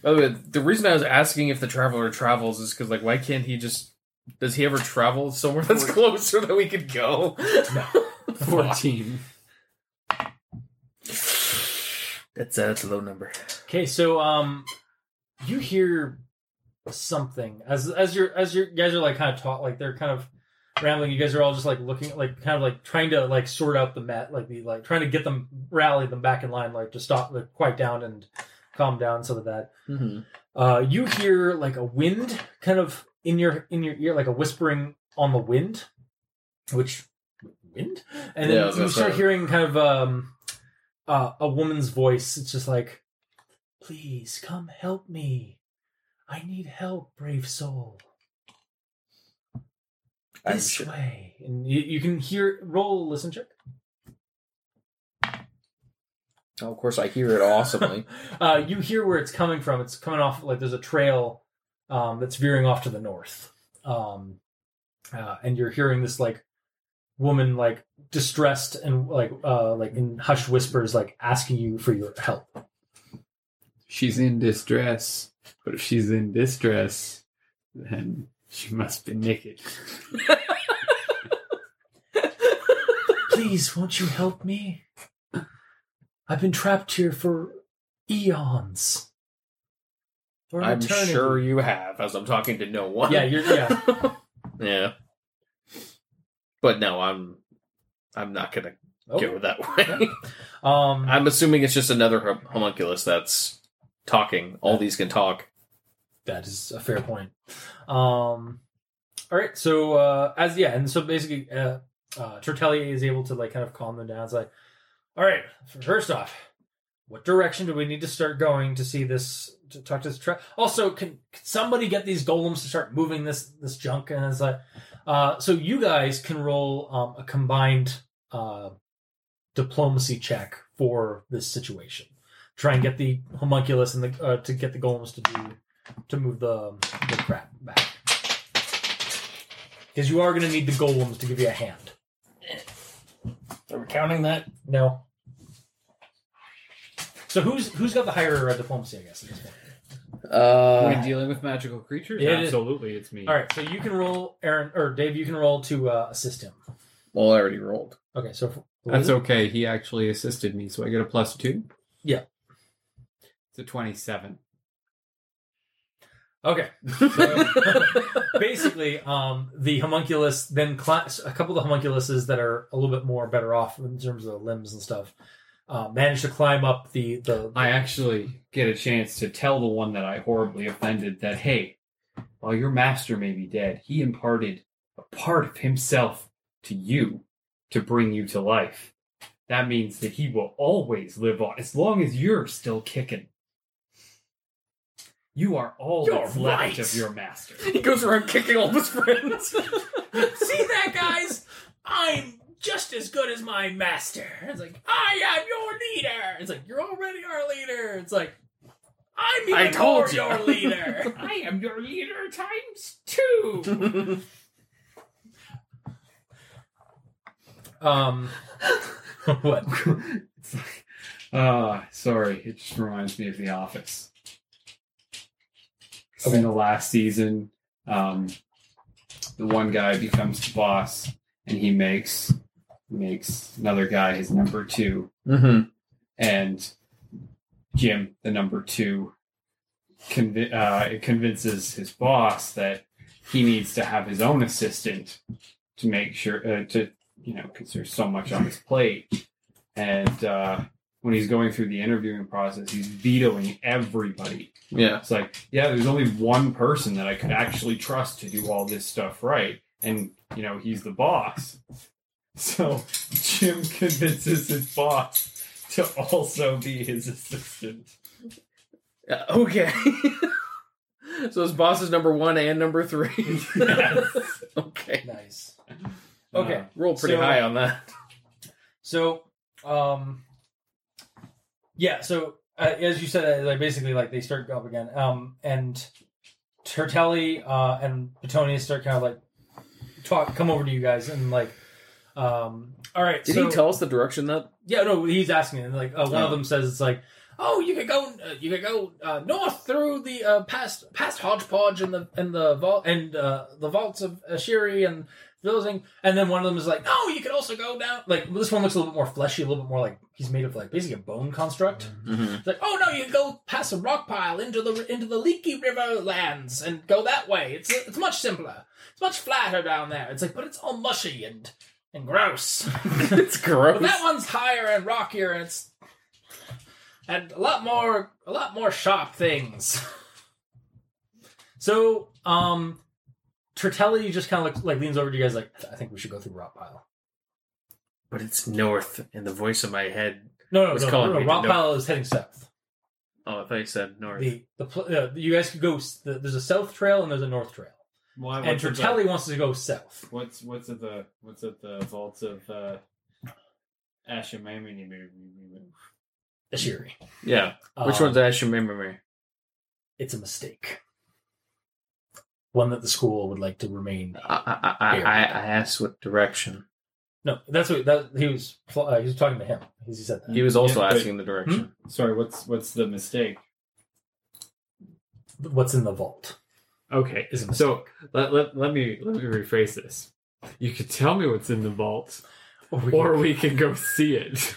S3: By the way, the reason I was asking if the traveler travels is because, like, why can't he just? Does he ever travel somewhere that's closer that we could go?
S7: Fourteen.
S3: That's uh, that's a low number.
S2: Okay, so um, you hear something as as you're as you're you guys are like kind of taught like they're kind of rambling. You guys are all just like looking, like kind of like trying to like sort out the met, like the like trying to get them rally them back in line, like to stop, like quiet down and calm down some of that.
S5: Mm-hmm.
S2: Uh, you hear like a wind kind of in your in your ear, like a whispering on the wind, which wind, and then
S3: Yeah, I was
S2: you
S3: gonna
S2: start
S3: say.
S2: hearing kind of um, uh, a woman's voice. It's just like, "Please come help me. I need help, brave soul.
S3: I'm
S2: This
S3: sure-
S2: way." And you, you can hear roll a listen check.
S3: Oh, of course, I hear it awesomely.
S2: Uh, you hear where it's coming from. It's coming off like there's a trail um, that's veering off to the north, um, uh, and you're hearing this like woman like distressed and like uh, like in hushed whispers like asking you for your help.
S7: She's in distress. But if she's in distress, then she must be naked.
S2: Please, won't you help me? I've been trapped here for eons. For an
S3: I'm
S2: eternity."
S3: sure you have, as I'm talking to no one.
S2: Yeah, you're yeah.
S3: yeah. But no, I'm. I'm not gonna go
S2: Oh.
S3: that way.
S2: Um,
S3: I'm assuming it's just another hom- homunculus that's talking. All these can talk.
S2: That is a fair point. Um, all right, so uh, as yeah, and so basically, uh, uh, Tertellier is able to like kind of calm them down. It's like, all right, first off, what direction do we need to start going to see this? To talk to this trap. Also, can, can somebody get these golems to start moving this this junk? And it's like, uh, so you guys can roll um, a combined uh, diplomacy check for this situation. Try and get the homunculus and the uh, to get the golems to do to move the, um, the crap back. Because you are going to need the golems to give you a hand.
S3: Are we counting that?
S2: No. So who's who's got the higher uh, diplomacy? I guess. At this point?
S4: when
S5: Uh,
S4: dealing with magical creatures,
S2: It is-
S4: absolutely, it's me.
S2: All right. So you can roll, Aaron or Dave. You can roll to uh, assist him.
S3: Well, I already rolled.
S2: Okay. So
S7: That's okay. He actually assisted me, so I get a plus two.
S2: Yeah.
S7: It's a 27.
S2: okay. So, basically, um, the homunculus then class a couple of the homunculuses that are a little bit more better off in terms of the limbs and stuff uh, manage to climb up the the.
S4: I actually get a chance to tell the one that I horribly offended that, hey, while your master may be dead, he imparted a part of himself to you to bring you to life. That means that he will always live on as long as you're still kicking. You are all
S2: You're
S4: that's
S2: right.
S4: left of your master.
S3: He goes around kicking all his friends.
S2: See that, guys? I'm just as good as my master. It's like, I am your leader. It's like, you're already our leader. It's like, I'm
S3: I
S2: even
S3: told
S2: more
S3: you.
S2: your leader.
S4: I am your leader times two.
S2: um, what?
S4: it's like, ah, sorry. It just reminds me of The Office. 'Cause In the last season, um, the one guy becomes the boss, and he makes makes another guy his number two,
S3: mm-hmm.
S4: and Jim, the number two, convi- uh, convinces his boss that he needs to have his own assistant to make sure uh, to you know because there's so much on his plate, and uh, when he's going through the interviewing process, he's vetoing everybody.
S3: Yeah.
S4: It's like, yeah, there's only one person that I could actually trust to do all this stuff right, and you know he's the boss. So Jim convinces his boss to also be his assistant.
S3: Uh, okay. so his boss is number one and number three.
S4: Yes.
S3: okay.
S2: Nice. Okay.
S3: Roll pretty
S2: So-
S3: high on that.
S2: So, um, yeah. So uh, as you said, uh, like basically, like they start up again, um, and Tertelli uh, and Petonius start kind of like talk, come over to you guys, and like, um, all right.
S3: Did
S2: so,
S3: he tell us the direction that?
S2: Yeah, no, he's asking. it. Like uh, one
S3: Oh.
S2: of them says, "It's like
S8: "Oh, you could go, uh, you could go uh, north through the uh, past past hodgepodge and the and the vault and uh, the vaults of Ashiri and those things." And then one of them is like, "No, you could also go down." Like this one looks a little bit more fleshy, a little bit more like he's made of like basically a bone construct.
S3: Mm-hmm.
S8: It's like, "Oh no, you go past a rock pile into the into the leaky river lands and go that way. It's it's much simpler. It's much flatter down there. It's like, but it's all mushy and." And gross.
S3: it's gross.
S8: But that one's higher and rockier, and it's and a lot more, a lot more sharp things.
S2: So, um, Tertelli just kind of like, like leans over to you guys, like, I think we should go through Rock Pile.
S3: But it's north, and the voice in my head.
S2: No, no,
S3: It's
S2: no,
S3: calling
S2: no, no.
S3: me to
S2: Rock
S3: know.
S2: Pile is heading south.
S3: Oh, I thought you said north.
S2: The the pl- uh, you guys could go. s- The, there's a south trail and there's a north trail.
S7: Why?
S2: And
S7: what's at the-
S2: Tertelli wants to go south.
S7: What's what's at the what's at the vaults of uh, Ashamamini?
S2: Ashiri.
S3: yeah. Which
S2: Um,
S3: one's Ashen Memory?
S2: It's a mistake. One that the school would like to remain.
S3: I, I, I, I I asked what direction.
S2: No, that's what that, he was. pl- Uh, he was talking to him. He said that.
S3: He was also
S7: Yeah, but-
S3: asking the direction.
S7: Hmm? Sorry, what's what's the mistake?
S2: What's in the vault?
S6: Okay,
S2: Is a mistake.
S6: so let, let, let me let me rephrase this. You could tell me what's in the vault,
S2: we
S6: or we can go see it.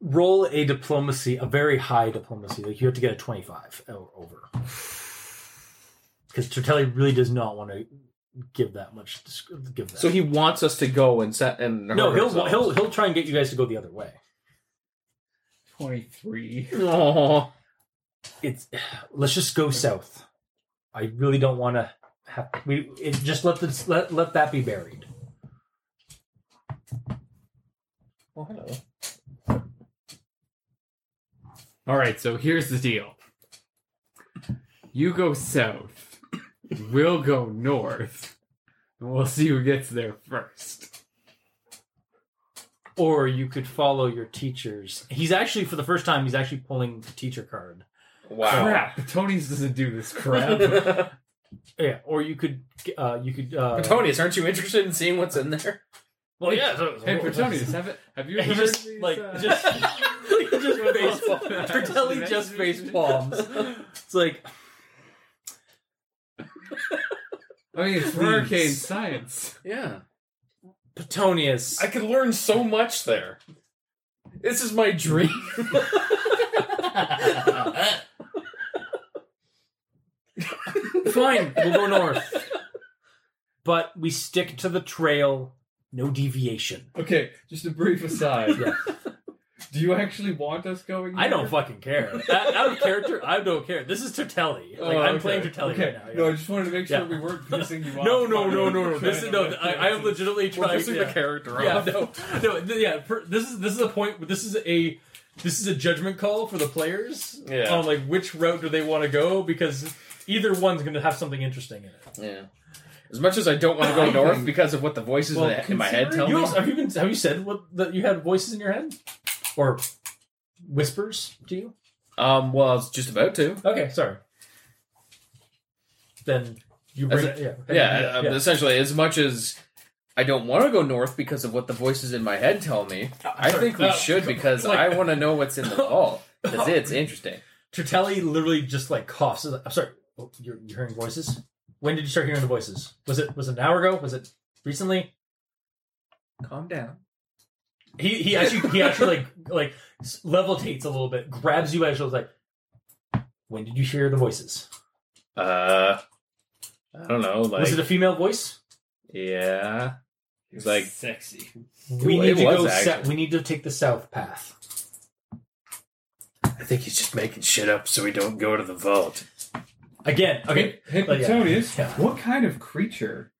S2: roll a diplomacy, a very high diplomacy. Like you have to get a twenty-five or over, because Tertelli really does not want to give that much. disc- Give that.
S3: So he wants us to go and set and
S2: no, he'll he'll he'll try and get you guys to go the other way.
S4: Twenty-three.
S3: Oh,
S2: It's let's just go south. I really don't want to have we it, just let this let let that be buried.
S6: All right, so here's the deal. You go south, we'll go north, and we'll see who gets there first.
S2: Or you could follow your teachers. He's actually for the first time. He's actually pulling the teacher card.
S3: Oh.
S6: Crap, Tony's doesn't do this crap.
S2: Yeah. Or you could uh you could uh
S3: Tony's, aren't you interested in seeing what's in there?
S2: Well, yeah. So,
S6: hey, Petonius, have it? Have you
S2: He
S6: ever heard
S2: just
S6: of these,
S2: like
S6: uh,
S2: just he just face palms. Fratelli
S6: Imagine
S2: just
S6: if
S2: face
S6: you-
S2: palms. It's like
S6: I mean, it's for arcane science.
S3: Yeah,
S2: Petonius.
S3: I could learn so much there. This is my dream.
S2: Fine, we'll go north, but we stick to the trail. No deviation.
S7: Okay, just a brief aside.
S2: Yeah.
S7: Do you actually want us going?
S2: I don't
S7: here?
S2: fucking care. That, out of character, I don't care. This is Tertelli. Like
S7: Oh,
S2: I'm
S7: okay.
S2: playing Tertelli
S7: Okay.
S2: right now.
S7: No, I
S2: yeah.
S7: just wanted to make sure
S2: Yeah.
S7: we weren't pissing you off.
S2: No, no,
S7: by
S2: no, no, no.
S7: trying
S2: This is
S7: to
S2: no.
S7: make
S2: I, I am
S7: references.
S2: legitimately trying.
S3: Just like
S2: yeah.
S3: the character.
S2: Yeah,
S3: off.
S2: no, no, th- yeah. Per, this is this is a point. where This is a this is a judgment call for the players
S3: Yeah.
S2: on like which route do they want to go because either one's going to have something interesting in it.
S3: yeah. As much as I don't want to go north because of what the voices
S7: Well,
S3: in the- in my head tell
S2: You
S3: me.
S2: also, have you been have you said what that you had voices in your head or whispers to you?
S3: Um, well, I was just about to.
S2: Okay, sorry. Then you
S3: As
S2: bring yeah
S3: Yeah, um, essentially, as much as I don't want to go north because of what the voices in my head tell me, I think we
S2: Uh,
S3: should because I want to know what's in the vault because it's interesting.
S2: Tertelli literally just like coughs. He's like, I'm sorry. Oh, You're, you're hearing voices. When did you start hearing the voices? Was it was it an hour ago? Was it recently?
S3: Calm down.
S2: He he actually he actually like like s- levitates a little bit, grabs you by the shoulders, like. When did you hear the voices?
S3: Uh, I don't know. Like,
S2: was it a female voice?
S3: yeah, he's like,
S7: sexy.
S2: We
S3: Ooh,
S2: need
S3: it
S2: to
S3: was,
S2: go.
S3: actually.
S2: Se- we need to take the south path.
S3: I think he's just making shit up so we don't go to the vault.
S2: Again, okay.
S7: Okay, hey,
S2: But yeah.
S7: Petonius,
S2: Yeah.
S7: what kind of creature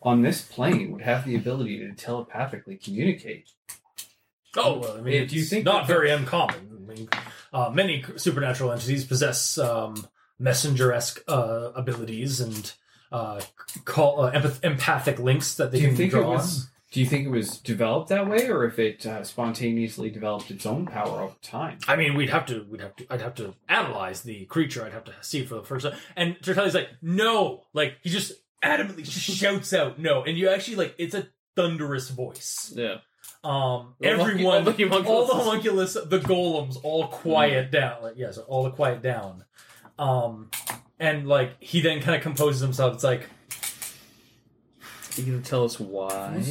S7: on this plane would have the ability to telepathically communicate?
S2: Oh, well, I mean,
S7: Yeah, do you
S2: it's
S7: think
S2: not
S7: that-
S2: very uncommon? I mean, uh, many c- supernatural entities possess um, messenger-esque uh, abilities and uh, c- call uh, empath- empathic links that they
S7: Do you
S2: can
S7: think it
S2: draw
S7: was? Do you think it was developed that way, or if it uh, spontaneously developed its own power over time?
S2: on. I mean, we'd have to, we'd have to, I'd have to analyze the creature. I'd have to see for the first time. And Tertelli's like, no, like he just adamantly shouts out no, and you actually like, it's a thunderous voice.
S3: Yeah,
S2: Um,
S3: The homuncu-
S2: everyone,
S3: all the
S2: all the
S3: homunculus-
S2: Mm. homunculus, the golems, all quiet down. Like, yes, all the quiet down. Um, and like he then kind of composes himself. It's like
S3: You can tell us why.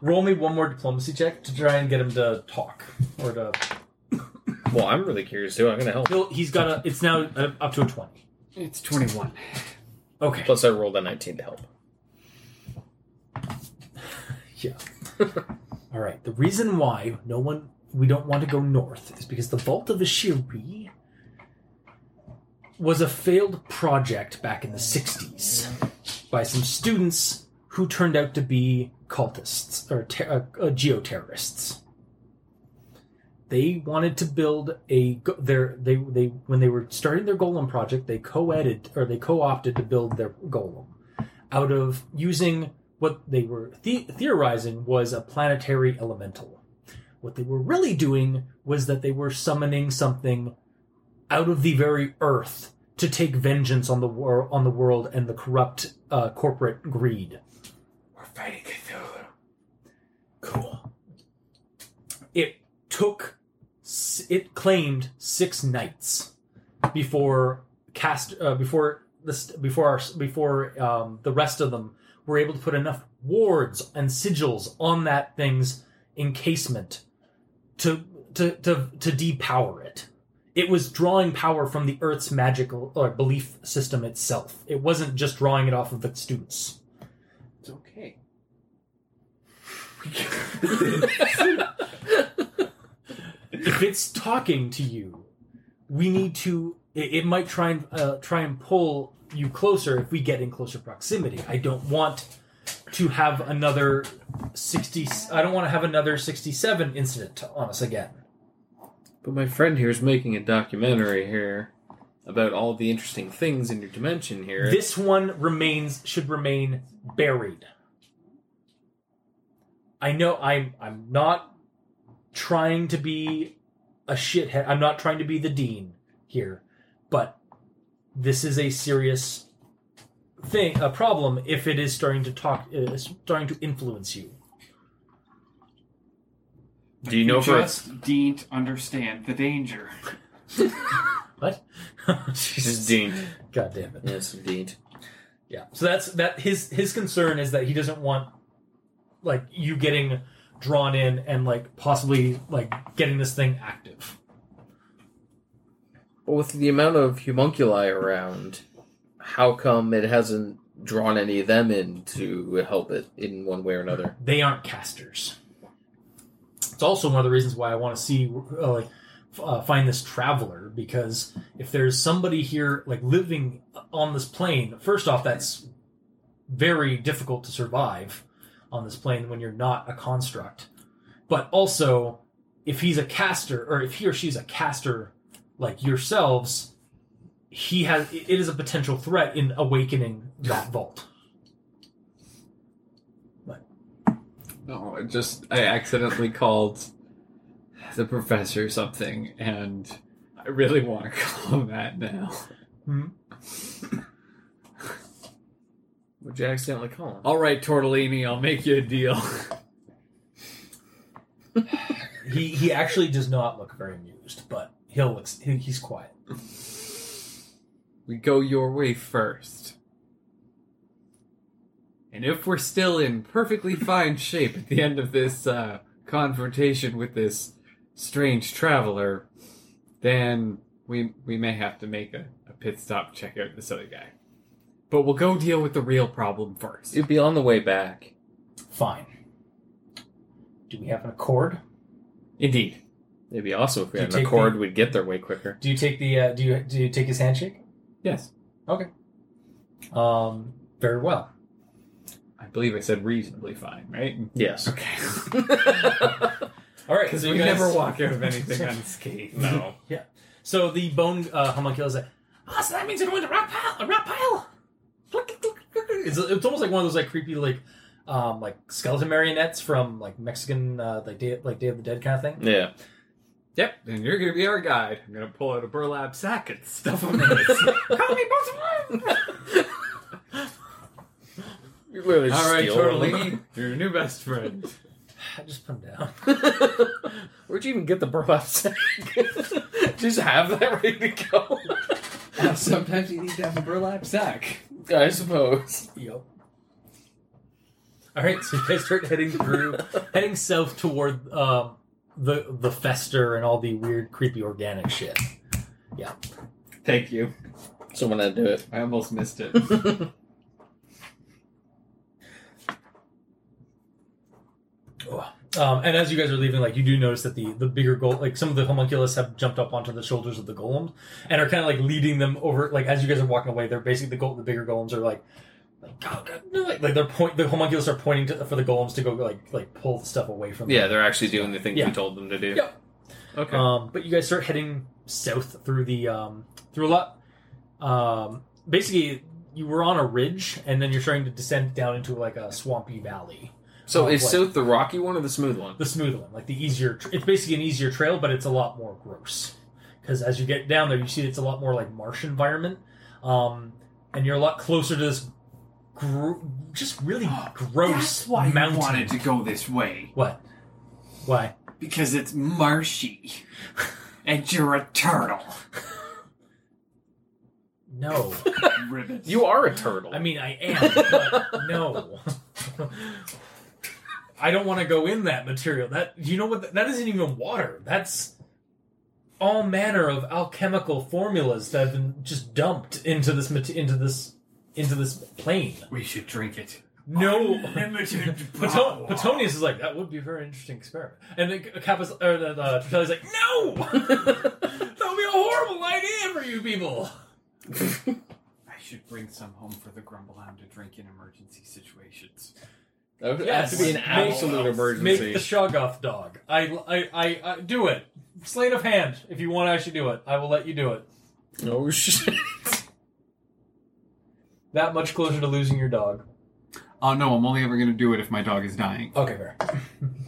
S2: roll me one more diplomacy check to try and get him to talk or to.
S3: Well, I'm really curious too. I'm gonna help.
S2: He'll, he's got a. It's now uh, up to a twenty.
S6: It's 21.
S2: Okay.
S3: Plus, I rolled a 19 to help.
S2: All right. The reason why no one we don't want to go north is because the Vault of Ashiri was a failed project back in the 60s by some students who turned out to be cultists or ter- uh, uh, geoterrorists. They wanted to build a go- their they they when they were starting their golem project, they co-edit or they co-opted to build their golem out of using what they were the- theorizing was a planetary elemental. What they were really doing was that they were summoning something out of the very earth to take vengeance on the wor- on the world and the corrupt uh, corporate greed.
S7: We're fighting Cthulhu.
S2: Cool. It took s- it claimed six nights before cast uh, before this before our before um, the rest of them were able to put enough wards and sigils on that thing's encasement to to to to depower it. It was drawing power from the Earth's magical or belief system itself. It wasn't just drawing it off of the students.
S6: It's okay.
S2: if it's talking to you, we need to. It, it might try and uh, try and pull you closer if we get in closer proximity. I don't want to have another sixty. I don't want to have another sixty-seven incident on us again.
S3: But my friend here is making a documentary here about all the interesting things in your dimension here.
S2: This one remains should remain buried. I know I'm I'm not trying to be a shithead. I'm not trying to be the dean here, but this is a serious thing, a problem if it is starting to talk uh, starting to influence you.
S3: Do you know for
S6: Just didn't understand the danger.
S2: What?
S3: Jesus Dean?
S2: God damn it.
S3: Yes, indeed.
S2: Yeah. So that's that his his concern is that he doesn't want like you getting drawn in and like possibly like getting this thing active.
S3: But with the amount of homunculi around, how come it hasn't drawn any of them in to help it in one way or another?
S2: They aren't casters. It's also one of the reasons why I want to see uh, like f- uh, find this traveler because if there's somebody here like living on this plane, first off that's very difficult to survive on this plane when you're not a construct. But also if he's a caster or if he or she's a caster like yourselves, he has it is a potential threat in awakening that vault.
S7: No, I just I accidentally called the professor something, and I really want to call him that now.
S3: Would you accidentally call him?
S7: All right, Tortellini, I'll make you a deal.
S2: He he actually does not look very amused, but he'll look, he, he's quiet.
S7: we go your way first. And if we're still in perfectly fine shape at the end of this uh, confrontation with this strange traveler, then we we may have to make a, a pit stop check out this other guy. But we'll go deal with the real problem first.
S3: It'd be on the way back.
S2: Fine. Do we have an accord?
S7: Indeed.
S3: It'd be awesome if we
S2: You
S3: had an
S2: take
S3: accord,
S2: the-
S3: we'd get there way quicker.
S2: Do you take the uh, do you do you take his handshake?
S7: Yes.
S2: Um, very well.
S7: I believe I said reasonably fine, right?
S3: Yes.
S7: Okay.
S2: All right,
S7: Because
S2: so
S7: we
S2: you guys-
S7: never walk out of anything unscathed. No.
S2: So the bone uh, homunculus is like, ah, so that means they're going to rock pile, rock pile. It's, it's almost like one of those like creepy like um like skeleton marionettes from like Mexican uh, like day like Day of the Dead kind of thing.
S3: Yeah.
S7: Yep, then you're gonna be our guide. I'm gonna pull out a burlap sack and stuff him in it.
S2: Call me Baltimore!
S3: All
S7: All right, Tortellini, you're your new best friend.
S2: I just put them down.
S9: Where'd you even get the bro out sack?
S3: Just have that ready to go.
S4: Uh, sometimes you need to have a burlap sack.
S3: I suppose.
S2: Yep. All right, so you guys start heading through, heading south toward um, the the fester and all the weird, creepy organic shit.
S4: Thank you.
S3: So when I do it,
S4: I almost missed it.
S2: Um, and as you guys are leaving, like you do notice that the the bigger goal, like some of the homunculus have jumped up onto the shoulders of the golems and are kind of like leading them over. Like as you guys are walking away, they're basically the gold, the bigger golems are like, like, go, go, no, like, like they're point. The homunculus are pointing to, for the golems to go like like pull stuff away from. them.
S3: yeah, they're actually doing the things
S2: Yeah.
S3: we told them to do.
S2: Yeah.
S3: Okay.
S2: Um, but you guys start heading south through the um, through a lot. Um, basically, you were on a ridge, and then you're starting to descend down into like a swampy valley.
S3: so
S2: um,
S3: is
S2: what?
S3: Sooth the rocky one or the smooth one?
S2: The smooth one, like the easier. Tr- it's basically an easier trail, but it's a lot more gross. Because as you get down there, you see it's a lot more like marsh environment, um, and you're a lot closer to this, gro- just really gross mountain.
S4: to go this way
S2: What? Why?
S4: because it's marshy, and you're a turtle.
S2: No.
S4: Ribbit.
S3: You are a turtle.
S2: I mean, I am, but no. I don't want to go in that material. That you know what? That isn't even water. That's all manner of alchemical formulas that have been just dumped into this mate- into this into this plane.
S4: we should drink it.
S2: No.
S4: Limited.
S2: Pato- Petonius is like that would be a very interesting experiment, and then Kappa's or the, the Petonius is like, no, that would be a horrible idea for you people.
S4: I should bring some home for the Grumble Hound to drink in emergency situations.
S3: that would
S2: yes.
S3: have to be an
S2: Make-
S3: absolute
S2: Make
S3: emergency.
S2: the Shoggoth dog. I, I, I, I do it. Sleight of hand. If you want to actually do it, I will let you do it.
S3: oh shit!
S2: That much closer to losing your dog.
S4: Oh no, I'm only ever gonna do it if my dog is dying.
S2: Okay, fair.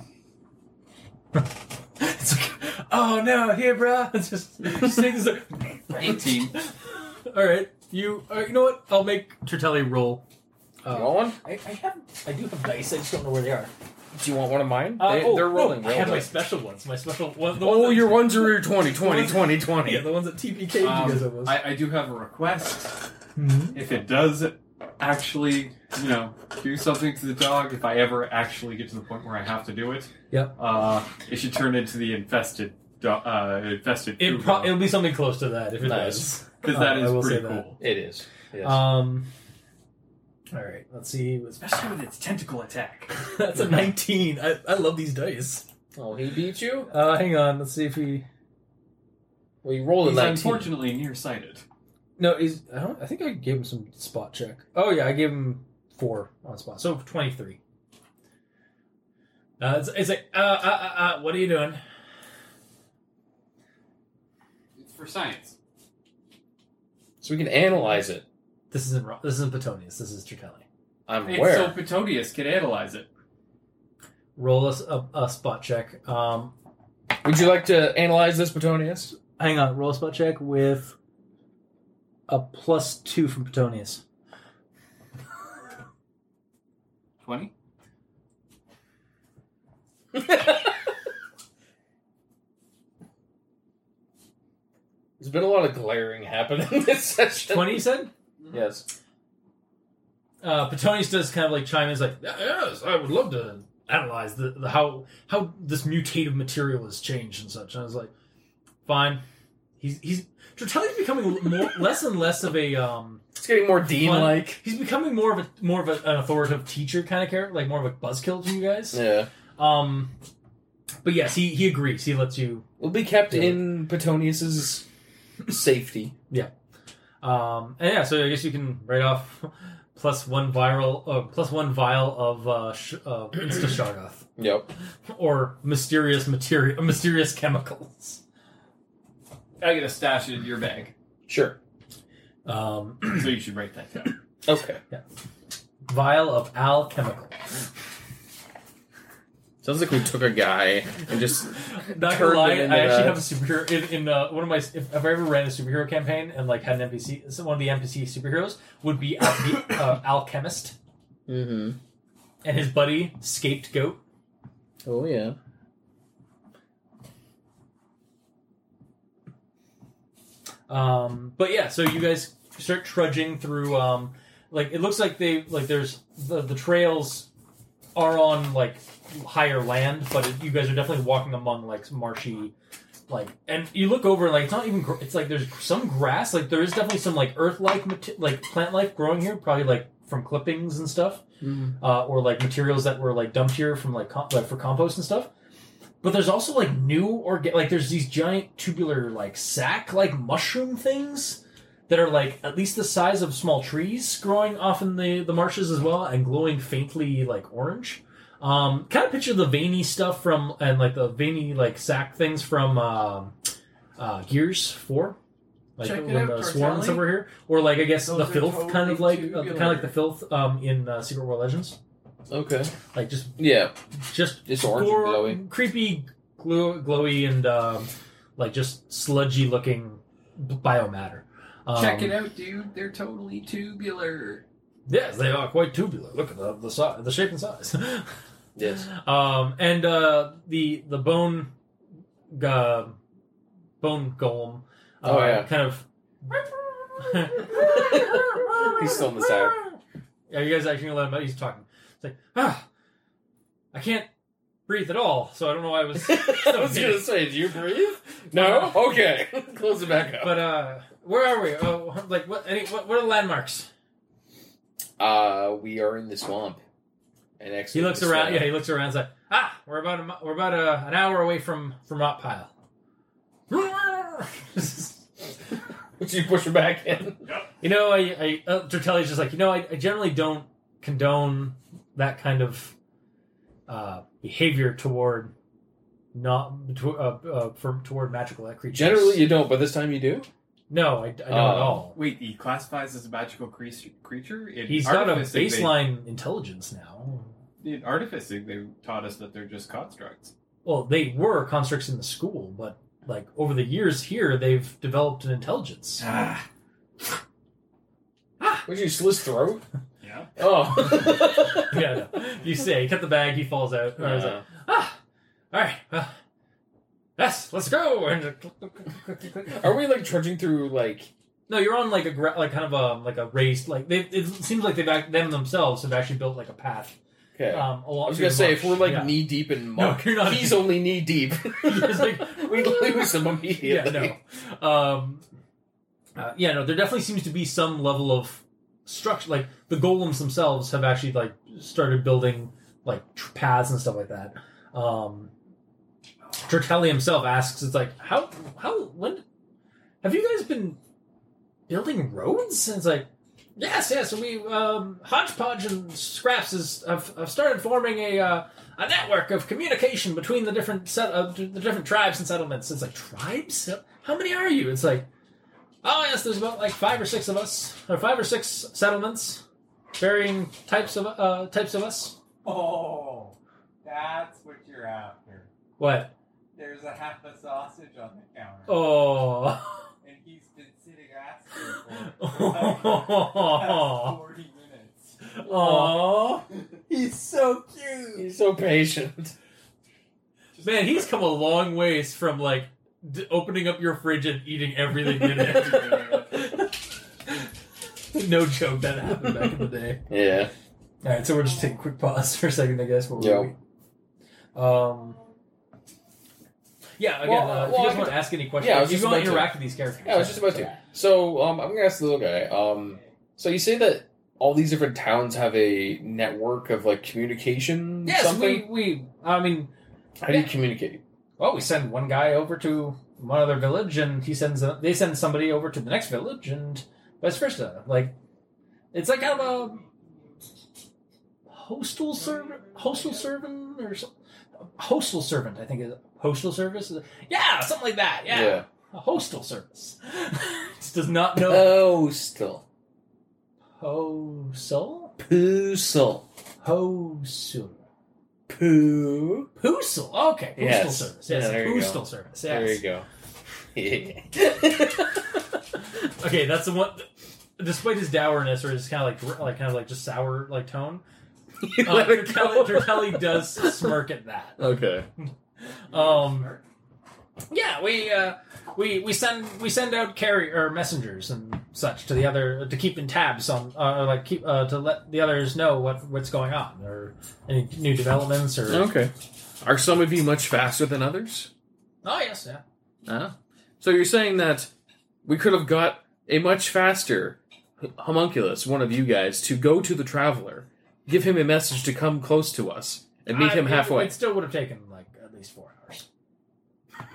S2: it's like, oh no, here, bruh. It's just, just take this.
S4: Eighteen.
S2: All right, you. all right, you know what? I'll make Tertelli roll.
S3: You want one?
S2: I, I have. I do have dice. I just don't know where they are.
S3: Do you want one of mine?
S2: Uh,
S3: they,
S2: oh,
S3: they're
S2: no,
S3: rolling.
S2: I
S3: real
S2: have my
S3: quick.
S2: special ones. My special one. The
S3: Oh,
S2: ones
S3: your ones are your 20, 20, 20,
S2: that,
S3: 20.
S2: yeah, the ones that TPK would you Mm-hmm. guys almost.
S4: Um, I, I do have a request. If it does actually, you know, do something to the dog, if I ever actually get to the point where I have to do it,
S2: Yep.
S4: uh, it should turn into the infested, do- uh, infested
S2: It pro- it'll be something close to that if it
S3: Nice.
S2: does.
S4: because that
S2: uh,
S4: is
S2: I will
S4: pretty
S2: say that.
S4: cool.
S3: It is. Yes.
S2: Um. All right. Let's see. What's-
S4: Especially with its tentacle attack.
S2: That's a nineteen. I, I love these dice.
S9: Oh, he beat you?
S2: Uh, hang on. Let's see if he.
S9: Well, you rolled a
S4: He's
S9: 19.
S4: unfortunately nearsighted.
S2: No, he's. I don't. I think I gave him some spot check. Oh yeah, I gave him four on spot. So twenty three. Uh, it's, it's like, uh, uh, uh, uh, what are you doing?
S4: It's for science.
S3: so we can analyze it.
S2: This isn't Ro- this isn't Petonius. This is Tritelli.
S3: I'm
S4: It's
S3: aware.
S4: so Petodius can analyze it.
S2: Roll us a, a spot check. Um,
S3: Would you like to analyze this, Petonius?
S2: hang on. Roll a spot check with a plus two from Petonius.
S4: 20?
S3: There's been a lot of glaring happening in this session.
S2: Twenty, you said.
S3: Yes.
S2: uh, Petonius does kind of like chime in. He's like, yes, I would love to analyze the, the how how this mutative material has changed and such. And I was like, fine. He's he's Tertelli's becoming more, less and less of a um.
S3: It's getting more Dean like.
S2: He's becoming more of a more of a, an authoritative teacher kind of character, like more of a buzzkill to you guys.
S3: Yeah.
S2: Um, but yes, he he agrees. He lets you.
S3: We'll be kept
S2: Yeah.
S3: in Petonius's safety.
S2: Um, and yeah, so I guess you can write off plus one viral uh, plus one vial of uh, sh- uh, Insta Shoggoth.
S3: Yep.
S2: or mysterious material, mysterious chemicals.
S4: I get a stash it in your bag.
S3: Sure.
S2: Um,
S4: So you should write that down.
S3: Okay.
S2: vial of alchemical.
S3: Sounds like we took a guy and just
S2: Not gonna
S3: Turned
S2: lie, I
S3: it into
S2: actually
S3: that.
S2: have a superhero in, in uh, one of my. If, if I ever ran a superhero campaign and like had an NPC, so one of the NPC superheroes would be al- the, uh, alchemist,
S3: mm-hmm.
S2: and his buddy scapegoat
S3: Oh yeah.
S2: Um, but yeah, so you guys start trudging through. Um, like it looks like they like there's the, the trails are on like higher land, but it, you guys are definitely walking among like marshy, like and you look over and like it's not even gr- it's like there's some grass. Like there is definitely some like earth like mate- like plant life growing here, probably like from clippings and stuff, uh, or like materials that were like dumped here from like, com- like for compost and stuff. But there's also like new organ like there's these giant tubular like sack like mushroom things that are like at least the size of small trees growing off in the the marshes as well and glowing faintly like orange. Um, kind of picture the veiny stuff from and like the veiny like sack things from um uh, Gears Four. Like
S6: Check it
S2: when
S6: out,
S2: the swarms
S6: Tartelli.
S2: over here, or like I guess
S6: Those
S2: the
S6: are
S2: filth, kind of
S6: totally
S2: like uh, kind of like the filth um, in uh, Secret World Legends,
S3: Okay.
S2: like just
S3: Yeah.
S2: just
S3: It's orange
S2: gore-
S3: and glowy.
S2: creepy, glow, glowy, and um, like just sludgy looking b- biomatter. Um,
S4: Check it out, dude. They're totally tubular.
S2: Yes, they are quite tubular. Look at the the, si- the shape and size.
S3: Yes.
S2: um, and uh, the the bone, uh, bone golem. Uh,
S3: Oh, yeah.
S2: Kind of.
S3: He's still in the sack.
S2: Yeah, you guys actually gonna let him out? He's talking. It's like, ah, I can't breathe at all, so I don't know why I was.
S3: I was gonna say, do you breathe? No. Okay. Close it back up.
S2: But uh, where are we? Oh, like what? Any what? What are the landmarks?
S3: Uh, we are in the swamp. And
S2: He looks around. Yeah, he looks around. He's like, ah, we're about a, mi- we're about a, an hour away from from Rock Pile.
S3: Which you push her back in.
S2: you know, I, I uh, Tertelli's just like, you know, I, I generally don't condone that kind of uh, behavior toward not to, uh, uh, for, toward magical creatures.
S3: Generally, you don't, but this time you do.
S2: no, I, I don't at
S3: Oh.
S2: all.
S4: Wait, he classifies as a magical creas- creature? In
S2: He's got a
S4: Artificing, they-
S2: baseline intelligence now.
S4: in artificing, they taught us that they're just constructs.
S2: well, they were constructs in the school, but like over the years here, they've developed an intelligence.
S4: Ah,
S3: Would you slit his throat?
S4: yeah.
S3: Oh.
S2: yeah, no. you say, cut the bag, he falls out. And I was like,
S3: Uh,
S2: ah, all right, well, yes, let's go. And click, click, click, click, click, click.
S3: are we like trudging through like?
S2: no, you're on like a gra- like kind of a like a raised like they, it seems like they've act- them themselves have actually built like a path.
S3: Okay.
S2: Um, along
S3: I was
S2: through
S3: gonna
S2: the
S3: say if we're
S2: marsh.
S3: like
S2: Yeah.
S3: knee deep in
S2: No,
S3: muck,
S2: you're not.
S3: he's only knee deep.
S2: He's like,
S3: we lose him
S2: yeah,
S3: immediately.
S2: no. Um, uh, yeah, no. There definitely seems to be some level of structure. Like the golems themselves have actually like started building like tr- paths and stuff like that. Um, Tertelli himself asks, "It's like how how when have you guys been building roads?" And it's like. Yes, yes. We um, hodgepodge and scraps is have, have started forming a uh, a network of communication between the different set uh, the different tribes and settlements. It's like tribes. How many are you? It's like oh yes, there's about like five or six of us, or five or six settlements, varying types of uh, types of us.
S4: Oh, that's what you're after.
S2: What?
S4: There's a half a sausage on the counter.
S2: Oh.
S4: And he's been sitting asking
S2: Oh.
S4: 40 minutes.
S2: Oh.
S3: He's so cute. He's so patient.
S2: Man, he's come a long ways from like d- opening up your fridge and eating everything in it. no joke, that happened back in the day.
S3: Yeah.
S2: All right, so we're just taking a quick pause for a second, I guess. While we
S3: Yeah.
S2: wait. Um. Yeah. Again,
S3: Well,
S2: uh, if you
S3: well, I
S2: guys
S3: can-
S2: want to ask any questions,
S3: Yeah, I was
S2: if you
S3: just
S2: want to
S3: about to.
S2: interact with these characters.
S3: Yeah, I was just about to. So, um, I'm gonna ask the little guy. Um, so you say that all these different towns have a network of like communication.
S2: Yes,
S3: something.
S2: we we. I mean,
S3: How do you
S2: yeah.
S3: communicate?
S2: well, oh, we send one guy over to one other village, and he sends a, they send somebody over to the next village, and vice versa. Like, it's like kind of a hostel servant, hostel servant, or some, hostel servant. I think is hostel service. Yeah, something like that. yeah. a hostel service. Just does not
S3: Uh,
S2: know
S3: Postal.
S2: hosel,
S3: Poosel.
S2: hosel,
S3: Poo.
S2: poosel. Okay, postal
S3: Yes.
S2: service.
S3: Yeah,
S2: Yes,
S3: there you go.
S2: postal service. Yes.
S3: There you go.
S2: Okay, that's the one. Despite his dourness or his kind of like like kind of like just sour like tone,
S3: You
S10: Uh,
S3: let it
S10: Tertelli, Tertelli does smirk at that.
S3: Okay.
S10: Um,
S2: Yeah, we uh, we we send we send out carrier or messengers and such to the other to keep in tabs on uh, or like keep uh, to let the others know what what's going on or any new developments or
S3: Okay. Are some of you much faster than others?
S2: oh yes yeah
S3: Ah. So you're saying that we could have got a much faster homunculus, one of you guys, to go to the traveler, give him a message to come close to us, and meet
S2: I-
S3: him
S2: it-
S3: halfway.
S2: It, still would have taken like at least four hours.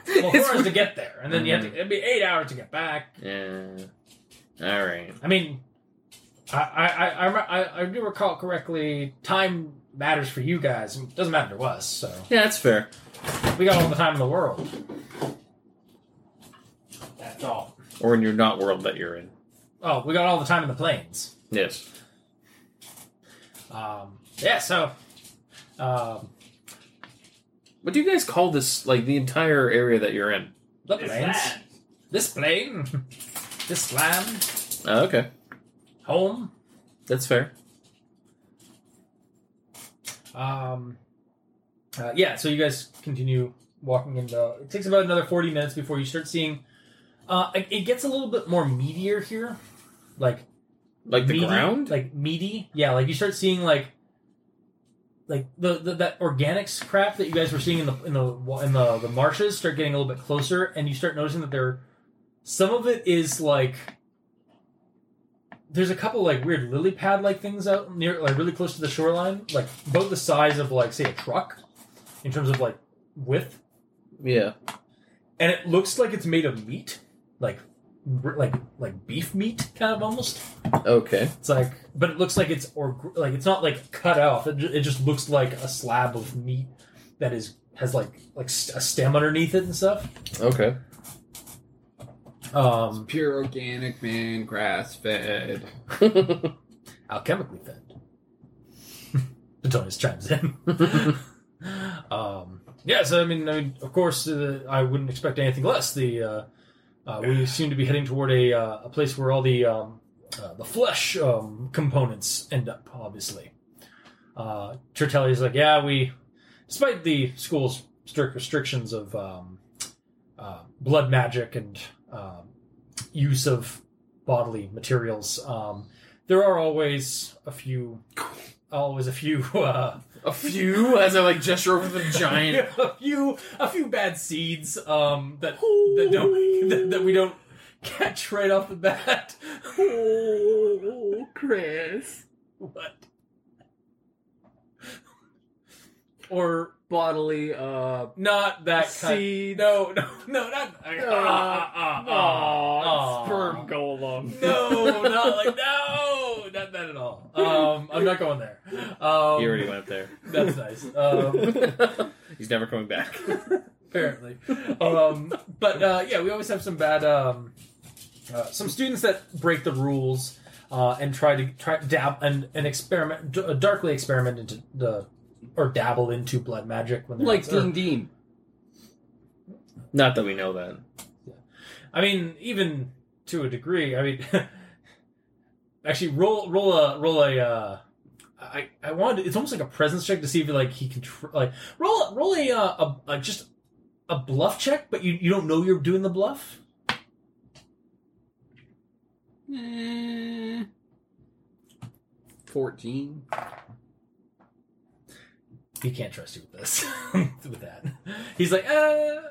S2: Well, four hours to get there, and then you have
S3: Mm-hmm.
S2: to, it'd be eight hours to get back.
S3: Yeah. All right.
S2: I mean, I I I, I, re- I, I do recall correctly. Time matters for you guys. It doesn't matter to us. So
S3: Yeah, that's fair.
S2: we got all the time in the world. That's all.
S3: Or in your not world that you're in.
S2: Oh, we got all the time in the planes.
S3: Yes.
S2: Um, yeah. So. Um,
S3: What do you guys call this? Like the entire area that you're in?
S2: the planes. This plane. This land.
S3: Oh, okay,
S2: Home.
S3: that's fair.
S2: Um, uh, yeah, so you guys continue walking in the. It takes about another 40 minutes before you start seeing. Uh, it, it gets a little bit more meatier here. Like,
S3: Like the
S2: meaty,
S3: ground.
S2: Like, meaty. Yeah, like you start seeing, like, like the, the that organics crap that you guys were seeing in the in the wa- in the, the marshes start getting a little bit closer, and you start noticing that there, some of it is like there's a couple like weird lily pad like things out near like really close to the shoreline, like about the size of like say a truck in terms of like width,
S3: yeah.
S2: and it looks like it's made of meat, like r- like like beef meat kind of almost.
S3: Okay.
S2: It's like, but it looks like it's or like it's not like cut off. It, ju- it just looks like a slab of meat that is has like like st- a stem underneath it and stuff.
S3: Okay.
S2: Um,
S6: Pure organic, man, grass fed.
S2: alchemically fed. Petonius chimes in. um, yeah, so I mean, I mean of course, uh, I wouldn't expect anything less. The uh, uh, we seem to be heading toward a uh, a place where all the um, uh, the flesh um, components end up, obviously. Uh, Tertelli is like, yeah, we, despite the school's strict restrictions of um, uh, blood magic and um, use of bodily materials, um, there are always a few, always a few. Uh,
S3: A few, as I like gesture over the giant.
S2: a few a few bad seeds um that that don't that, that we don't catch right off the bat.
S11: Oh, Chris.
S2: what? Or
S11: Bodily, uh,
S2: not that kind.
S11: seed.
S2: No, no, no, not. ah, ah, ah, ah, ah.
S11: sperm golem.
S2: No, not like no, not that at all. Um, I'm not going there. Um,
S3: He already went there.
S2: That's nice. Um,
S3: He's never coming back.
S2: apparently. Um, but uh, yeah, we always have some bad, um, uh, some students that break the rules uh, and try to try dab and and experiment, d- uh, darkly experiment into the or dabble into blood magic when they're
S12: Like
S2: not- or-
S12: Dean Dean.
S3: Not that we know that.
S2: I mean, even to a degree. I mean, actually, roll roll a roll a. Uh, I I wanted. It's almost like a presence check to see if like he can tr- like roll roll a, uh, a a just a bluff check, but you you don't know you're doing the bluff.
S6: Fourteen.
S2: he can't trust you with this with that he's like uh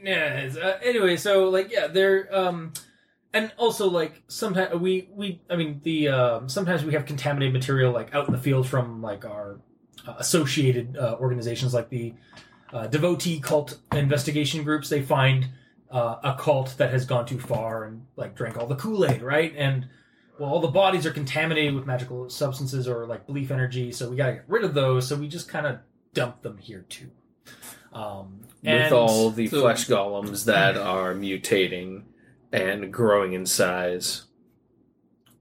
S2: nah it's, uh, anyway so like yeah they're um and also like sometimes we we i mean the um sometimes we have contaminated material like out in the field from like our uh, associated uh, organizations like the uh, devotee cult investigation groups they find uh, a cult that has gone too far and like drank all the kool-aid right and well, all the bodies are contaminated with magical substances or like belief energy, so we gotta get rid of those. So we just kind of dump them here too. Um, and
S3: With all the
S6: So-
S3: flesh golems that are mutating and growing in size.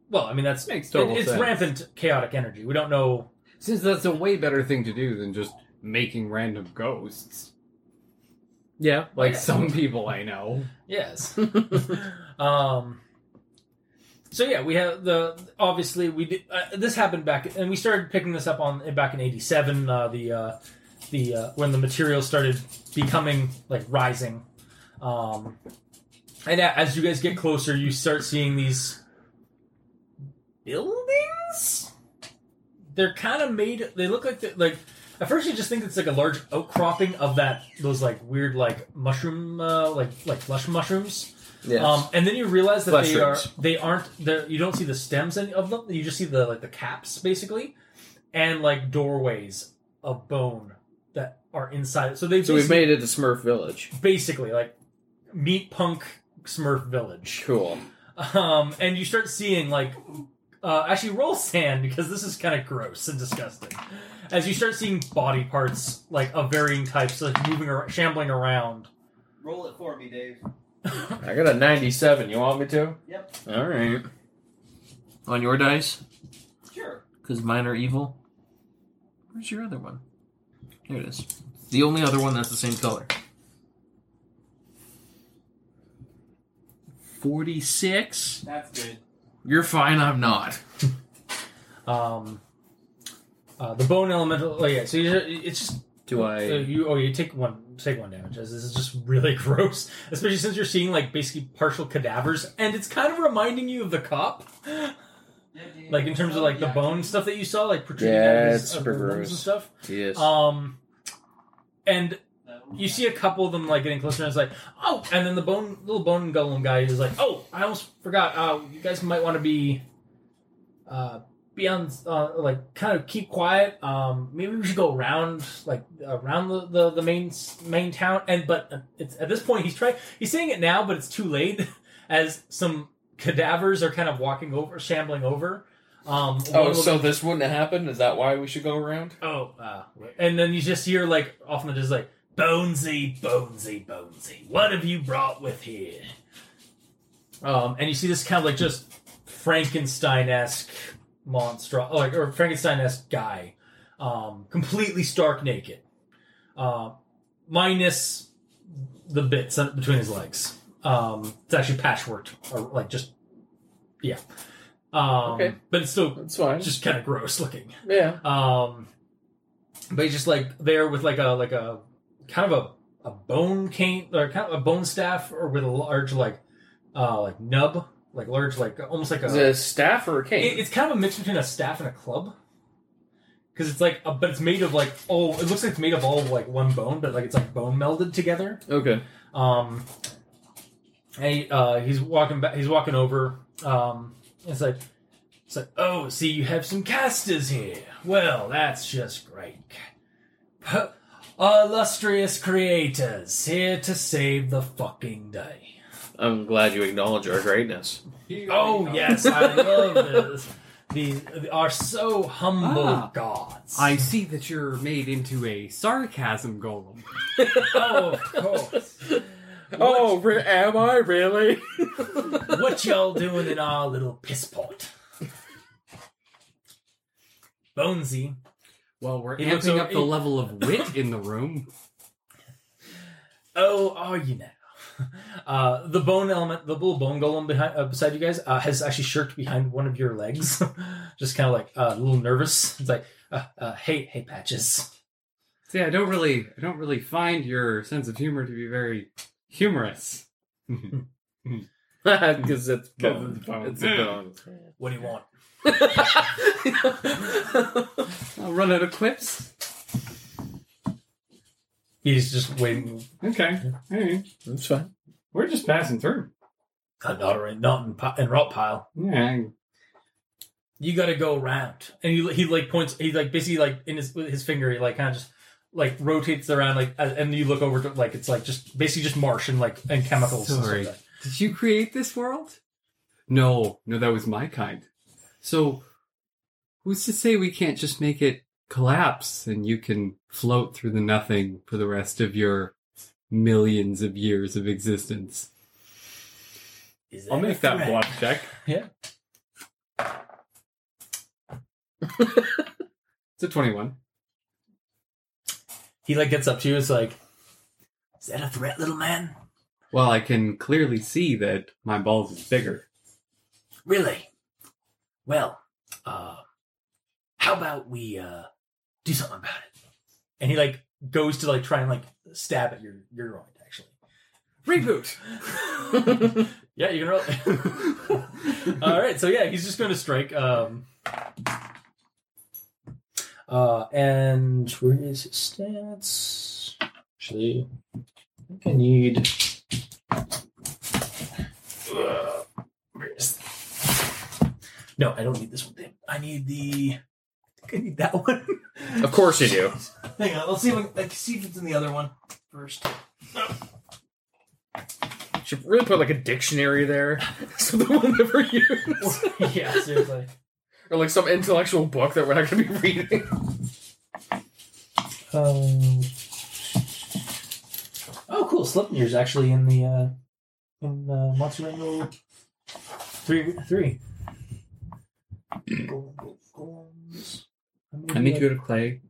S2: well, I mean that's
S6: Makes
S2: it,
S6: total
S2: it's
S6: sense.
S2: rampant chaotic energy. We don't know.
S6: Since that's a way better thing to do than just making random ghosts,
S3: Yeah.
S6: like some people I know.
S2: Yes. um, so yeah, we have the obviously we did, uh, this happened back and we started picking this up on back in '87. Uh, the uh, the uh, when the material started becoming like rising, um, and a- as you guys get closer, you start seeing these buildings. They're kind of made. They look like they're- like at first you just think it's like a large outcropping of that those like weird like mushroom uh, like like flesh mushrooms.
S3: Yes.
S2: Um, and then you realize that they are
S3: Mushrooms.
S2: they aren't they're- you don't see the stems any of them. You just see the like the caps basically, and like doorways of bone that are inside. So they
S3: so we've
S2: basically,
S3: made it to Smurf Village.
S2: basically like meat punk Smurf Village.
S3: Cool.
S2: Um, and you start seeing like uh, actually roll sand because this is kind of gross and disgusting. As you start seeing body parts like of varying types like moving around, shambling around.
S13: Roll it for me, Dave.
S3: I got a 97. You want me to?
S13: Yep.
S3: All right. On your dice,
S13: Sure.
S3: because mine are evil. Where's your other one? Here it is. The only other one that's the same color. 46?
S13: That's good.
S3: You're fine, I'm not.
S2: Um, uh, the bone elemental. Oh yeah, so you it's just
S3: Do
S2: so
S3: I.
S2: you. Oh, you take one, take one damage. As this is just really gross, especially since you're seeing like basically partial cadavers, and it's kind of reminding you of the cop, like in terms of like the bone stuff that you saw, like protruding out
S3: Yeah,
S2: of his,
S3: it's
S2: of
S3: super
S2: the limbs
S3: gross.
S2: and stuff.
S3: Yes.
S2: Um, and you see a couple of them like getting closer, and it's like, oh, and then the bone little bone golem guy is like, oh, I almost forgot. Uh, you guys might want to be, uh, be on uh, like kind of keep quiet. Um, maybe we should go around like around the the, the main s- main town. And but uh, it's at this point he's trying he's saying it now, but it's too late as some cadavers are kind of walking over, shambling over. Um, one
S5: Oh,
S2: will-
S5: so this wouldn't have happened? Is that why we should go around?
S2: Oh, uh, and then you just hear like off in the distance, like Bonesy, Bonesy, Bonesy, what have you brought with here? Um, and you see this kind of like just Frankenstein esque monster, like or Frankenstein esque guy, um, completely stark naked, uh, minus the bits on- between his legs. Um, it's actually patchworked, or like just yeah. Um,
S5: Okay.
S2: but it's still
S5: That's fine.
S2: just kind of gross looking.
S5: yeah.
S2: Um, but he's just like there with like a like a kind of a, a bone cane or kind of a bone staff or with a large like uh like nub like large like almost like
S5: Is
S2: a
S5: it a staff or a cane?
S2: it- it's kind of a mix between a staff and a club because it's like a, but it's made of like oh it looks like it's made of all like one bone but like it's like bone melded together
S3: okay.
S2: um, and he, uh, he's walking back. He's walking over. Um, and it's like, it's like, oh, see, you have some casters here. Well, that's just great. P- illustrious creators here to save the fucking day.
S3: I'm glad you acknowledge our greatness.
S2: Oh yes, I love this. These are so humble
S6: Ah,
S2: gods.
S6: I see that you're made into a sarcasm golem.
S2: oh, of course.
S5: oh, re- am I really?
S2: what y'all doing in our little piss port? Bonesy
S6: Well, we're
S2: He looks
S6: amping
S2: over-
S6: up the
S2: he-
S6: level of wit in the room.
S2: Oh, are you now? Uh, the bone element, the little bone golem behind uh, beside you guys, uh, has actually shirked behind one of your legs, just kind of like uh, a little nervous. It's like, uh, uh, hey, hey, patches.
S6: See, I don't really, I don't really find your sense of humor to be very humorous.
S3: Because it's
S6: Because
S3: bone.
S6: it's bone.
S3: It's a bone.
S2: What do you want?
S6: I'll run out of quips.
S2: He's just waiting.
S7: Okay. All right.
S3: That's fine.
S7: We're just passing through.
S2: Uh, not in, not in, pi- in rot pile.
S7: Yeah.
S2: you got to go around and he, he like points he like basically like in his with his finger he like kind of just like rotates around like uh, and you look over to like it's like just basically just marsh and like and chemicals
S6: Sorry.
S2: And stuff like
S6: Did you create this world? No, no, that was my kind. So, who's to say we can't just make it collapse and you can float through the nothing for the rest of your millions of years of existence?
S2: that. Is
S7: I'll
S2: that
S7: make that
S2: correct?
S7: bluff check.
S6: It's a 21.
S2: he like gets up to you it's like is that a threat little man
S6: Well, I can clearly see that my balls is bigger.
S2: Really? Well, uh, how about we uh, do something about it? And he like goes to like try and like stab at your your groin actually. Reboot. yeah, you can roll. All right, so yeah, he's just going to strike. Um, uh, and where is his stats? Actually, I think I need. Uh, where is no, I don't need this one. Thing. I need the. I think I need that one.
S3: Of course you do.
S2: Hang on, let's see if I, let's see if it's in the other one first.
S3: Should really put like a dictionary there, so that we'll never use,
S2: yeah, seriously.
S3: or like some intellectual book that we're not going to be reading.
S2: Um, oh, cool. Sleipnir's actually in the uh, in uh, Monster Manual three three. Golems.
S6: I need you to play.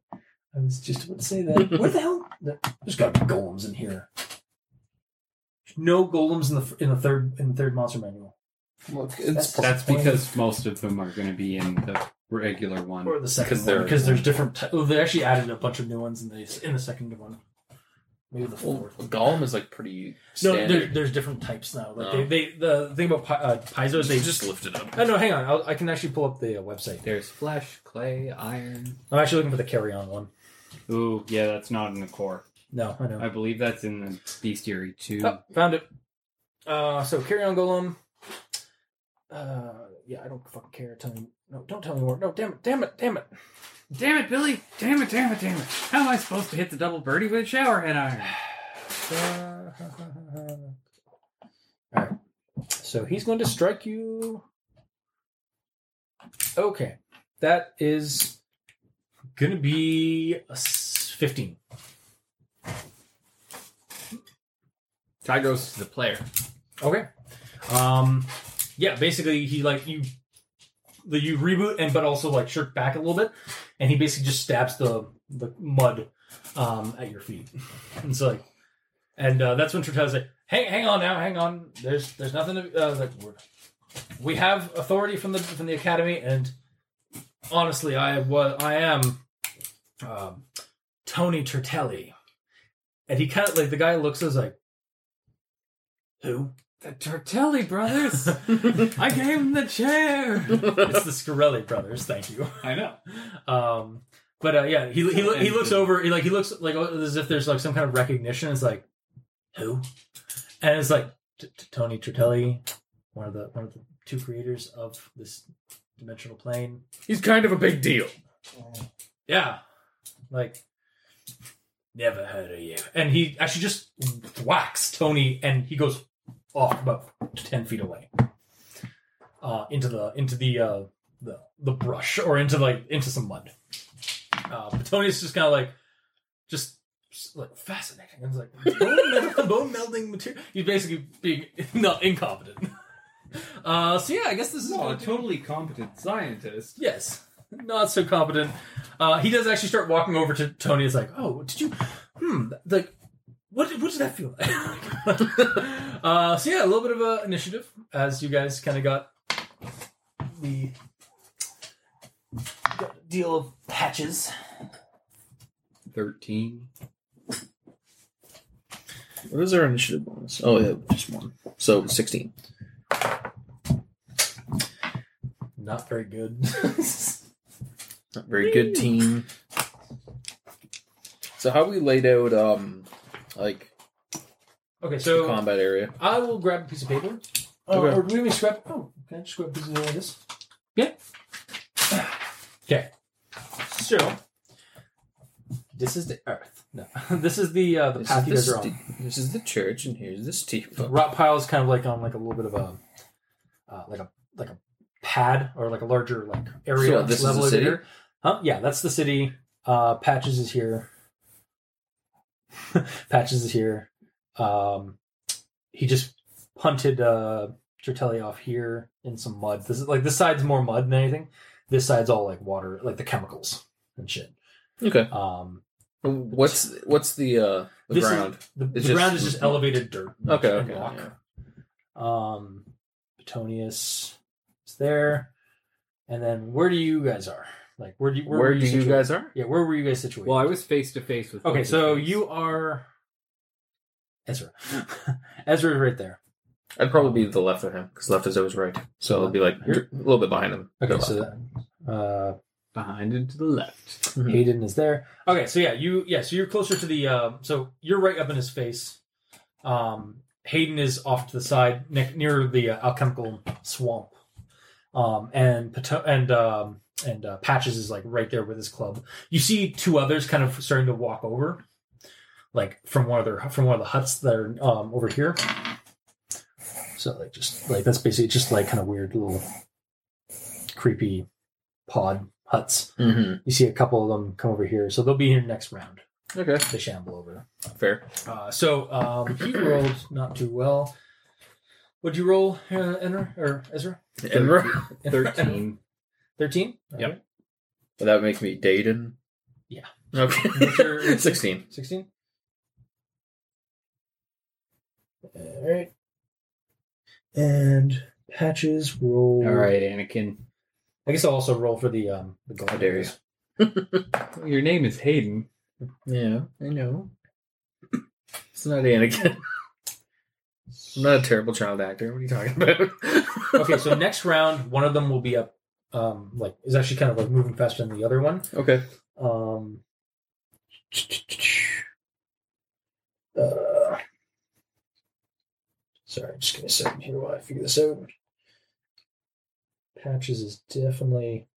S2: I was just about to say that. Where the hell? There's got to be golems in here. No golems in the in the third in the third monster manual.
S14: Well, it's,
S6: That's because most of them are going to be in the regular one.
S2: Or the second
S3: 'Cause
S2: one,
S3: they're-
S2: because there's different. Ty- oh, they actually added a bunch of new ones in the in the second one. Maybe the
S3: Well,
S2: fourth.
S3: Gollum is like pretty
S2: No, there,
S3: standard.
S2: there's different types now. Like
S3: Oh.
S2: they, they, the thing about pi- uh, piezo is they just.
S3: just lift it up.
S2: Oh, no, hang on. I'll, I can actually pull up the uh, website.
S6: There's flesh, clay, iron.
S2: I'm actually looking for the carry-on one.
S6: Ooh, yeah, that's not in the core.
S2: No, I know.
S6: I believe that's in the bestiary too.
S2: Oh, found it. Uh, so carry-on golem. Uh, yeah, I don't fucking care. Tell me. No, don't tell me more. No, damn it, damn it, damn it.
S6: Damn it, Billy! Damn it, damn it, damn it! How am I supposed to hit the double birdie with shower head iron?
S2: All right. So he's going to strike you. Okay, that is going to be a s- fifteen.
S15: Tie goes to the player.
S2: Okay. Um, yeah, basically he like you, the you reboot and but also like shirk back a little bit, and he basically just stabs the the mud um, at your feet. And so like, and uh, that's when Tertel's like, hang hang on now, hang on. There's there's nothing to uh, like. We're, we have authority from the from the academy, and honestly, I was I am um, Tony Tertelli, and he kind of like the guy looks as like. Who?
S6: The Tortelli brothers! I gave him the chair!
S2: it's the Scarelli brothers. Thank you.
S4: I know.
S2: Um, but uh, yeah, he he, lo- he looks over. He, like he looks like oh, as if there's like some kind of recognition. It's like who? And it's like T- T- Tony Tritelli, one of the one of the two creators of this dimensional plane.
S3: He's kind of a big deal.
S2: Yeah, like never heard of you. And he actually just whacks Tony, and he goes off about ten feet away uh, into the into the, uh, the the brush or into like into some mud. Uh, but Tony's just kind of like just. just, Like fascinating, and it's like bone, mel- bone melding material. He's basically being not incompetent. Uh, so yeah, I guess this is
S4: No,
S2: going
S4: a
S2: to-
S4: totally competent scientist.
S2: Yes, not so competent. Uh, he does actually start walking over to Tony. It's like, oh, did you? Hmm. Like, what? What did that feel like? uh, so yeah, a little bit of a initiative as you guys kind of got the got the deal of patches.
S6: 13.
S3: What is our initiative bonus? Oh yeah, just one. So sixteen.
S2: Not very good.
S3: Not very good team. So how we laid out um like
S2: okay,
S3: the
S2: so
S3: combat area?
S2: I will grab a piece of paper. Uh,
S3: Okay.
S2: Or do we have any scrap? Oh, can I just grab a piece of paper like this?
S6: Yeah.
S2: Okay. So this is the Earth. No, this is the uh, the
S3: This
S2: path
S3: is,
S2: you guys
S3: the
S2: are on.
S3: st- this is the church, and here's the steeple.
S2: Rock pile is kind of like on like a little bit of a uh, like a like a pad or like a larger like area.
S3: So this is
S2: level
S3: the
S2: over
S3: city?
S2: here. Huh? Yeah, that's the city. Uh, Patches is here. Patches is here. Um, he just punted uh, Tertelli off here in some mud. This is like this side's more mud than anything. This side's all like water, like the chemicals and shit.
S3: Okay.
S2: Um,
S3: What's what's the uh the
S2: This is-
S3: ground?
S2: the, the
S3: It's just-
S2: ground is just elevated dirt.
S3: Okay,
S2: and
S3: okay,
S2: rock.
S3: yeah.
S2: Um, Petonius, It's there. And then where do you guys are? Like where do you,
S5: Where,
S2: were
S5: do you
S2: situated?
S5: guys are?
S2: Yeah, where were you guys situated?
S4: Well, I was face to face with.
S2: okay,
S4: what's his
S2: so
S4: face.
S2: you are Ezra. Ezra's right there.
S3: I'd probably be to the left of him because left is always right. So it'll be like a little bit behind him.
S2: Okay,
S3: Go
S2: so
S3: left.
S2: that, uh,
S6: behind and to the left.
S3: Mhm.
S2: Aiden is there. Okay, so yeah, you yeah, so you're closer to the uh, so you're right up in his face. Um, Hayden is off to the side, ne- near the uh, alchemical swamp, um, and Pato- and um, and uh, Patches is like right there with his club. You see two others kind of starting to walk over, like from one of their from one of the huts that are um, over here. So like just like that's basically just like kind of weird little creepy pod huts.
S3: Mhm.
S2: You see a couple of them come over here, so they'll be here next round.
S3: Okay,
S2: They shamble over.
S3: fair.
S2: Uh, so um, he rolled not too well. Would you roll, uh, Enra, or Ezra?
S3: And ro-
S6: Thirteen.
S2: Thirteen.
S3: Yep. Would that make me Dayton?
S2: Yeah. What's your-
S3: Okay. Sixteen.
S2: Sixteen. All right. And patches roll.
S6: All right, Anakin.
S2: I guess I'll also roll for the um the gold.
S3: How dare you.
S6: Your name is Hayden.
S3: Yeah, I know. It's not Anakin. I'm not a terrible child actor. What are you talking about?
S2: okay, so next round, one of them will be up. Um, like is actually kind of like moving faster than the other one.
S3: okay.
S2: Um, uh, sorry, just give me a second here while I figure this out. Patches is definitely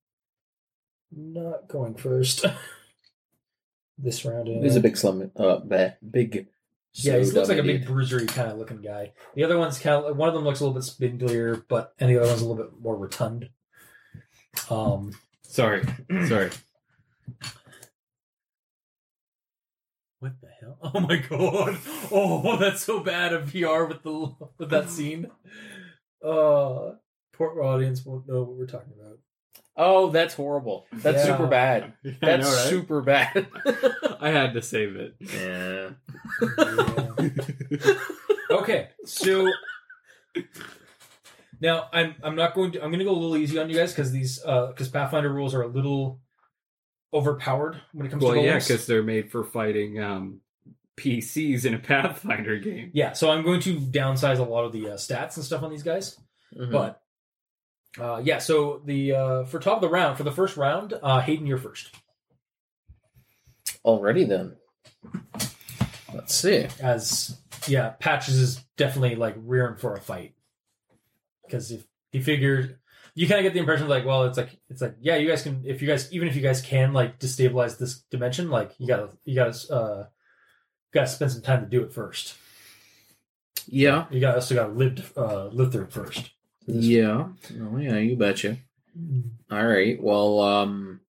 S2: not going first. this round anyway.
S3: He's a big slum. Uh, bleh, big.
S2: Yeah, he
S3: so
S2: looks like a
S3: dumb
S2: big
S3: idiot.
S2: bruisery kind of looking guy. The other one's kind of one of them looks a little bit spindlier, but and the other one's a little bit more rotund. Um,
S6: Sorry, sorry.
S2: What the hell? Oh my god! Oh, that's so bad of PR with the with that scene. Uh, poor audience won't know what we're talking about.
S3: Oh, that's horrible. That's
S2: Yeah.
S3: super bad. That's super bad.
S6: I had to save it.
S3: yeah.
S2: okay, so now I'm I'm not going to I'm going to go a little easy on you guys because these because Pathfinder rules are a little overpowered when it comes
S6: Well,
S2: to
S6: yeah,
S2: goals.
S6: because they're made for fighting um, PCs in a Pathfinder game.
S2: yeah, so I'm going to downsize a lot of the uh, stats and stuff on these guys.
S6: Mm-hmm.
S2: But uh, yeah, so the uh, for top of the round for the first round, uh, Hayden, you're first.
S3: Already then. Let's see.
S2: As yeah, Patches is definitely like rearing for a fight because if he figured, you kind of get the impression like, well, it's like it's like yeah, you guys can if you guys even if you guys can like destabilize this dimension, like you gotta you gotta uh, gotta spend some time to do it first.
S3: Yeah.
S2: You gotta also gotta live uh, live through it first.
S3: Yeah. Oh yeah, you betcha. All right. Well, um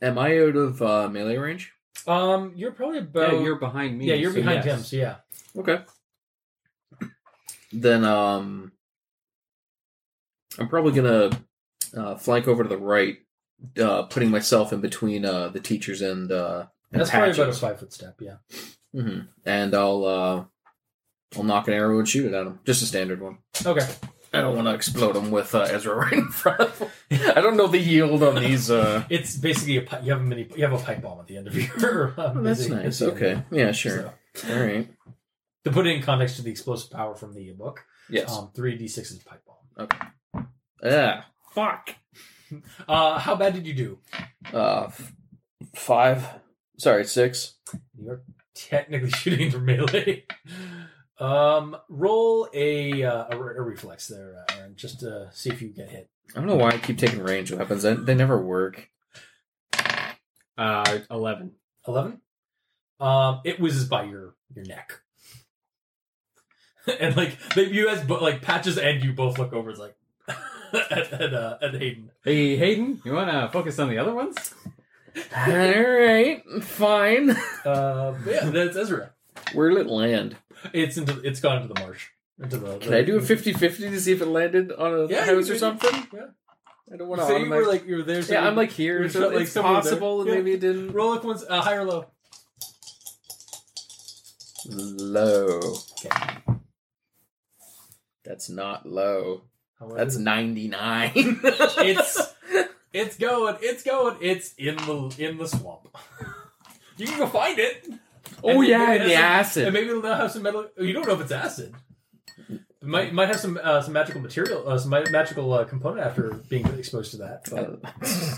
S3: am I out of uh, melee range?
S2: Um, you're probably about
S6: yeah, you're behind me.
S2: yeah, you're
S6: so
S2: behind
S6: yes.
S2: him, so yeah.
S3: Okay. Then um I'm probably going to uh flank over to the right uh putting myself in between uh the teachers and uh and
S2: That's probably about a
S3: Patches.
S2: five foot step, yeah.
S3: hmm And I'll uh I'll knock an arrow and shoot it at him. Just a standard one.
S2: Okay.
S3: I don't want to explode him with uh, Ezra right in front of him. I don't know the yield on these. Uh...
S2: It's basically a pi- you have a mini you have a pipe bomb at the end of your. Um,
S3: Oh, that's
S2: busy-
S3: nice.
S2: busy end.
S3: Okay. Yeah. Sure.
S2: So,
S3: All right.
S2: to put it in context to the explosive power from the book,
S3: Yes.
S2: um, three d six is pipe bomb.
S3: yeah.
S2: Fuck. Uh, how bad did you do?
S3: Uh, f- five. Sorry, six.
S2: You're technically shooting into melee. Um, roll a uh, a, re- a reflex there, uh, Aaron, just to see if you get hit.
S3: I don't know why I keep taking range weapons. They, they never work.
S6: Uh, Eleven.
S2: Eleven. Um, it whizzes by your your neck, and like the you guys, but like patches and you both look over. It's like at, at, uh, at Hayden.
S6: Hey, Hayden, you want to focus on the other ones?
S3: All right. Fine.
S2: Uh, but yeah, that's Ezra.
S3: Where did it land?
S2: It's into it's gone into the marsh. Into the.
S3: Can I do a 50 50 to see if it landed on a
S2: Yeah,
S3: house
S2: you can-
S3: or something?
S2: yeah.
S3: I don't want to
S2: So you were
S3: automatically.
S2: like you were there. So
S3: yeah,
S2: you-
S3: I'm like here.
S2: you're
S3: So
S2: like
S3: it's
S2: somewhere there.
S3: possible, and
S2: Yeah.
S3: maybe it didn't.
S2: roll like once uh, high or low.
S3: Low. That's not low.
S2: However,
S3: That's 99. it's
S2: it's going, it's going, it's in the in the swamp. you can go find it.
S3: Oh
S2: And
S3: yeah,
S2: maybe
S3: in the
S2: it has
S3: acid.
S2: some- And maybe it'll now have some metal. oh, You don't know if it's acid. It might might have some uh, some magical material, uh, some ma- magical uh, component after being exposed to that. But,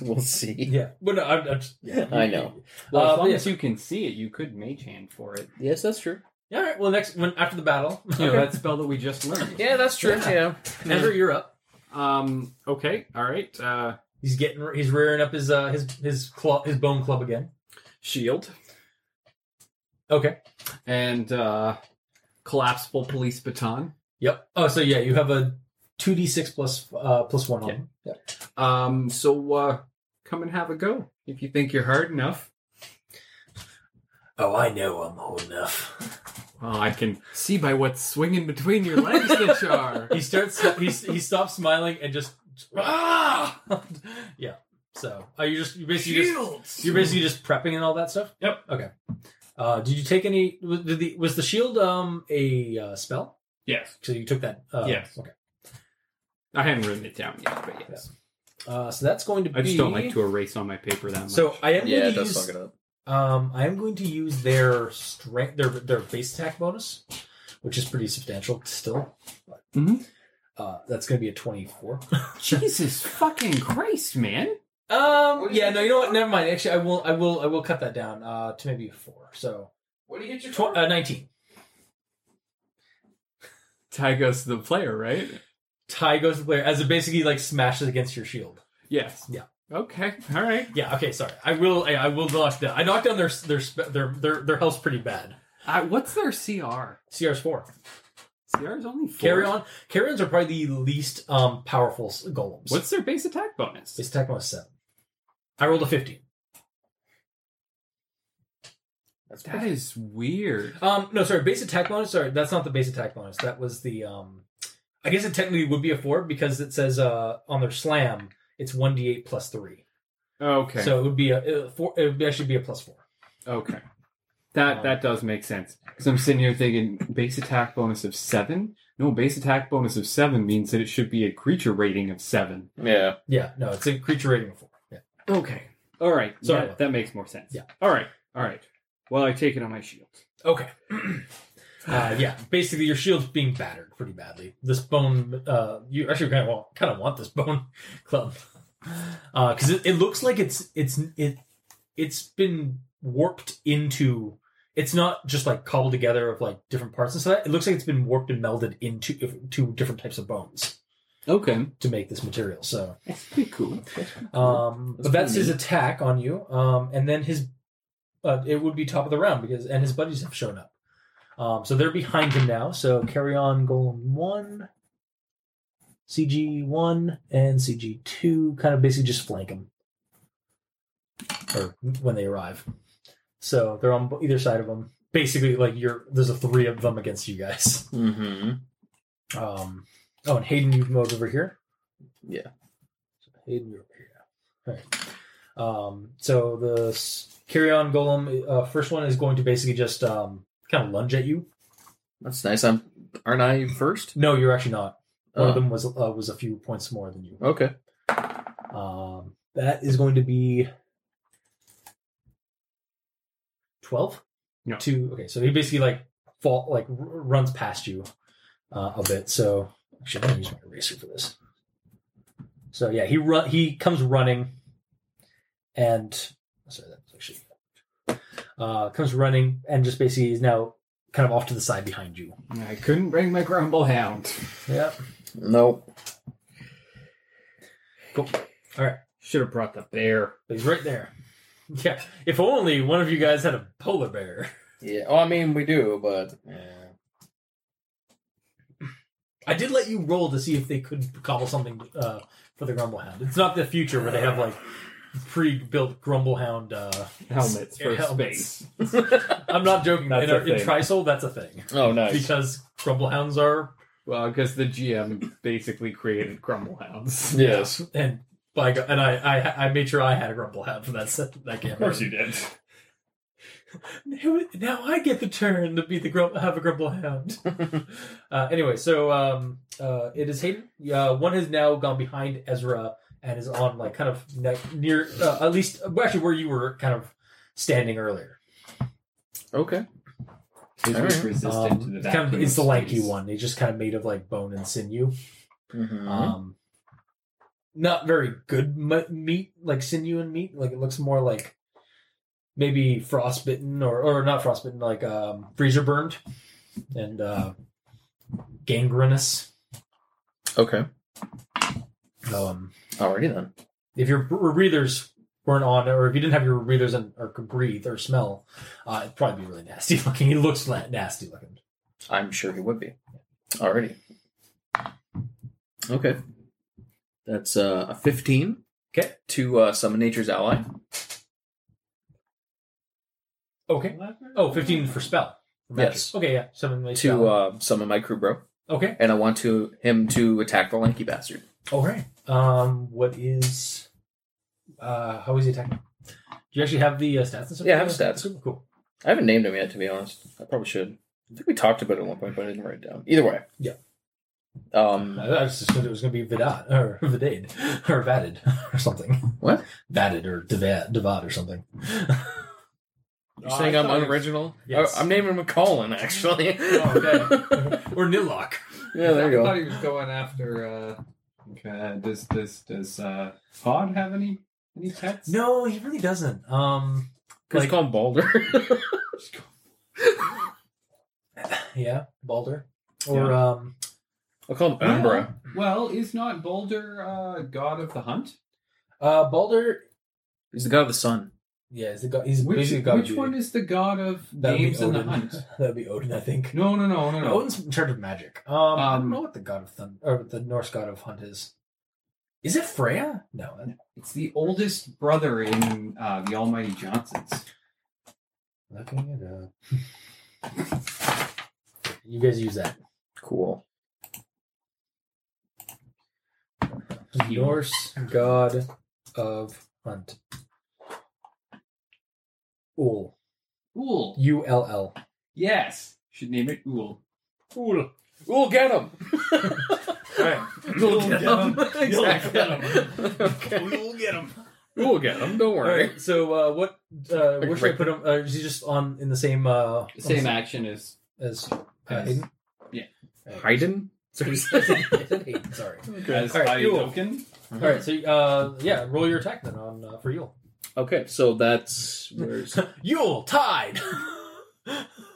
S3: we'll see.
S2: yeah, but no, I'm, I'm just, yeah,
S3: I know.
S4: Well,
S2: Uh,
S4: as long
S2: yeah.
S4: as you can see it, you could mage hand for it.
S3: Yes, that's true.
S2: Yeah, all right. Well, next when after the battle,
S4: You know, that spell that we just learned.
S3: Yeah, that's true.
S2: Yeah.
S3: Yeah.
S2: Ezra, you're up.
S4: Um. Okay. All right. Uh,
S2: He's getting he's rearing up his uh, his his claw his bone club again.
S4: shield
S2: Okay.
S4: and uh,
S6: Collapsible police baton.
S2: Yep. Oh, so yeah, you have a two d six plus uh, plus one on. him. Yeah.
S6: Um, so uh, come and have a go if you think you're hard enough.
S2: Oh, I know I'm old enough.
S6: Well, I can see by what's swinging between your legs that you are.
S2: he starts. He he stops smiling and just ah. yeah. So are you just you basically just
S6: Shields.
S2: You're basically just prepping and all that stuff.
S4: Yep.
S2: Okay. Uh, did you take any? Was, did the, was the shield um a uh, spell?
S4: yes.
S2: So you took that. Uh,
S4: Yes.
S2: Okay.
S6: I haven't written it down yet, but yes.
S2: Uh, so that's going to be.
S6: I just don't like to erase on my paper that much.
S2: So I am
S3: Yeah,
S2: going
S3: it
S2: to
S3: does
S2: use.
S3: fuck it up.
S2: Um, I am going to use their strength, their their base attack bonus, which is pretty substantial still.
S6: Mhm.
S2: Uh, that's going to be a twenty-four.
S6: Jesus fucking Christ, man!
S2: Um. Yeah. No. You know what? Never mind. Actually, I will. I will. I will cut that down. Uh, to maybe a four. So.
S5: What do you get your
S2: Tw- uh, Nineteen.
S6: Ty goes to the player, right?
S2: Ty goes to the player as it basically like smashes against your shield.
S6: Yes.
S2: Yeah.
S6: Okay. All right.
S2: Yeah. Okay. Sorry. I will. I, I will knock down. I knocked down their their spe- their their, their health's pretty bad.
S6: Uh, what's their CR?
S2: CR's four.
S6: CR is only four.
S2: Carry on. Carrions are probably the least um powerful s- golems.
S6: What's their base attack bonus?
S2: It's attack bonus seven. I rolled a fifteen.
S6: That is weird.
S2: Um. No. Sorry. Base attack bonus. Sorry. That's not the base attack bonus. That was the um. I guess it technically would be a four because it says uh on their slam it's one d eight plus three.
S6: Okay.
S2: So it would be a, a four. It would actually be a plus four.
S6: okay. That that does make sense. Because I'm sitting here thinking base attack bonus of seven. No, base attack bonus of seven means that it should be a creature rating of seven.
S3: Yeah.
S2: Yeah. No. It's a creature rating of four. Yeah.
S6: Okay. All right.
S2: Sorry.
S6: Sorry. That, that makes more sense.
S2: Yeah.
S6: All right. All right. Well, I take it on my shield.
S2: Okay. uh, yeah, basically your shield's being battered pretty badly. This bone, uh, you actually kind of want, kind of want this bone club because it, it looks like it's it's it it's been warped into. It's not just like cobbled together of like different parts and stuff. It looks like it's been warped and melded into two different types of bones
S6: Okay.
S2: to make this material. So,
S6: That's pretty cool.
S2: um, but
S3: pretty
S2: that's his attack on you, um, and then his uh, it would be top of the round because and his buddies have shown up, um, so they're behind him now. So carry on, golem one, CG one, and CG two, kind of basically just flank him, or when they arrive. So they're on either side of him. Basically, like you're there's a three of them against you guys.
S3: Mm-hmm.
S2: Um, oh, and Hayden, you can go over here.
S3: Yeah.
S2: So Hayden, you're over here. All right. Um, so the s- carry on golem uh, first one is going to basically just um, kind of lunge at you.
S3: That's nice. I'm aren't I first?
S2: No, you're actually not. One of
S3: Uh,
S2: them was uh, was a few points more than you.
S3: Okay.
S2: Um, that is going to be twelve.
S6: No.
S2: Two. Okay, so he basically like fall like r- runs past you uh, a bit. So actually, I'm gonna use my eraser for this. So yeah, he run. He comes running, and oh, sorry, that was actually uh, comes running and just basically is now kind of off to the side behind you.
S6: I couldn't bring my grumble hound.
S2: Yeah.
S3: No.
S6: Should have brought the bear.
S2: He's right there. Yeah. If only one of you guys had a polar bear.
S3: Yeah. Oh, I mean we do, but yeah.
S2: I did let you roll to see if they could cobble something uh, for the Grumblehound. It's not the future where they have like pre-built Grumblehound uh,
S6: Helmets for
S2: helmets.
S6: space.
S2: I'm not joking.
S6: That's
S2: In,
S6: a
S2: our, in
S6: thing.
S2: Trisol, that's a thing
S3: Oh, nice.
S2: because Grumblehounds are
S6: Well, because the GM basically created grumble hounds.
S3: Yes.
S2: and by go- and I, I I made sure I had a Grumblehound for that set, that game.
S6: you did.
S2: Now- Now I get the turn to be the grump, have a grumble hound. uh, anyway, so um, uh, it is Hayden. Uh, one has now gone behind Ezra and is on like kind of ne- near, uh, at least well, actually where you were kind of standing earlier.
S3: Okay.
S4: He's
S3: Alright.
S6: Uh,
S4: resistant to the
S2: Um, kind of,
S4: vacuum
S2: it's the
S4: of
S2: lanky
S4: space.
S2: one. He's just kind of made of like bone and sinew.
S3: Mhm.
S2: Um, not very good mu- meat, like sinew and meat. Like it looks more like maybe frostbitten or or not frostbitten, like um, freezer burned and uh, gangrenous.
S3: okay.
S2: Um,
S3: Alrighty then.
S2: if your br- breathers weren't on, or if you didn't have your breathers and or could breathe or smell, uh, it'd probably be really nasty looking. He looks la- nasty looking.
S3: I'm sure he would be. Alrighty. Okay. That's uh, a 15.
S2: 'Kay.
S3: To uh, summon nature's ally.
S2: Okay. Oh, 15 for spell. For magic.
S3: Yes.
S2: Okay, yeah. Summon my
S3: To
S2: spell.
S3: uh, summon my crew bro.
S2: okay.
S3: And I want to him to attack the lanky bastard.
S2: All right. Um, what is? Uh, how is he attacking? Do you actually have the uh, stats and stuff?
S3: Yeah, I have stats.
S2: Cool.
S3: I haven't named him yet, to be honest. I probably should. I think we talked about it at one point, but I didn't write it down. Either way.
S2: Yeah. Uh,
S3: Um.
S2: I, I just assumed it was going to be Vidat or Vidade or Vatted or something.
S3: What?
S2: Vatted or Devat, Devat or something.
S3: You're saying I'm unoriginal?
S2: Yes.
S3: I, am naming him Colin, actually.
S2: okay. or Nilok.
S3: yeah, Oh, there you
S4: I
S3: go.
S4: thought he was going after. Uh, okay, does does does uh, Pod have any any pets?
S2: No, he really doesn't. Um,
S3: Just
S2: like-
S3: call him Balder.
S2: yeah, Balder or um,
S3: I'll call him Uh, Umbra.
S4: Well, is not Boulder uh, god of the hunt?
S2: uh, Balder.
S3: He's the god of the sun.
S2: Yeah, he's the god. He's
S4: Which,
S2: basically god.
S4: which one is the god of
S2: That'd be
S4: games and the
S2: Odin.
S4: hunt?
S2: That'd be Odin, I think.
S4: No, no, no, no,
S2: No,
S4: no.
S2: Odin's in charge of magic. Um, I don't
S4: Um,
S2: know what the god of thunder or the Norse god of hunt is. Is it Freya? No. that-
S4: It's the oldest brother in uh, the Almighty Johnsons.
S2: Looking it up. you guys use that
S3: Cool.
S2: Norse god of hunt. Ul.
S4: Ool.
S2: U L L.
S4: Yes. Should name it Ool.
S2: Ul.
S3: We'll get him.
S2: You'll get him.
S3: okay.
S16: We'll get him.
S3: We'll get him. Don't
S2: All
S3: worry.
S2: right. So, uh, what? Uh, where
S3: Like
S2: should I
S3: right-
S2: put him? Uh, is he just on in the same? Uh,
S17: Same action as
S2: as uh, Hayden?
S3: Hayden?
S2: I said Hayden, Sorry.
S4: As
S2: All right,
S4: by
S2: Yule.
S4: token.
S2: All right. So, uh, yeah, roll your attack then on uh, for Yule.
S3: Okay, so that's where's
S2: Yule tide.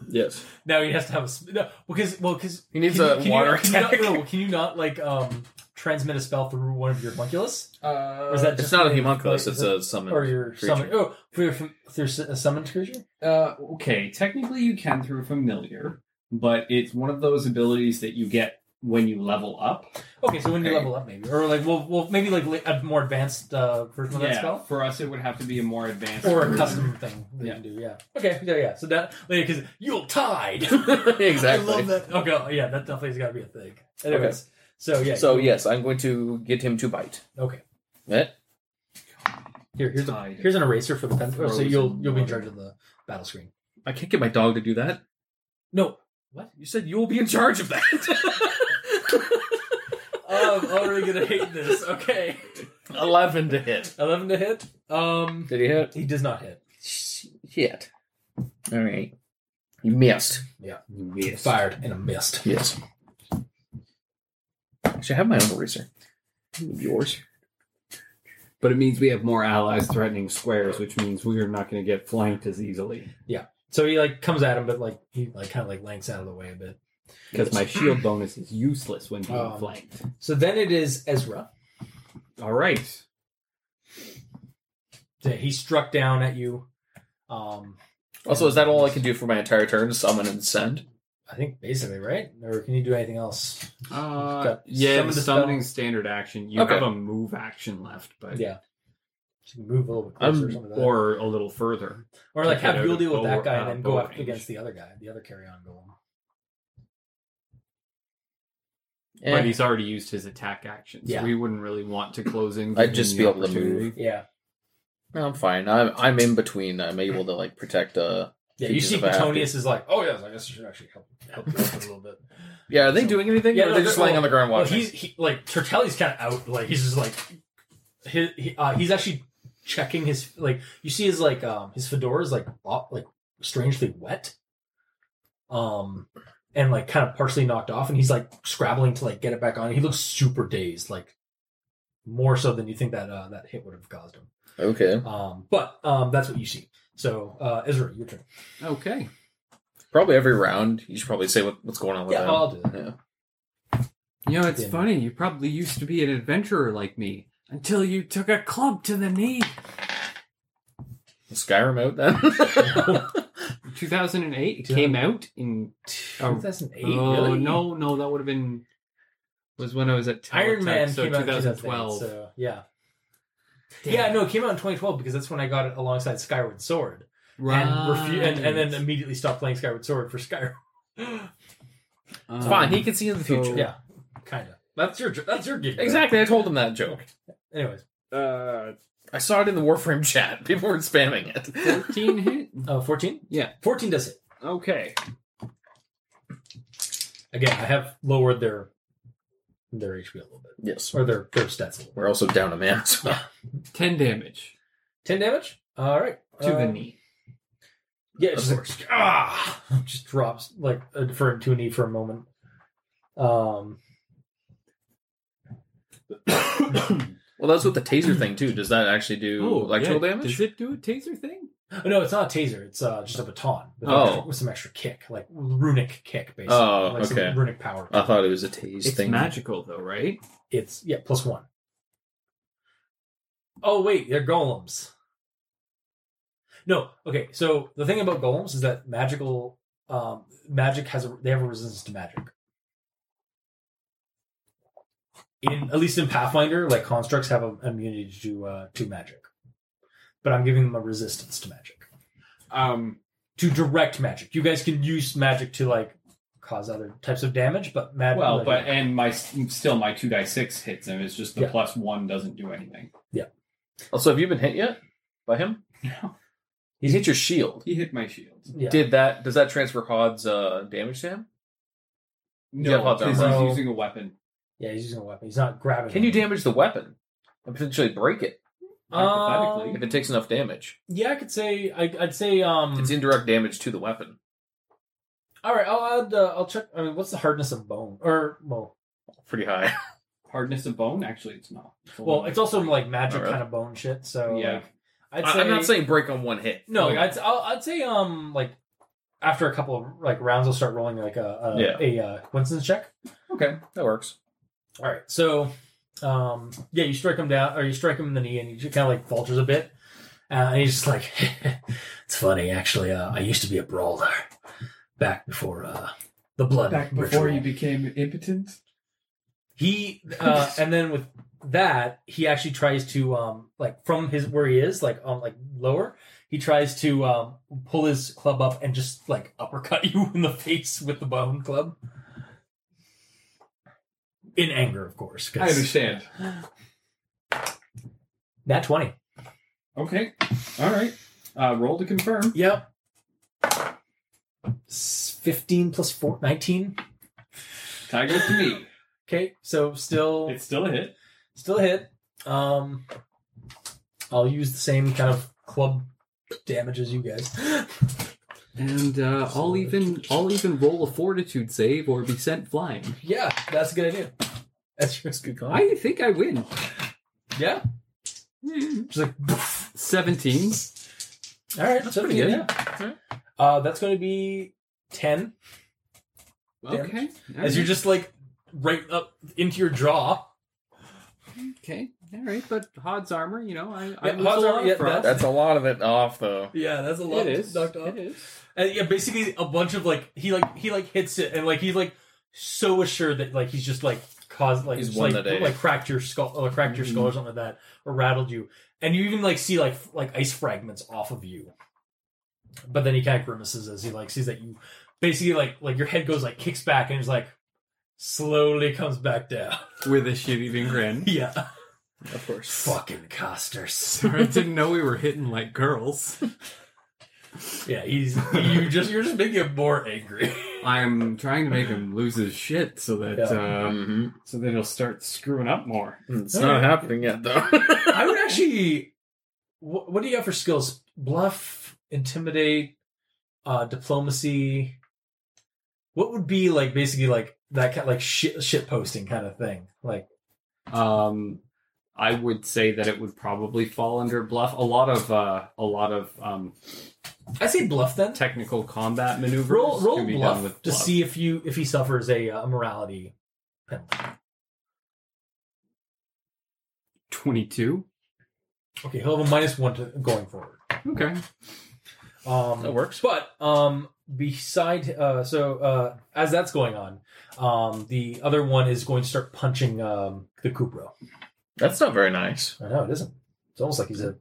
S3: yes.
S2: now he has to have a sp- no, because well because
S3: He needs a water
S2: you, can
S3: attack.
S2: You not, no, can you not like um transmit a spell through one of your homunculus?
S3: Uh,
S2: Or is that
S3: it's
S2: just
S3: not a
S2: the-
S3: homunculus,
S2: like,
S3: it's
S2: is
S3: a summon.
S2: or your
S3: creature.
S2: summon? Oh, through your fam- through s- a summoned creature.
S4: Uh, okay, technically you can through familiar, but it's one of those abilities that you get when you level up.
S2: Okay, so when you
S3: Okay.
S2: level up, maybe or like well, well maybe like li- a more advanced uh, version of that spell.
S4: for us it would have to be a more advanced
S2: Or a
S4: version.
S2: custom thing that you can do, yeah. Okay, yeah, yeah. So that, because Yule Tide!
S3: exactly.
S2: I love that. Okay, oh, yeah, that definitely has got to be a thing. Anyways, so yeah.
S3: So
S2: Yule-
S3: yes, I'm going to get him to bite.
S2: Okay.
S3: Eh?
S2: Here, here's, a,
S4: Tide.
S2: here's an eraser for the pen. or So
S4: Frozen
S2: you'll you'll be in
S4: water.
S2: charge of the battle screen.
S3: I can't get my dog to do that.
S2: No.
S3: You said you'll be in charge of that.
S2: Oh, I'm already gonna hate this. Okay.
S3: Eleven to hit.
S2: Eleven to hit. Um,
S3: Did he hit?
S2: he does not hit.
S3: Hit. All right. You missed.
S2: Yeah.
S3: You missed.
S2: Fired and a missed.
S3: Yes. Actually, I have my own eraser. Yours.
S6: But it means we have more allies threatening squares, which means we are not going to get flanked as easily.
S2: So he like comes at him, but like he like kind of like lanks out of the way a bit.
S6: Because my shield bonus is useless when
S4: Oh.
S6: being
S2: Um,
S6: flanked.
S2: So then it is Ezra.
S6: All right.
S2: So he struck down at you. Um,
S3: Also, is that all I can do for my entire turn? Summon and send.
S2: I think basically right. Or can you do anything else?
S6: Uh,
S2: Got
S6: yeah,
S2: summon
S6: the
S2: to
S6: summoning standard action. You
S3: Okay.
S6: have a move action left, but
S2: Yeah. So you can move a little bit
S3: I'm-
S2: closer or something. Like that.
S6: or a little further.
S2: Or like
S6: Take that
S2: have Yule
S6: out
S2: deal
S6: of
S2: with that
S6: bow-
S2: guy and
S6: uh,
S2: then go
S6: bow
S2: up
S6: range.
S2: against the other guy, the other carry on golem.
S3: Eh,
S6: But he's already used his attack action, so
S2: Yeah.
S6: we wouldn't really want to close in.
S3: I'd just be
S6: given
S3: able to
S6: the opportunity.
S2: Yeah.
S3: No, I'm fine. I'm I'm in between. I'm able to like protect. Uh,
S2: Yeah, you
S3: Teaches
S2: see
S3: if I have to.
S2: Petonius is like, oh yes, I guess I should actually help help you out a little bit.
S3: yeah. Are they doing anything?
S2: Yeah,
S3: or
S2: no,
S3: are they just
S2: they're-
S3: laying on the ground
S2: Well,
S3: watching?
S2: he's he, like Tertelli's kind of out. Like he's just like his, he, uh, he's actually checking his like you see his like um his fedora is like lo- like strangely wet, um and like kind of partially knocked off, and he's like scrabbling to like get it back on. He looks super dazed, like more so than you think that uh, that hit would have caused him.
S3: okay.
S2: Um, but um, that's what you see. So uh, Ezra, your turn.
S6: Uh, Okay.
S3: Probably every round. You should probably say what, what's going on with
S2: Yeah,
S3: them.
S2: I'll do that.
S3: Yeah.
S6: You know, it's
S2: Yeah.
S6: funny. You probably used to be an adventurer like me until you took a club to the knee.
S3: Skyrim out then.
S6: 2008 it came out in. Oh,
S2: 2008.
S6: oh,
S2: really?
S6: no, no, that would have been. Was when I was at
S2: Iron
S6: Teletype,
S2: Man
S6: so
S2: came out in 2012.
S6: 2012.
S2: So, yeah.
S6: Damn.
S2: Yeah, no, it came out in 2012 because that's when I got it alongside Skyward Sword. And, refu- and, and then immediately stopped playing Skyward Sword for Skyrim.
S6: Um,
S3: It's fine. He can see in the future.
S2: yeah, kind of. That's your that's your gig.
S3: Exactly. I told him that joke.
S2: Anyways,
S6: uh,
S3: I saw it in the Warframe chat. People were spamming it.
S6: 14 hit.
S2: uh, 14?
S6: Yeah.
S2: 14 does it.
S6: Okay.
S2: Again, I have lowered their their HP a little bit.
S3: yes.
S2: Or their, their stats a little bit.
S3: We're also down a man. So.
S6: 10 damage
S2: 10 damage? All right.
S6: to
S2: Uh,
S6: the knee.
S2: Yeah, it's just like, ah, just drops like uh, for to a knee for a moment. Um,
S3: Well, that's what the taser thing too. Does that actually do
S2: Oh,
S3: electrical
S6: Oh, yeah.
S3: damage?
S6: Does it do a taser thing?
S2: no, it's not a taser. It's uh, just a baton with,
S3: Oh.
S2: extra- with some extra kick, like runic kick, basically.
S3: Oh,
S2: like
S3: okay. Uh,
S2: Some runic power.
S3: I thought it was a tase
S6: It's
S3: thing.
S6: magical, though, right?
S2: It's yeah, plus one. Oh wait, they're golems. No, okay. So the thing about golems is that magical um, magic has a, they have a resistance to magic. In at least in Pathfinder, like constructs have an immunity to uh, to magic, but I'm giving them a resistance to magic,
S7: Um,
S2: to direct magic. You guys can use magic to like cause other types of damage, but magic.
S7: well, but and my still my two die six hits him. It's just the
S2: Yeah.
S7: plus one doesn't do anything.
S3: Also, have you been hit yet by him?
S7: No.
S3: He hit your shield.
S7: He hit my shield.
S2: yeah.
S3: Did that? Does that transfer Hod's uh, damage to him? You have
S7: No,
S3: hot
S7: because
S2: armor.
S7: he's using a weapon.
S2: yeah, he's using a weapon. He's not grabbing.
S3: Can you
S2: anything.
S3: damage the weapon and potentially break it
S7: Hypothetically,
S3: Um, if it takes enough damage?
S2: Yeah, I could say I, I'd say.
S7: Hmm.
S2: Um,
S3: It's indirect damage to the weapon.
S2: all right, I'll add. Uh, I'll check. I mean, what's the hardness of bone? Or well,
S3: Pretty high.
S7: hardness of bone. Actually, it's not.
S2: well, it's also like magic
S3: Not really.
S2: kind of bone shit. So
S7: Yeah.
S2: like, I'd
S3: I,
S2: say
S3: am not saying break on one hit.
S2: no. Like, I'd I'll, I'd say um like after a couple of like rounds, I'll start rolling like a a,
S3: Yeah.
S2: a uh, coincidence check.
S3: Okay, that works.
S2: All right, so um yeah, you strike him down or you strike him in the knee, and he just kind of like falters a bit. Uh, and he's just like, it's funny actually. Uh, I used to be a brawler back before uh, the blood
S7: back before
S2: ritual.
S7: you became impotent.
S2: he uh and then with that he actually tries to um like from his where he is like um like lower he tries to um pull his club up and just like uppercut you in the face with the bone club in anger of course 'cause-
S7: I understand.
S2: nat 20
S7: Okay. All right. Uh, roll to confirm.
S2: yep S- 15 plus 4 19
S7: Tie goes to me.
S2: okay so still
S7: It's still a hit.
S2: still a hit um i'll use the same kind of club damage as you guys
S6: And uh, I'll even I'll even roll a fortitude save or be sent flying.
S2: Yeah, that's a good idea. That's your good call.
S6: I think I win.
S2: Yeah.
S6: Mm.
S2: Just like,
S6: Seventeen.
S2: all right, that's pretty good. Yeah. Uh, that's going to be ten.
S6: Okay.
S2: As you're just like right up into your jaw.
S6: okay. All right. But Hod's armor, you know, I, I
S2: Yeah,
S6: lose
S2: Hod's
S6: a
S2: armor,
S6: lot
S2: yeah,
S6: from.
S3: That's a lot of it off though.
S2: Yeah, that's a
S6: It is.
S2: knocked off.
S6: It is.
S2: And yeah, basically a bunch of like he like he like hits it and like he's like so assured that like he's just like caused like
S3: He's
S2: just,
S3: won
S2: like,
S3: the day. Mm-hmm.
S2: like cracked your skull or cracked your skull or something like that or rattled you and you even like see like f- like ice fragments off of you. But then he kind of grimaces as he like sees that you basically like like your head goes like kicks back and it's like slowly comes back down.
S6: With a shit-eating grin.
S2: yeah.
S3: Of course.
S2: Fucking costers.
S6: Sorry, I didn't know we were hitting like girls.
S2: Yeah, he's you just you're just making him more angry.
S6: I'm trying to make him lose his shit so that uh,
S3: Mhm.
S7: So then he'll start screwing up more.
S3: It's not happening yet, though.
S2: I would actually. What, what do you got for skills? Bluff, intimidate, uh, diplomacy. What would be like basically like that kind like shit shit posting kind of thing? Like
S7: Um, I would say that it would probably fall under bluff. A lot of uh, a lot of um,
S2: I say bluff then.
S7: technical combat maneuvers
S2: Roll roll
S7: can be
S2: bluff,
S7: done with
S2: to
S7: bluff.
S2: see if you if he suffers a uh, morality penalty.
S7: Twenty-two.
S2: Okay, he'll have a minus one to going forward.
S7: Okay.
S2: Um,
S3: That works.
S2: But um, beside, uh, so uh, as that's going on, um, the other one is going to start punching um, the Kubro.
S3: That's not very nice.
S2: I know it isn't. It's almost like he's a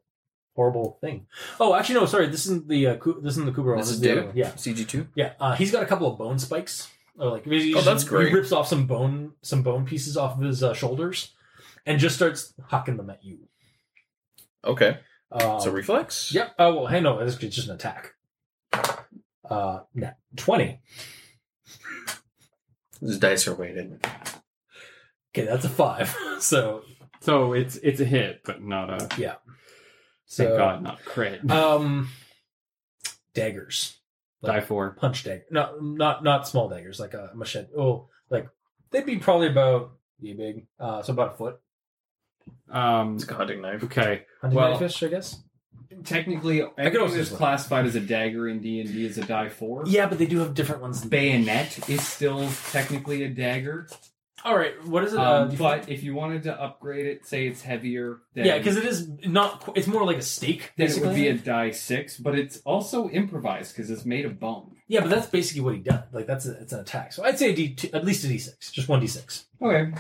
S2: horrible thing. Oh, actually, no. Sorry, this isn't the uh, Ku- this isn't the Kubro.
S3: This is
S2: the
S3: David?
S2: other one. Yeah,
S3: CG2?
S2: yeah. Uh, he's got a couple of bone spikes. Or like, he
S3: Oh, that's great.
S2: He rips off some bone some bone pieces off of his uh, shoulders, and just starts hucking them at you.
S3: Okay.
S2: Um,
S3: so reflex?
S2: Yep. Oh well, hey, no, it's it's just an attack. Uh, no, twenty.
S3: His dice are weighted.
S2: Okay, that's a five. So,
S7: So it's it's a hit, but not a thank
S2: so
S7: God not crit.
S2: um, daggers,
S7: Die
S2: like
S7: for.
S2: punch dagger. No, not not small daggers, like a machete. Oh, like they'd be probably about yay big. Uh, so about a foot.
S7: Um,
S3: It's a hunting knife.
S7: okay.
S2: Hunting
S7: Well-
S2: knife fish, I guess.
S7: Technically,
S2: also
S7: everything that's
S2: use one.
S7: classified as a dagger in D and D is a die four.
S2: Yeah, but they do have different ones.
S7: Bayonet is still technically a dagger,
S2: All right, what is it? uh,
S7: um,
S2: do you-
S7: but if you wanted to upgrade it, say it's heavier. Than,
S2: yeah, because it is not. qu- It's more like a steak.
S7: then it would
S2: basically.
S7: be a die six, but it's also improvised because it's made of bone.
S2: Yeah, but that's basically what he does. Like that's a, it's an attack. So I'd say a D two, at least a D six, just one D six.
S7: Okay.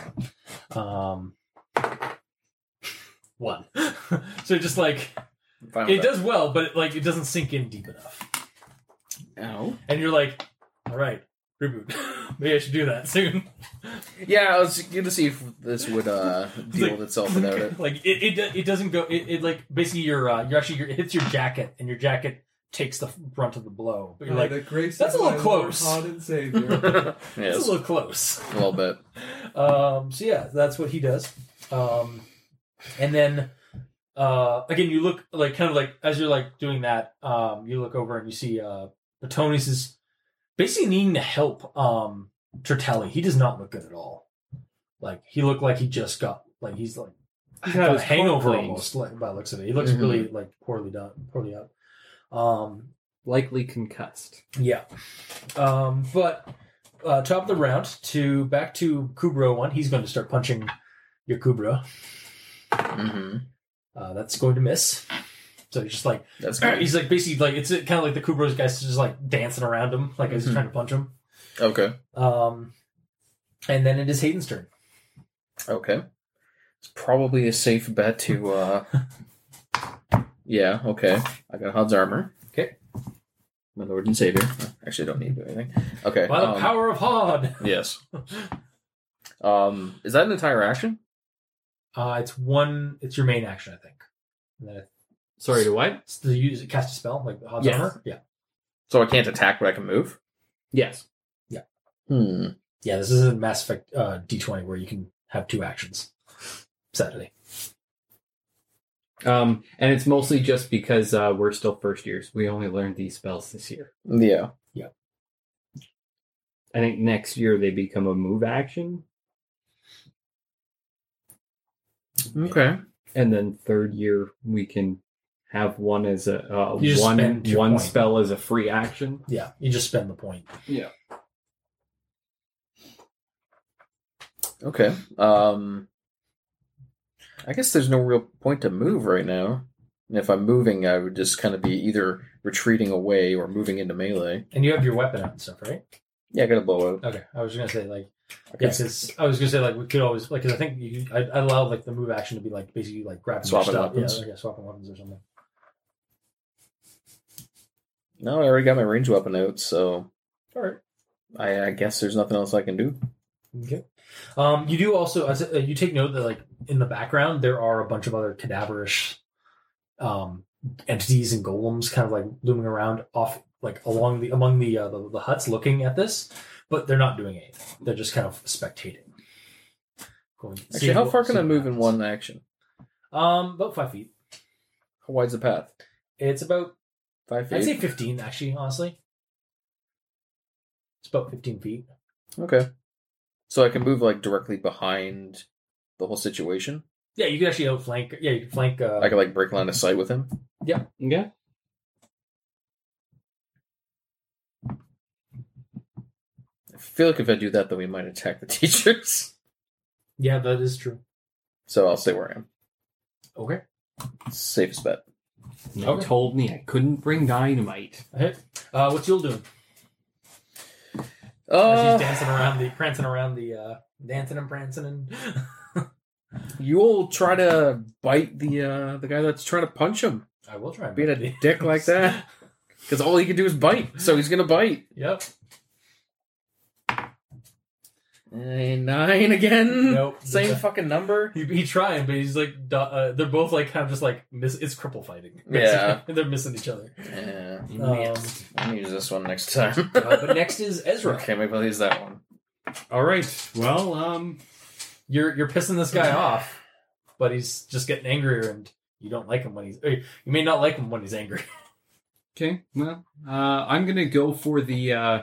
S2: Um, one. so just like
S3: I'm fine
S2: it
S3: with
S2: does well, but it, like it doesn't sink in deep enough,
S3: that. Ow.
S2: and you're like, all right, reboot. Maybe I should do that soon.
S3: Yeah, I was going to see if this would uh, deal
S2: like-
S3: with itself without it.
S2: like it, it, do- it doesn't go. It, it like basically your uh, you're actually your, it hits your jacket, and your jacket takes the brunt of the blow. But you're like,
S6: the grace
S2: that's
S6: of
S2: a little
S6: my Lord
S2: close.
S6: God and Savior.
S3: yes,
S2: it's a little close.
S3: a little bit.
S2: Um, so yeah, that's what he does. Um, and then uh, again, you look like kind of like as you're like doing that, um, you look over and you see uh, Batonius is basically needing to help um, Tertelli. He does not look good at all. Like he looked like he just got like he's like
S7: He's
S2: got
S7: had
S2: a
S7: his coat
S2: hangover
S7: cleaned.
S2: almost like, by the looks of it. He looks
S3: Mhm.
S2: really like poorly done, poorly up. Um,
S7: Likely concussed.
S2: yeah. Um, but uh, top of the round to back to Kubro one. He's going to start punching your Kubro.
S3: hmm
S2: Uh, that's going to miss. So he's just like
S3: That's good.
S2: he's like basically like it's kind of like the Kubro's guys just like dancing around him like as he's
S3: Mhm.
S2: trying to punch him.
S3: Okay.
S2: Um, and then it is Hayden's turn.
S3: Okay. It's probably a safe bet to. uh Yeah, okay. I got Hod's armor.
S2: Okay.
S3: My lord and savior. Actually, I don't need to do anything. Okay.
S2: By the
S3: um,
S2: power of Hod,
S3: Yes. Um, is that an entire action?
S2: uh, it's one. It's your main action, I think. And then it-
S7: Sorry to what?
S2: it's the use cast a spell like Hod's
S3: Yes.
S2: armor. Yeah,
S3: So I can't attack, but I can move.
S7: Yes.
S3: Hmm.
S2: yeah. This isn't Mass Effect uh, D twenty where you can have two actions. Sadly.
S7: Um, and it's mostly just because uh, we're still first years. We only learned these spells this year.
S3: Yeah.
S7: I think next year they become a move action,
S3: Okay.
S7: and then third year we can have one as a uh,
S2: You just
S7: one
S2: spend your
S7: one
S2: point.
S7: spell as a free action.
S2: Yeah, you just spend the point.
S3: Okay. Um. I guess there's no real point to move right now. And if I'm moving, I would just kind of be either retreating away or moving into melee.
S2: And you have your weapon out and stuff, right?
S3: Yeah, I gotta blow out.
S2: Okay, I was gonna say like
S3: I
S2: Oh, yeah,
S3: guess
S2: 'cause I was gonna say like we could always like 'cause I think you, I, I allow like the move action to be like basically like grabbing your
S3: Swapping
S2: stuff.
S3: weapons.
S2: yeah, like, yeah, swapping weapons or something.
S3: No, I already got my range weapon out, so
S2: All right,
S3: I, I guess there's nothing else I can do.
S5: Okay.
S2: Um, you do also as uh, you take note that like in the background there are a bunch of other cadaverish um, entities and golems kind of like looming around off like along the among the, uh, the the huts looking at this, but they're not doing anything. They're just kind of spectating. Going,
S3: Actually,
S2: seeing
S3: how
S2: what-
S3: far can I
S2: seeing what
S3: move in
S2: happens.
S3: one action?
S2: Um, about five feet.
S3: How wide's the path?
S2: It's about
S3: Five
S2: I'd
S3: feet.
S2: say fifteen actually. Honestly, it's about fifteen feet.
S3: Okay. So I can move like directly behind the whole situation.
S2: Yeah, you could actually outflank. Yeah, you could flank. Uh,
S3: I can like break line of sight with him.
S6: Yeah.
S3: I feel like if I do that, then we might attack the teachers.
S2: yeah, that is true.
S3: So I'll stay where I am.
S2: Okay.
S3: Safest bet.
S6: You told me I couldn't bring dynamite.
S2: Okay. Uh, what's Yule doing?
S3: Uh,
S2: As he's dancing around the, prancing around the, uh, dancing and prancing and.
S3: you'll try to bite the uh, the guy that's trying to punch him.
S2: I will try. and
S3: Being a
S2: bite
S3: dick like that. Because all he can do is bite. So he's going to bite.
S2: the- Yep.
S3: Eh, Nine again?
S2: Nope.
S3: Hmm. Same fucking number?
S2: He, he trying, but he's like, du- uh, they're both like kind of just like miss. It's cripple fighting.
S3: Yeah.
S2: they're missing each other.
S3: Yeah.
S2: Um,
S3: Eh, I'm going to use this one next time.
S2: uh, but next is Ezra.
S3: okay, maybe I'll use that one.
S7: All right. Well, um,
S2: You're you're pissing this guy off, but he's just getting angrier, and you don't like him when he's. Or you may not like him when he's angry.
S6: Okay. Well, uh, I'm gonna go for the. Uh,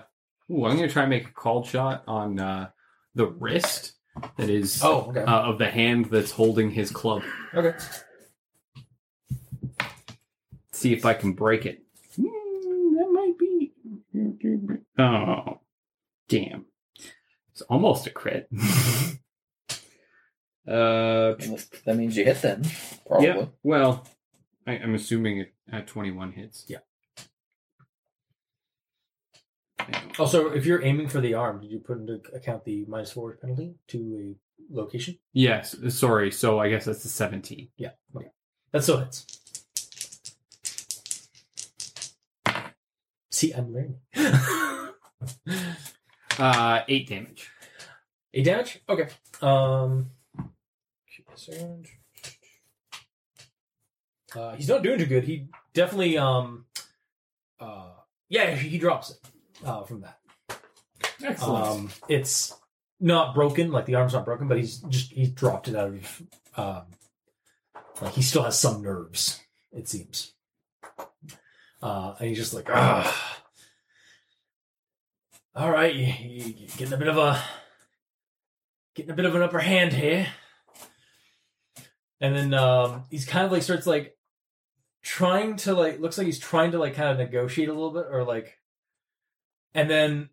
S6: ooh, I'm gonna try and make a called shot on uh, the wrist that is
S2: Oh, okay.
S6: uh, of the hand that's holding his club.
S2: Okay.
S6: See if I can break it. Hmm, that might be. Oh, damn! It's almost a crit. uh,
S3: That means you hit then. Probably.
S6: yeah. Well, I, I'm assuming it at 21 hits.
S2: Yeah.
S6: Hang on.
S2: Also, if you're aiming for the arm, did you put into account the minus four penalty to a location?
S6: Yes. Sorry. So I guess that's a 17.
S2: That still hits. See, I'm learning.
S6: Uh, eight damage.
S2: Eight damage? Okay. Um uh, he's not doing too good. He definitely um uh yeah, he he drops it uh from that.
S7: excellent.
S2: Um it's not broken, like the arm's not broken, but he's just he dropped it out of um like he still has some nerves, it seems. Uh and he's just like ah all right, you, you, you're getting a bit of a getting a bit of an upper hand here. And then um, he's kind of like starts like trying to like looks like he's trying to like kind of negotiate a little bit or like, and then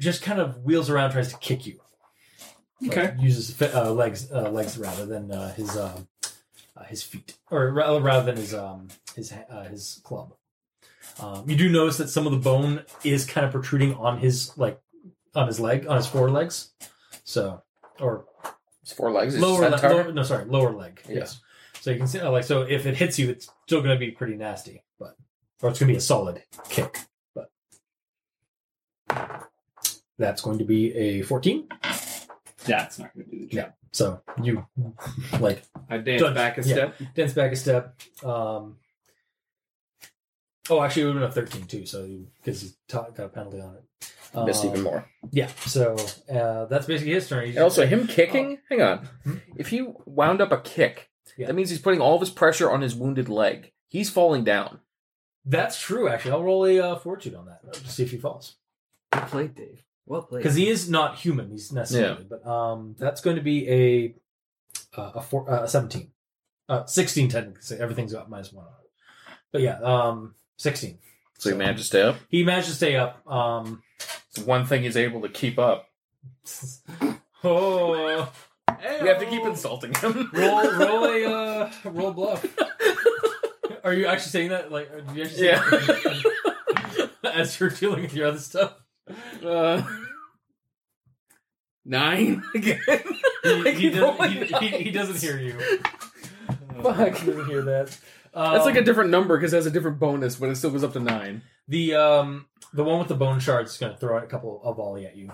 S2: just kind of wheels around tries to kick you. Like,
S7: Okay.
S2: uses fi- uh, legs uh, legs rather than uh, his um uh, his feet or ra- rather than his um his ha- uh, his club. Um, you do notice that some of the bone is kind of protruding on his like on his leg on his forelegs. So or
S3: It's four legs. It's
S2: lower,
S3: lower,
S2: leg, lower no sorry lower leg
S3: Yeah.
S2: yes so you can see uh, like so if it hits you it's still going to be pretty nasty but or it's going to be a solid kick but that's going to be a 14
S7: That's not going to do the job.
S2: so you like
S7: I dance
S2: Done.
S7: back a
S2: Yeah.
S7: step.
S2: dance back a step um oh actually it would have been a 13 too so because you, ta got a penalty on it um,
S3: Missed even more.
S2: yeah so uh that's basically his turn He's
S3: And also, him kicking. Hang on. If he wound up a kick,
S2: Yeah.
S3: that means he's putting all of his pressure on his wounded leg. He's falling down.
S2: that's true actually i'll roll a uh, fortitude on that to see if he falls
S6: Well played, Dave. Well played.
S2: because he is not human. He's necessarily, but um, that's going to be a uh, a four, uh, a seventeen, uh, sixteen technically. So everything's got minus one on it. But yeah, um, sixteen.
S3: So he managed to stay up.
S2: He managed to stay up. Um,
S3: It's one thing he's able to keep up.
S2: oh,
S3: We have to keep insulting him.
S2: roll roll a uh, roll bluff. Are you actually saying that? Like, are you actually saying
S3: Yeah.
S2: that? as you're dealing with your other stuff?
S3: Uh, nine again.
S2: He,
S3: I
S2: he
S3: keep
S2: doesn't,
S3: rolling
S2: he, he, he doesn't hear you.
S3: Fuck.
S2: He doesn't hear that.
S3: That's
S2: Um,
S3: like a different number because it has a different bonus, but it still goes up to nine.
S2: The um the one with the bone shards is gonna throw a couple a volley at you.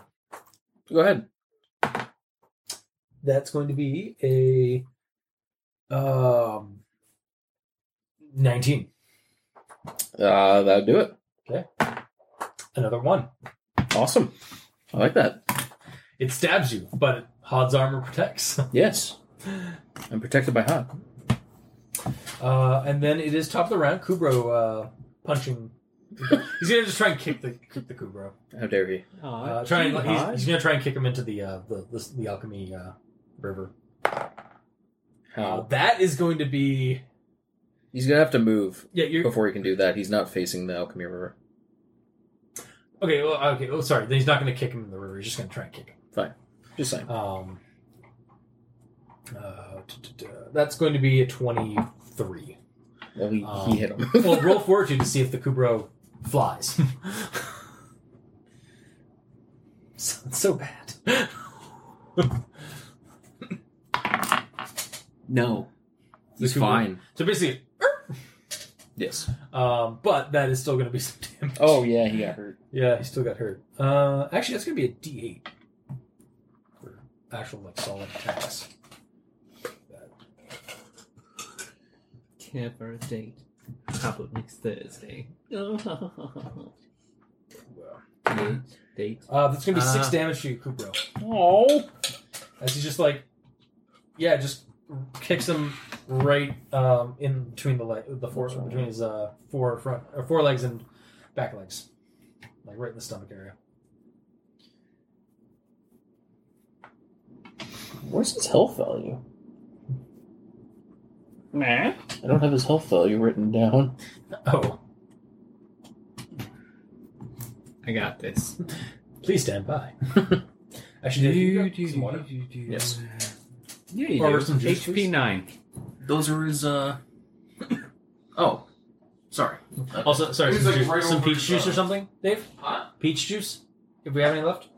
S3: Go ahead.
S2: That's going to be a um, 19.
S3: Uh, that'll do it.
S2: Another one.
S3: Awesome. I like that.
S2: It stabs you, but Hod's armor protects.
S3: Yes. I'm protected by hot.
S2: Uh, and then it is top of the round. Kubro uh, punching. he's gonna just try and kick the kick the Kubro.
S3: How dare he?
S2: Uh, try and, he's, he's gonna try and kick him into the uh, the, the the alchemy uh, river. Uh,
S3: How?
S2: that is going to be
S3: He's gonna have to move
S2: yeah. You're
S3: before he can do that. He's not facing the alchemy river.
S2: okay. Well, okay. Oh, sorry. Then he's not gonna kick him in the river. He's just gonna try and kick him.
S3: Just saying.
S2: Um. Uh, t- t- t- that's going to be a twenty-three.
S3: Well, he,
S2: Um,
S3: he hit him.
S2: well, roll fortitude to see if the Kubro flies. so, so bad.
S3: no, he's
S2: Kubra.
S3: fine.
S2: So basically,
S3: Yes.
S2: um, but that is still going to be some damage.
S3: Oh yeah, he got hurt.
S2: yeah, he still got hurt. Uh, actually, that's going to be a D8 for actual like solid attacks.
S18: Care for a date. How about next Thursday? date, date.
S2: Uh, that's going to be six
S18: Uh.
S2: damage to you, Kubro. Oh, as he's just like, yeah, just kicks him right um, in between the leg, the four between his uh, four front or four legs and back legs, like right in the stomach area.
S3: Where's his health value? I don't have his health value written down.
S2: Oh,
S4: I got this.
S2: please stand by. Actually, Dave, you got some water?
S3: Yes.
S4: Yeah, you
S2: Or
S4: do.
S2: some juice,
S4: HP nine.
S3: Those are his. uh... Oh, sorry.
S2: Also, sorry,
S5: He's,
S2: some,
S5: like,
S2: juice-
S5: right
S2: some
S5: over
S2: peach
S5: his,
S2: juice
S5: uh,
S2: or something, Dave?
S5: Huh?
S2: Peach juice? If we have any left?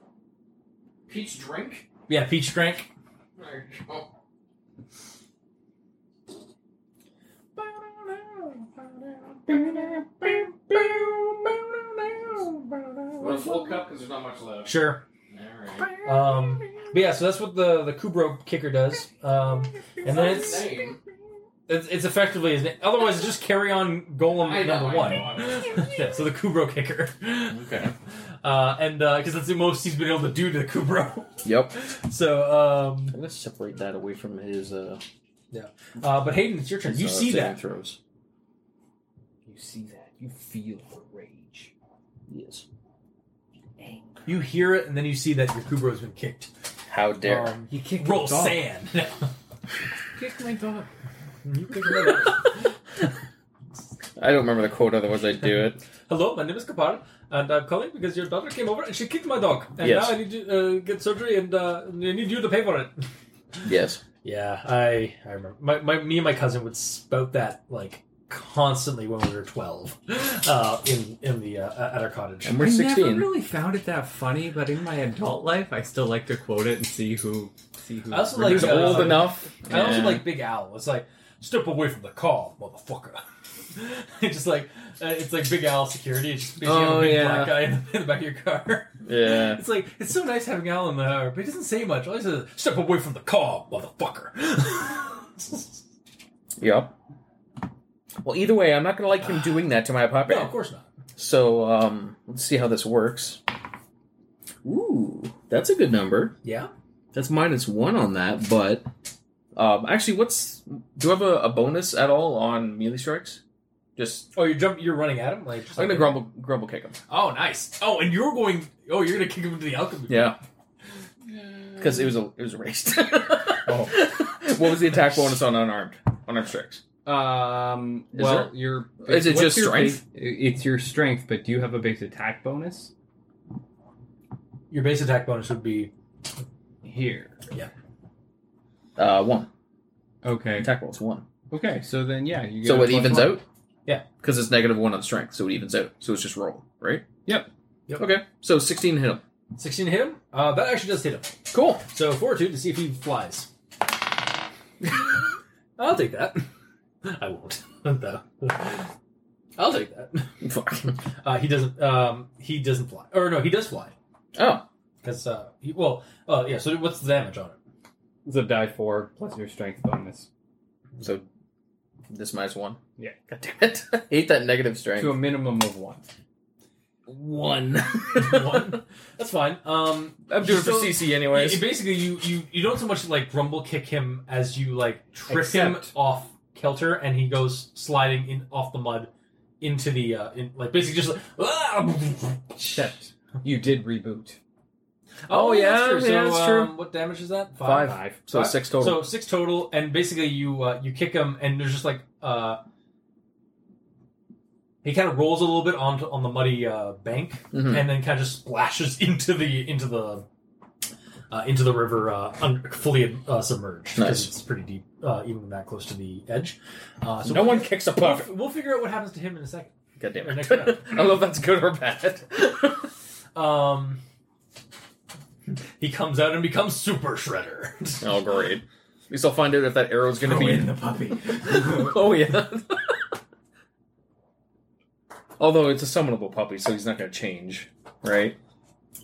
S5: Peach drink?
S2: Yeah, peach drink.
S5: Want a full cup? Because there's not much left.
S2: Sure. Um, but yeah, so that's what the the Kubro kicker does. Um, and then it's
S5: Name.
S2: it's, it's effectively his name. Otherwise, it's just carry on golem
S5: I know, I
S2: number one.
S5: know.
S2: yeah, so the Kubro kicker,
S5: Okay.
S2: uh, and because that's the most he's been able to do to the Kubro.
S3: Yep.
S2: So, um,
S3: I'm gonna separate that away from his. uh...
S2: uh, but Hayden, it's your turn.
S3: his,
S2: You
S3: uh,
S2: see
S3: saving
S2: that?
S3: Throws.
S18: You see that? You feel the rage.
S3: Yes.
S18: Anger.
S2: You hear it, and then you see that your Kubro's been kicked.
S3: How dare?
S2: Um,
S18: You kick
S2: roll
S18: the dog.
S2: sand.
S18: Kick my dog.
S2: You kick another-
S3: I don't remember the quote, otherwise I'd do it.
S2: Hello, my name is Kapar, and I'm calling because your daughter came over and she kicked my dog, and
S3: Yes.
S2: now I need to uh, get surgery, and uh, I need you to pay for it.
S3: yes.
S2: Yeah, I I remember. My, my me and my cousin would spout that like constantly when we were twelve, uh, in in the uh, at our cottage.
S3: And we're
S7: I
S3: 16.
S7: never really found it that funny, but in my adult life, I still like to quote it and see who see who.
S2: I also
S3: He's
S2: like uh,
S3: old enough.
S2: I also
S3: and-
S2: like Big Al. It's like step away from the car, motherfucker. it's just like uh, it's like Big Al security. It's just basically
S3: Oh,
S2: a big
S3: yeah.
S2: black guy in the, in the back of your car.
S3: Yeah.
S2: It's like it's so nice having Al in the car, but he doesn't say much. All he says, is, "Step away from the car, motherfucker."
S3: Yep. Well, either way, I'm not gonna like him doing that to my puppy.
S2: no, of course not.
S3: So, um, let's see how this works. Ooh, that's a good number.
S2: Yeah.
S3: That's minus one on that, but um, actually, what's do I have a, a bonus at all on melee strikes? Just
S2: Oh, you're jump. You're running at him. Like
S3: I'm gonna grumble, grumble kick him.
S2: Oh, nice. Oh, and you're going. Oh, you're gonna kick him into the alchemy.
S3: Yeah, because it was a it was erased. Oh. What was the attack bonus on unarmed unarmed strikes?
S4: Um.
S3: Is
S4: well,
S3: there-
S4: your
S3: Is it
S4: what's
S3: just
S4: your
S3: strength?
S4: base- it's your strength, but do you have a base attack bonus
S2: Your base attack bonus would be
S4: here?
S3: Uh, one
S4: Okay.
S3: attack rolls one.
S4: Okay. So then, yeah, you. Get
S3: So
S4: a
S3: it
S4: plus
S3: evens
S4: one.
S3: out?
S2: Yeah.
S3: Because it's negative one on strength, so it evens out. So it's just roll, right?
S4: Yep.
S2: Yep.
S3: Okay. So 16 hit him.
S2: 16 to hit him. Uh, that actually does hit him.
S3: Cool.
S2: So fortitude to see if he flies. I'll take that. I won't. though. I'll take that.
S3: Fuck.
S2: Uh, he doesn't. Um, he doesn't fly. Or no, he does fly.
S3: Oh.
S2: Because, uh, you- well, uh, yeah, so what's the damage on it?
S6: It's a die four plus your strength bonus
S3: So this minus one.
S6: Yeah.
S3: God damn it. I hate that negative
S6: to a
S3: strength.
S6: minimum of one.
S3: One.
S2: One. That's fine. Um,
S3: I'm doing it for
S2: So-
S3: CC
S2: you-
S3: anyways.
S2: you basically, you, you, you don't so much like rumble kick him as you like trip him
S6: Except-
S2: off kilter and he goes sliding in off the mud into the, uh, in, like basically just like, "Ah!"
S6: Except you did reboot.
S3: Oh, yeah,
S2: that's true. so,
S3: yeah, that's true.
S2: um, what damage is that?
S3: Five.
S6: Five.
S3: So six total.
S2: So six total, and basically you uh, you kick him, and there's just like uh, he kind of rolls a little bit onto on the muddy uh, bank,
S3: Mhm.
S2: and then kind of just splashes into the into the uh, into the river, uh, un- fully uh, submerged. 'cause
S3: Nice.
S2: It's pretty deep, uh, even that close to the edge. Uh, so
S3: no one kicks a
S2: We'll,
S3: puck.
S2: f- we'll figure out what happens to him in a second.
S3: God damn
S2: Or
S3: it.
S2: next
S3: I
S2: round.
S3: don't know if that's good or bad.
S2: Um, he comes out and becomes Super Shredder.
S3: oh, great. We still find out if that arrow's going to be.
S6: the puppy.
S3: oh, yeah. Although it's a summonable puppy, so he's not going to change, right?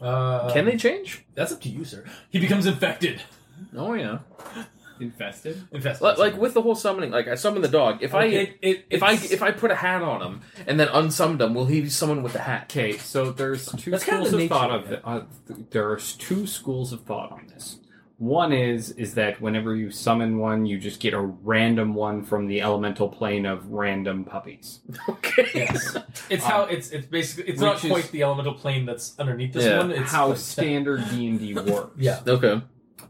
S2: Uh,
S3: Can they change?
S2: That's up to you, sir. He becomes infected.
S3: Oh, yeah.
S6: Infested.
S2: Infested.
S3: Like, like with the whole summoning, like I summon the dog. If I
S2: it, it,
S3: if I
S2: it's-
S3: if I put a hat on him and then unsummoned him, will he be summoned with the hat?
S6: Okay, so there's two
S3: That's kind of the
S6: schools of,
S3: nature
S6: thought
S3: of
S6: of th- uh, th- there's two schools of thought on this. One is is that whenever you summon one, you just get a random one from the elemental plane of random puppies.
S3: Okay.
S2: Yes. it's how it's it's basically it's not
S6: Which is-
S2: quite the elemental plane that's underneath this
S3: Yeah.
S2: one. It's
S6: how standard D and D works.
S2: Yeah.
S3: Okay.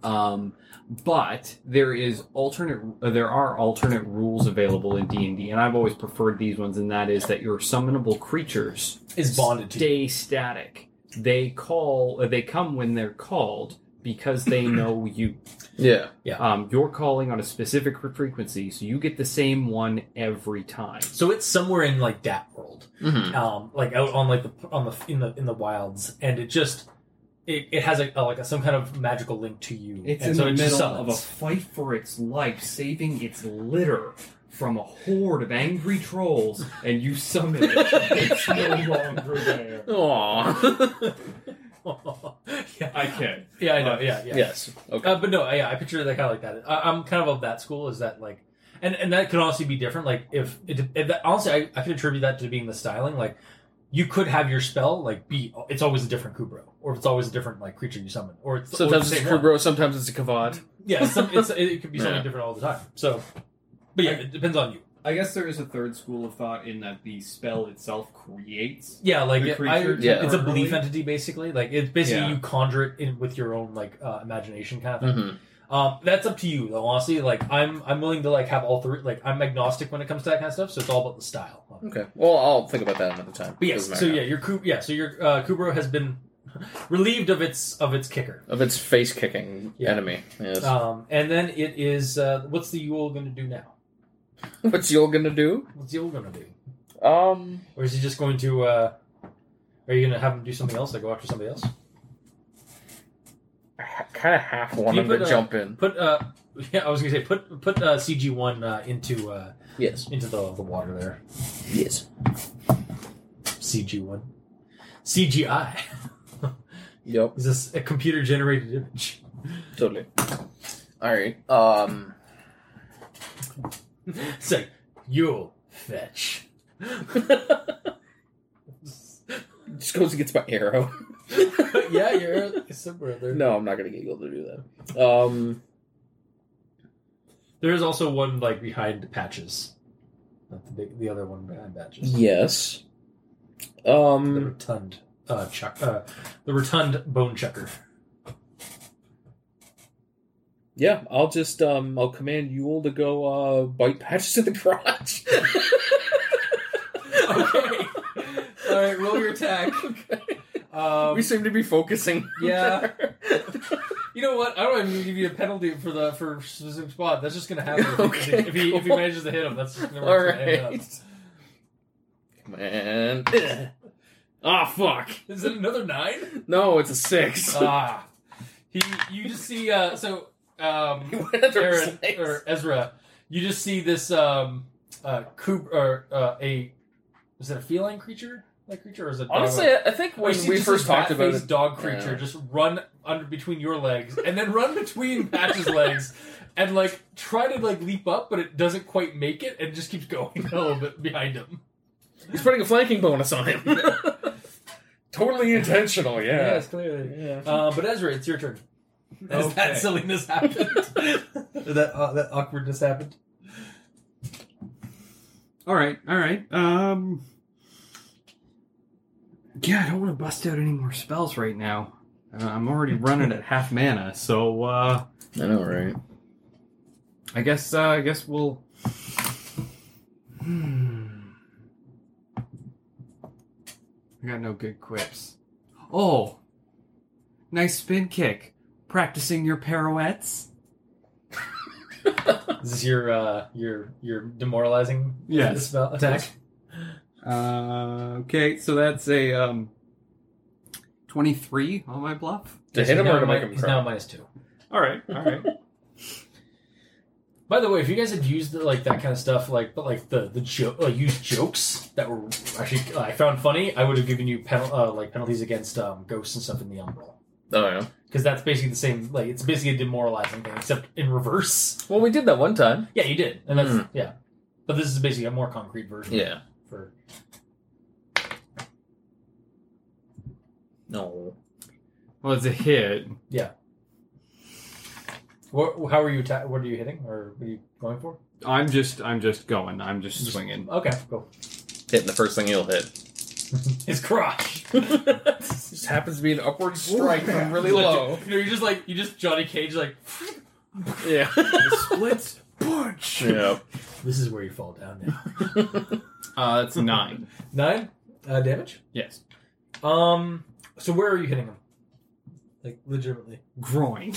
S6: Um, but there is alternate. uh, There are alternate rules available in D and D, and I've always preferred these ones. And that is that your summonable creatures
S2: is bonded to.
S6: stay static. They call. uh, They come when they're called because they know you.
S3: Yeah.
S6: Um, you're calling on a specific fre- frequency, so you get the same one every time.
S2: So it's somewhere in like that world,
S3: Mm-hmm.
S2: um, like out on like the on the in the in the wilds, and it just it, it has a, a like a, some kind of magical link to you.
S4: It's
S2: and
S4: in
S2: so
S4: the
S2: it just
S4: middle of a
S2: summons.
S4: fight for its life, saving its litter from a horde of angry trolls, and you summon it. it's no longer there.
S3: Aww.
S2: yeah,
S4: I can't.
S2: yeah, I know. Yeah, yeah.
S3: yes. Okay.
S2: Uh, but no, yeah, I picture that kind of like that. I, I'm kind of of that school. Is that like, and and that could honestly be different. Like if, it, if that, honestly, I, I could attribute that to being the styling. Like you could have your spell like be it's always a different Kubro, or it's always a different like creature you summon, or it's or
S3: sometimes
S2: the
S3: it's
S2: same
S3: Kubro, sometimes it's a Kavad.
S2: one. Yeah, some, it's, it, it could be something
S3: Yeah.
S2: different all the time. So, but yeah, it depends on you.
S4: I guess there is a third school of thought in that the spell itself creates.
S2: Yeah, like
S4: The
S2: it-
S4: creature
S2: I,
S3: Yeah.
S2: it's a belief
S4: temporarily?
S2: entity basically. Like it's basically
S4: Yeah.
S2: you conjure it in with your own like uh, imagination kind of thing.
S3: Mm-hmm.
S2: Um, that's up to you, though. Honestly, like I'm, I'm willing to like have all three. Like I'm agnostic when it comes to that kind of stuff, so it's all about the style. But
S3: Okay. Well, I'll think about that another time.
S2: yes,
S3: Doesn't matter
S2: so
S3: now.
S2: yeah, your Ku- yeah, so your uh, Kubro has been relieved of its of its kicker.
S3: Of its face kicking
S2: Yeah.
S3: enemy. Yes.
S2: Um, and then it is uh, what's the Yule going to do now?
S3: What's Yul gonna do?
S2: What's Yule going to do?
S3: Um.
S2: Or is he just going to? Uh, are you going to have him do something else? Like go after somebody else?
S3: kind of half wanted
S2: put
S3: to
S2: a-
S3: jump in.
S2: Put uh, yeah, I was going to say put put uh, CG one uh, into uh,
S3: Yes.
S2: into the the water there.
S3: Yes.
S2: CG one, CGI.
S3: Yep.
S2: Is this a computer generated image?
S3: Totally. All right. Um.
S2: It's like, you'll fetch.
S3: Just goes and gets my arrow.
S2: yeah, you're somewhere there.
S3: No, I'm not gonna get Yul to do that. Um.
S2: There is also one like behind patches. Not the big, the other one behind patches.
S3: Yes.
S2: The
S3: Um.
S2: rotund, uh, chuck, uh, the rotund bone chucker.
S3: Yeah. I'll just um. I'll command Yul to go uh bite patches to the crotch.
S2: Okay.
S3: All
S2: right, roll your attack. Um,
S3: we seem to be focusing.
S2: Yeah. you know what? I don't even give you a penalty for the for specific spot. That's just gonna happen if, he-
S3: Okay,
S2: if he if he
S3: cool.
S2: manages to hit him. That's just gonna
S3: All
S2: work. Right.
S3: right. Man. Ah, fuck.
S2: Is it another nine?
S3: No, it's a six.
S2: Ah, he. You just see. Uh, so, um,
S3: He went under
S2: Aaron,
S3: six.
S2: or Ezra, you just see this um, uh, coup or uh, a was it a feline creature? That creature is a dog.
S5: Honestly, I I think
S2: Or you
S5: when
S2: see
S5: we
S2: just
S5: first
S2: this
S5: talked about
S2: bat-faced
S5: it,
S2: dog creature
S5: Yeah.
S2: just run under between your legs and then run between Patch's legs and like try to like leap up, but it doesn't quite make it and just keeps going a little bit behind him.
S3: He's putting a flanking bonus on him.
S5: totally intentional. Yeah.
S2: Yes, clearly. Uh, but Ezra, it's your turn. As
S7: Okay.
S2: that silliness happened, Or that uh, that awkwardness happened.
S6: All right, all right. Um, yeah, I don't want to bust out any more spells right now. Uh, I'm already running at half mana, so uh,
S5: I know, right?
S6: I guess uh, I guess we'll. Hmm. I got no good quips. Oh, nice spin kick. Practicing your pirouettes.
S2: Is this your uh, your your demoralizing
S6: Yes.
S2: spell attack?
S6: Uh, okay, so that's a um, twenty-three on my bluff.
S5: To hit him
S2: He's now
S5: or to
S2: mi-
S5: make him
S2: he's
S5: cry?
S2: now minus two.
S6: All right, all right.
S2: By the way, if you guys had used like that kind of stuff, like but like the the joke, like used jokes that were actually uh, I found funny, I would have given you penal- uh, like penalties against um, ghosts and stuff in the umbrella
S3: Oh yeah.
S2: because that's basically the same. Like it's basically a demoralizing thing, except in reverse.
S3: Well, we did that one time.
S2: Yeah, you did, and that's
S5: Hmm.
S2: yeah. But this is basically a more concrete version.
S3: Yeah.
S2: For
S3: No.
S6: Well, it's a hit.
S2: Wha- how are you? atta- what are you hitting, or what are you going for?
S6: I'm just, I'm just going. I'm just swinging.
S2: Okay, cool.
S3: Hitting the first thing you'll hit.
S2: His crotch.
S5: Just happens to be an upward strike from really low.
S2: You know, you just like you just Johnny Cage like.
S3: Yeah.
S6: Splits, punch.
S3: yeah.
S2: This is where you fall down now.
S6: Uh, that's nine.
S2: Nine uh, damage.
S6: yes.
S2: Um. So where are you hitting him? Like legitimately.
S6: Groin.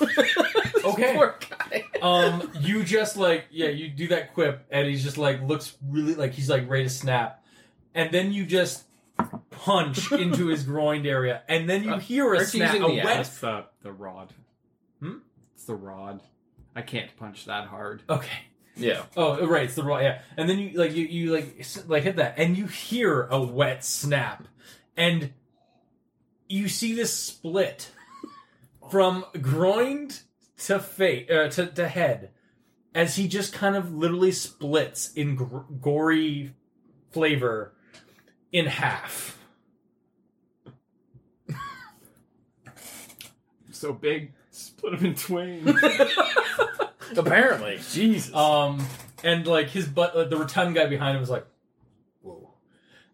S2: Okay.
S3: Poor guy.
S2: um. You just like yeah. You do that quip, and he's just like looks really like he's like ready to snap, and then you just punch into his groin area, and then you hear a
S3: Uh, aren't you
S2: snap.
S3: using
S2: A
S3: the
S2: wet.
S6: That's the the rod.
S2: Hmm?
S6: It's the rod. I can't punch that hard.
S2: Okay.
S3: Yeah.
S2: Oh right, it's the raw yeah. And then you like you you like s- like hit that, and you hear a wet snap, and you see this split from groin to face uh, to to head, as he just kind of literally splits in gr- gory flavor in half.
S6: So big. Split him in twain.
S3: Apparently. Jesus.
S2: Um, and like his butt, like, the rattan guy behind him was like, "Whoa."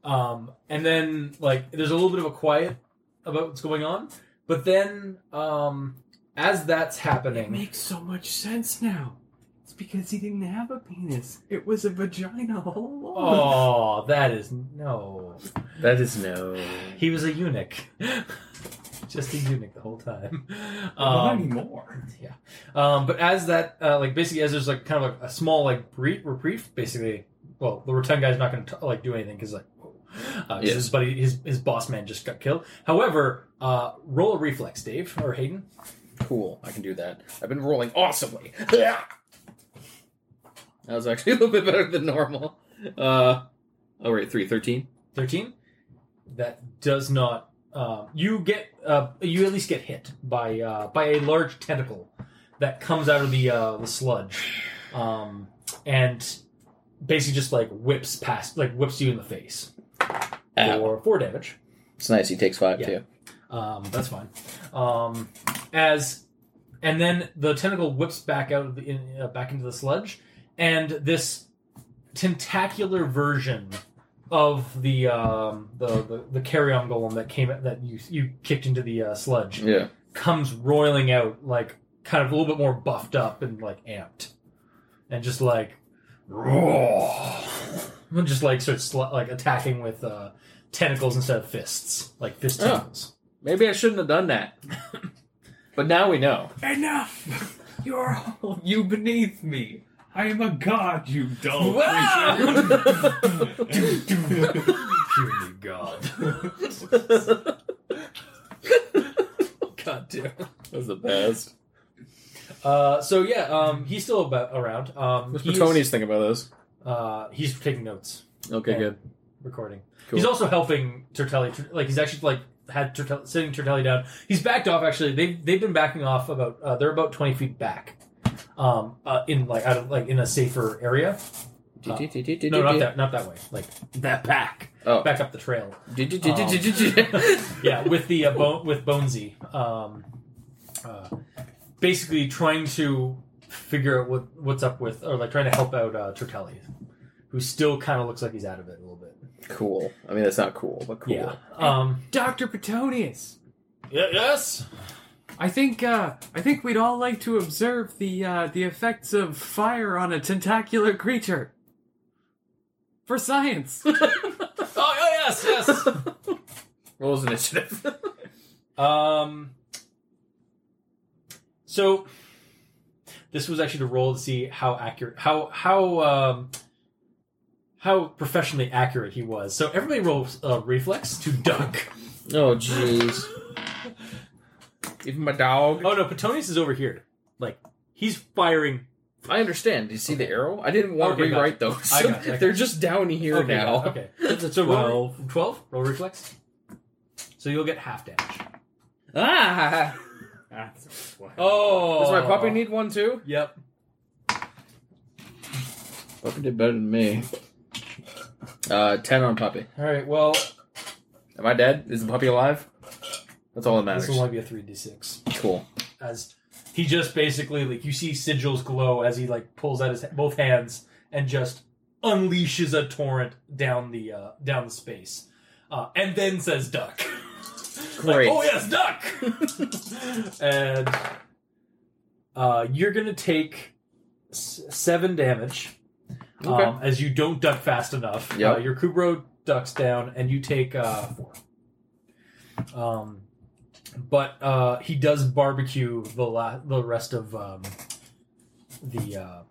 S2: Um, and then like there's a little bit of a quiet about what's going on, but then um, as that's happening,
S6: Makes so much sense now. It's because he didn't have a penis. It was a vagina all along.
S2: oh, that is no.
S3: that is no.
S2: He was a eunuch, just a eunuch the whole time.
S7: Not
S2: Um,
S7: anymore.
S2: um, but as that uh, like basically as there's like kind of a, a small like brief reprieve, basically, well, the return guy's not going to like do anything because like. whoa. Uh, 'cause
S3: Yes.
S2: his buddy, his his boss man just got killed. However, uh, roll a reflex, Dave or Hayden.
S5: Cool, I can do that. I've been rolling awesomely. that was actually a little bit better than normal. Uh, oh wait, three thirteen.
S2: Thirteen. That does not. Uh, you get. Uh, you at least get hit by uh, by a large tentacle that comes out of the uh, the sludge, um, and basically just like whips past, like whips you in the face
S5: Ow.
S2: for four damage.
S5: Ah. It's nice. He takes five
S2: Yeah.
S5: too.
S2: Um, that's fine. Um, as and then the tentacle whips back out of the, in, uh, back into the sludge, and this tentacular version of the um, the, the the carrion golem that came that you you kicked into the uh, sludge
S5: Yeah.
S2: comes roiling out like kind of a little bit more buffed up and like amped and just like roar and just like starts sl- like attacking with uh, tentacles instead of fists like fist
S5: Oh.
S2: tentacles.
S5: Maybe I shouldn't have done that. but now we know.
S7: Enough! You're all you beneath me. I am a god, you dull creature.
S2: Purely God. God damn.
S5: That's the best.
S2: Uh, so yeah, um, he's still about around. Um,
S5: What's
S2: he's,
S5: Tony's think about this?
S2: uh, he's taking notes.
S5: Okay,
S2: Yeah.
S5: good.
S2: recording.
S3: Cool.
S2: He's also helping Tertelli. Tr- Like he's actually like had Tertelli, sitting Tertelli down. He's backed off. Actually, they they've been backing off about. Uh, they're about twenty feet back, um, uh, in like out of like in a safer area. Uh, no, not that not that way. Like that back.
S3: Oh.
S2: Back up the trail.
S3: that.
S2: yeah, with the uh, bo- with Bonesy, um, uh, basically trying to figure out what what's up with, or like trying to help out uh, Tertelli, who still kind of looks like he's out of it a little bit.
S3: Cool. I mean, that's not cool, but cool.
S2: Yeah. Um.
S6: Dr. Petonius,
S2: yes.
S6: I think uh, I think we'd all like to observe the uh, the effects of fire on a tentacular creature for science.
S2: Oh, oh yes, yes.
S3: Rolls initiative.
S2: um. So, this was actually to roll to see how accurate, how how um, how professionally accurate he was. So everybody rolls uh, reflex to duck.
S3: oh, jeez. Even my dog.
S2: Oh no, Petonius is over here. Like he's firing.
S3: I understand. Do you see the arrow? I didn't want
S2: Okay,
S3: to rewrite those.
S2: I got you, I got
S3: They're just down here
S2: okay,
S3: now.
S2: okay. So roll twelve. Roll reflex. So you'll get half damage.
S3: Ah!
S2: Oh,
S3: Does my puppy need one too?
S2: Yep.
S3: Puppy did better than me. Uh, 10 on puppy.
S2: All right. Well,
S3: Am I dead? Is the puppy alive? That's all that
S2: this
S3: matters.
S2: will only be a three d six.
S3: Cool.
S2: As he just basically like you see sigils glow as he like pulls out his both hands and just unleashes a torrent down the uh, down the space, uh, and then says duck.
S3: Great.
S2: Oh yes, duck. and uh, you're gonna take s- seven damage um,
S3: Okay.
S2: as you don't duck fast enough.
S3: Yep.
S2: Uh, your Kubro ducks down, and you take uh, four. Um, but uh, he does barbecue the la- the rest of um, the uh,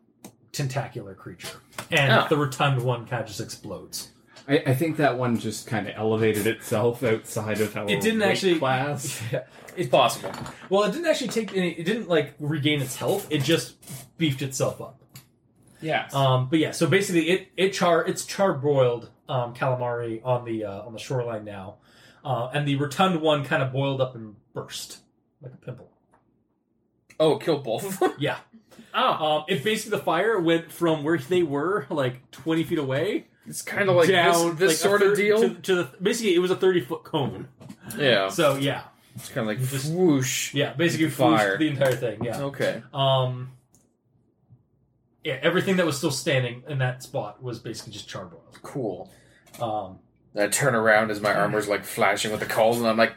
S2: tentacular creature, and
S3: Oh.
S2: the rotund one kind of just explodes.
S7: I, I think that one just kind of elevated itself outside of our
S2: It didn't
S7: weight
S2: actually-
S7: class.
S2: Oh, It's possible. Well, it didn't actually take any. It didn't like regain its health. It just beefed itself up.
S7: Yeah.
S2: Um, but yeah, so basically, it it char it's charbroiled um, calamari on the uh, on the shoreline now, uh, and the rotund one kind of boiled up and burst like a pimple.
S3: Oh, kill both of them.
S2: Yeah.
S3: Oh.
S2: Um, it basically the fire went from where they were like twenty feet away
S3: It's kind of like
S2: down
S3: this, this
S2: like, a
S3: sort of
S2: thir-
S3: deal.
S2: to, to the basically it was a thirty foot cone.
S3: Yeah.
S2: So yeah,
S3: It's kind of like
S2: Just-
S3: whoosh.
S2: yeah, basically
S3: Fire. Oh.
S2: fire the entire thing. Yeah.
S3: Okay.
S2: Um, yeah, everything that was still standing in that spot was basically just charbroiled.
S3: Cool.
S2: Um,
S3: I turn around as my armor's like flashing with the calls, and I'm like,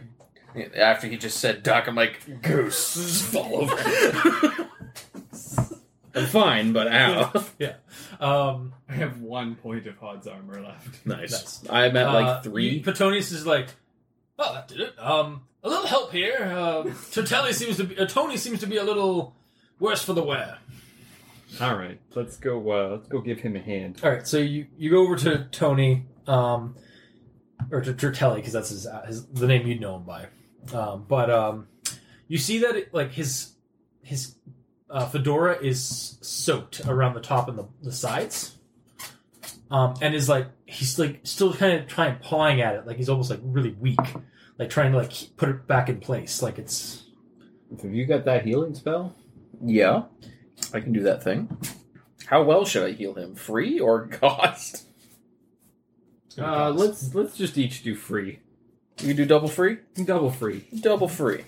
S3: after he just said duck, I'm like, goose, just fall over. I'm fine, but ow.
S2: um,
S7: I have one point of Hod's armor left.
S3: Nice. I'm at
S2: Uh,
S3: like three.
S2: you- Petonius is like, oh, that did it. Um, a little help here. Uh, Tertelli seems to be, uh, Tony seems to be a little worse for the wear.
S7: All right, let's go. Uh, let's go give him a hand.
S2: All right, so you you go over to Tony, um, or to Tertelli because that's his, his the name you'd know him by. Um, but um, you see that it, like his his uh, fedora is soaked around the top and the, the sides, um, and is like he's like still kind of trying pawing at it, like he's almost like really weak, like trying to like put it back in place, like it's
S7: Have you got that healing spell?
S3: yeah, I can do that thing. How well should I heal him? Free or cost?
S7: Uh, let's let's just each do free,
S3: You can do double free.
S7: double free.
S3: Double free.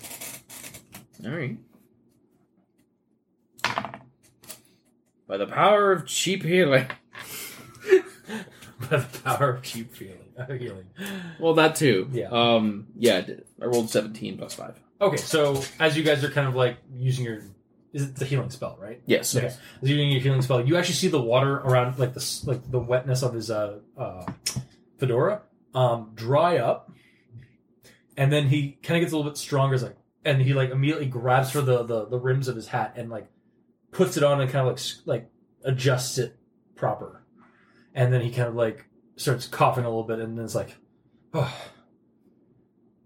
S3: All right. By the power of cheap healing.
S2: by the power of cheap feeling uh, healing.
S3: Well, that too.
S2: Yeah.
S3: Um. Yeah. I, did. I rolled seventeen plus five.
S2: Okay, so as you guys are kind of like using your, is it the healing spell, right?
S3: Yes.
S2: Okay. As you're doing your healing spell, you actually see the water around, like the s- like the wetness of his uh, uh, fedora, um, dry up, and then he kind of gets a little bit stronger. He's like, and he like immediately grabs for the, the the rims of his hat and like puts it on and kind of like s- like adjusts it proper, and then he kind of like starts coughing a little bit and then it's like, oh,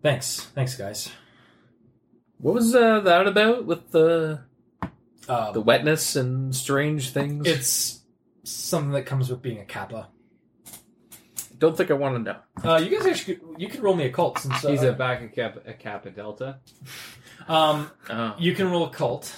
S2: thanks, thanks guys.
S3: What was uh, that about with the
S2: Um,
S3: the wetness and strange things?
S2: it's something that comes with being a kappa.
S3: Don't think I want to know.
S2: Uh, you guys actually could, you could roll me a cult since uh,
S4: He's a back a cap a kappa delta.
S2: um
S7: Uh-huh.
S3: Uh,
S2: you can roll a cult.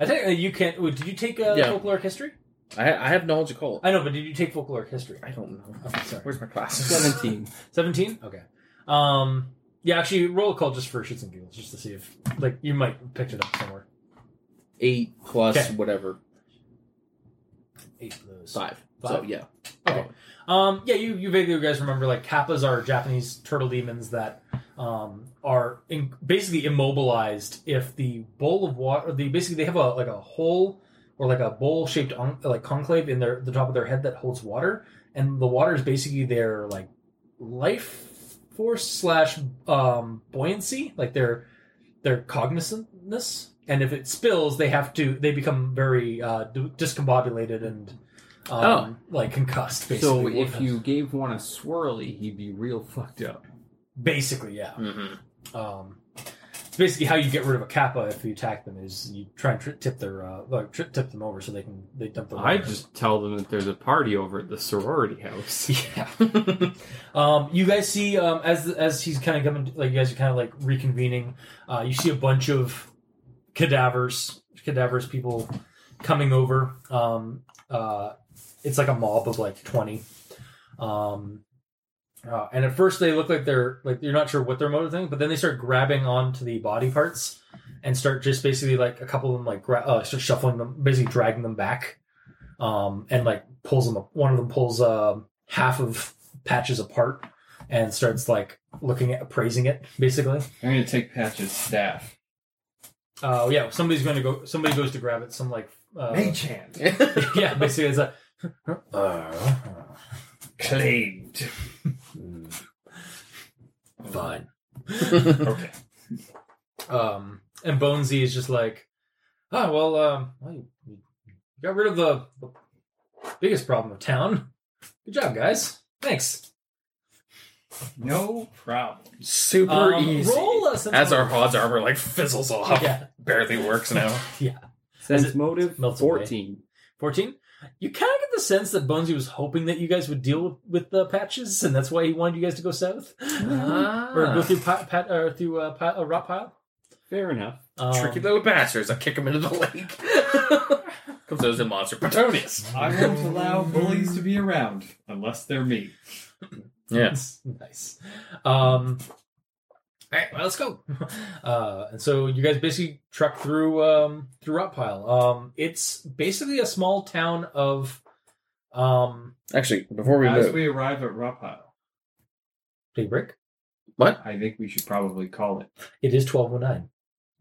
S2: I think uh, you can. Wait, did you take uh,
S3: Yeah.
S2: folkloric history?
S3: I, I have knowledge of cult.
S2: I know, but did you take folkloric history?
S3: I don't know.
S2: Okay, sorry.
S3: Where's my classes?
S7: Seventeen.
S2: 17 okay um yeah actually roll a call just for shits and giggles just to see if like you might have picked it up somewhere
S3: Eight plus
S2: Okay.
S3: whatever.
S2: eight of those
S3: Five. So
S2: Five?
S3: yeah.
S2: Okay. um yeah you, you vaguely guys remember like kappas are japanese turtle demons that um are in, basically immobilized if the bowl of water the basically they have a like a hole or like a bowl shaped on, like conclave in their the top of their head that holds water and the water is basically their like life force slash um buoyancy like their their cognizantness, and if it spills, they have to they become very uh, d- discombobulated and um, like concussed. Basically,
S7: So if you gave one a swirly, he'd be real fucked up.
S2: basically yeah,
S3: Mm-hmm.
S2: um, it's basically how you get rid of a kappa if you attack them is you try and tri- tip their uh, like tri- tip them over so they can they dump their.
S6: I
S2: water.
S6: just tell them that there's a party over at the sorority house.
S2: Yeah. um, you guys see um, as as he's kind of coming, like you guys are kind of like reconvening. Uh, you see a bunch of cadavers, cadavers people coming over. Um, uh, it's like a mob of like twenty. Um, uh, and at first they look like they're like you're not sure what their motive thing, but then they start grabbing onto the body parts and start just basically like a couple of them like gra- uh, start shuffling them, basically dragging them back, um, and like pulls them up. One of them pulls um half of patches apart and starts like looking at appraising it basically.
S7: I'm gonna take Patch's staff.
S2: Uh, yeah, somebody's going to go. Somebody goes to grab it. Some like uh,
S7: Mage hand.
S2: yeah, basically it's uh, a.
S7: Claimed.
S2: Fine.
S7: Okay.
S2: Um, and Bonesy is just like, ah, well, um, well, you, you got rid of the, the biggest problem of town. Good job, guys. Thanks.
S7: No problem.
S3: Super
S2: Um,
S3: easy.
S2: Roll us
S3: As our Hod's armor like fizzles off,
S2: Yeah.
S3: barely works now.
S2: Is
S6: Sense
S2: it-
S6: motive
S2: melts away.
S6: fourteen.
S2: 14. You kind of get the sense that Bonesy was hoping that you guys would deal with, with the patches, and that's why he wanted you guys to go south
S6: Ah.
S2: or go through pat, pat or through uh, pat, uh, rock pile.
S6: Fair enough.
S2: Um,
S3: Tricky little bastards. I kick him into the lake. Comes out as a monster Patronus.
S7: I won't allow bullies to be around unless they're me.
S3: Yes.
S2: nice. Um, all right, well, let's go. Uh, and so you guys basically truck through um, through Rock Pile. Um, it's basically a small town of. Um,
S3: Actually, before we
S7: As
S3: move,
S7: we arrive at Rapile,
S2: take a break.
S7: I think we should probably call it.
S2: It is twelve oh nine.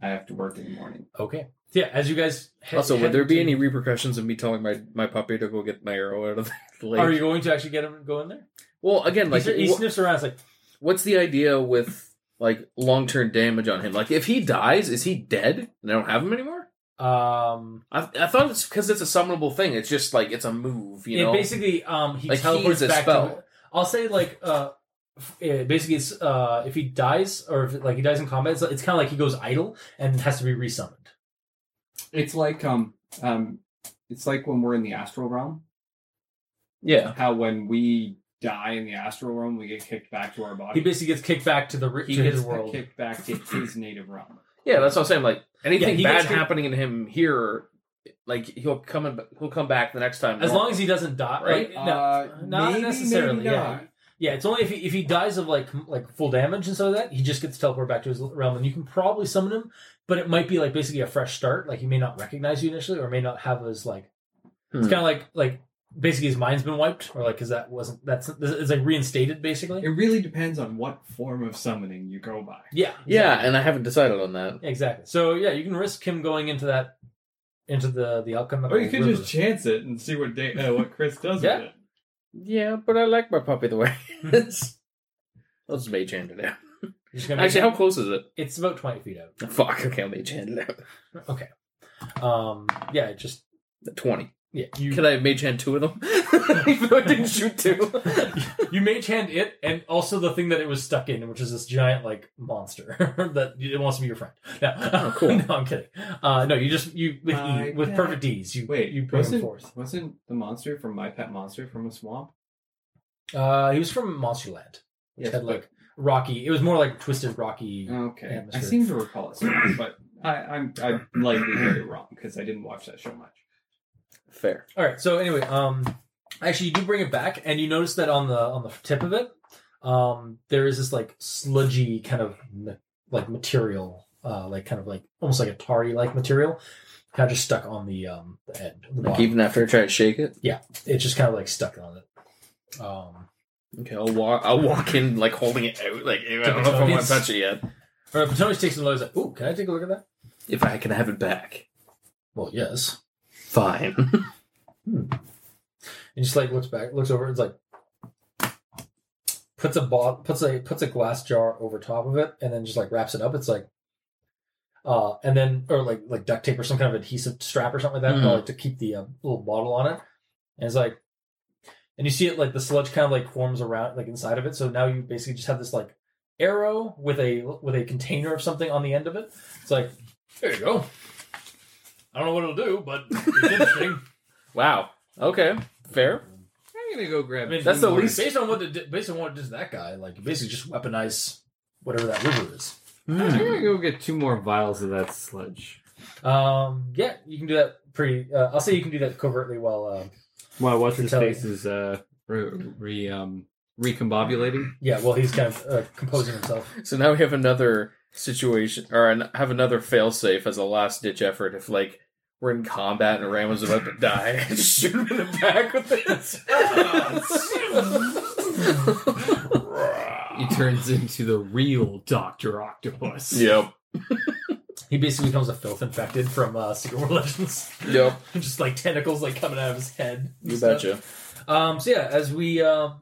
S7: I have to work in the morning.
S2: Okay. Yeah, as you guys. head-
S3: also, would
S2: head
S3: there be
S2: to-
S3: any repercussions of me telling my, my puppy to go get my arrow out of the lake?
S2: Are you going to actually get him to go in there?
S3: well, again, like
S2: he, he
S3: wha-
S2: sniffs around. It's like
S3: what's the idea with like long term damage on him? Like, if he dies, is he dead? And I don't have him anymore.
S2: um,
S3: I, I thought it's because it's a summonable thing. It's just like it's a move, you
S2: it
S3: know.
S2: basically um he
S3: Like, he
S2: teleports
S3: is a
S2: back to
S3: spell.
S2: I'll say like uh f- eh, basically it's uh if he dies or if like he dies in combat it's, it's kind of like he goes idle and has to be resummoned.
S7: It's like um um it's like when we're in the astral realm.
S3: yeah,
S7: How when we die in the astral realm we get kicked back to our
S2: He
S7: body.
S2: basically gets kicked back to the re- to his
S7: gets
S2: world.
S7: kicked back to his native realm.
S3: yeah. That's what I'm saying. Like anything
S2: he
S3: bad
S2: gets-
S3: happening in him here, like he'll come and he'll come back the next time.
S2: As long as he doesn't die,
S3: Right?
S2: like, no,
S7: Uh,
S2: not necessarily. yeah, yeah. It's only if he if he dies of like m- like full damage and so that he just gets teleported back to his realm, and you can probably summon him, but it might be like basically a fresh start. Like he may not recognize you initially, or may not have his like. It's
S3: Hmm.
S2: kind of like like basically his mind's been wiped, or like because that wasn't that's it's like reinstated
S7: It
S2: basically.
S7: really depends on what form of summoning you go by.
S2: Yeah,
S3: yeah, and I haven't decided on that.
S2: exactly. So yeah, you can risk him going into that into the the outcome.
S7: Or you could just chance it and see what day, uh, what Chris does
S2: Yeah.
S7: with it.
S3: Yeah, but I like my puppy the way it is. I'll just mage hand it out.
S2: just gonna
S3: Actually, how close is it?
S2: it's about twenty feet out.
S3: Fuck, okay, I'll mage hand it out.
S2: Um, yeah, it just
S3: 20.
S2: yeah, you
S3: Can I mage hand two of them? Even though I didn't shoot two.
S2: you mage hand it and also the thing that it was stuck in which is this giant like monster that it wants to be your friend no,
S3: Oh, cool.
S2: no i'm kidding uh, no you just you with,
S7: My
S2: e, with
S7: God.
S2: perfect ease you
S7: Wait,
S2: you bring him
S7: wasn't
S2: forth
S7: wasn't the monster from My Pet Monster from a swamp?
S2: Uh, he was from Monsterland, which
S3: Yes, Oh,
S2: had like rocky. It was more like twisted rocky.
S4: Okay,
S2: Yeah,
S4: I
S2: Mr.
S4: seem to recall it, somewhere, but I, I'm I'm likely very wrong because I didn't watch that show much.
S3: Fair.
S2: All right. So anyway, um, actually, you do bring it back, and you notice that on the on the tip of it, um, there is this like sludgy kind of ma- like material, uh, like kind of like almost like a tarry like material, kind of just stuck on the um the end. The
S3: Like
S2: bottom.
S3: even after I try to shake it.
S2: It's just kind of like stuck on it. Um,
S3: Okay, I'll walk. I'll walk in like holding it out. Like I don't know if I want to touch it yet.
S2: all right. Patonius takes and looks like, "Ooh, can I take a look at that?"
S3: If I can have it back,
S2: Well, yes.
S3: fine.
S2: And just like looks back, looks over. It's like puts a bot, puts a puts a glass jar over top of it, and then just like wraps it up. It's like, uh, and then or like like duct tape or some kind of adhesive strap or something like that,
S3: Mhm.
S2: like to keep the uh, little bottle on it. And it's like, and you see it like the sludge kind of like forms around like inside of it. So now you basically just have this like arrow with a with a container of something on the end of it. It's like, there you go. I don't know what it'll do, but it's interesting.
S3: wow. Okay. Fair.
S19: I'm gonna go grab.
S2: I mean,
S3: That's the least-
S2: Based on what the, based on what it does to that guy, like you basically just weaponize whatever that river is.
S3: Hmm.
S6: I'm gonna go get two more vials of that sludge.
S2: Um, yeah, you can do that pretty. Uh, I'll say you can do that covertly while. Uh,
S6: Well, what's
S2: his
S6: his
S2: Fatality. face
S6: face is uh re, um recombobulating.
S2: yeah, well, he's kind of uh, composing himself.
S3: So now we have another situation, or an, have another failsafe as a last ditch effort. If like we're in combat and Ram was about to die, just shoot him in the back with this.
S6: He turns into the real Doctor Octopus.
S3: yep.
S2: He basically becomes a filth infected from uh, Secret World Legends,
S3: Yep.
S2: just like tentacles like coming out of his head. and
S3: You
S2: stuff.
S3: betcha.
S2: Um, so yeah, as we um,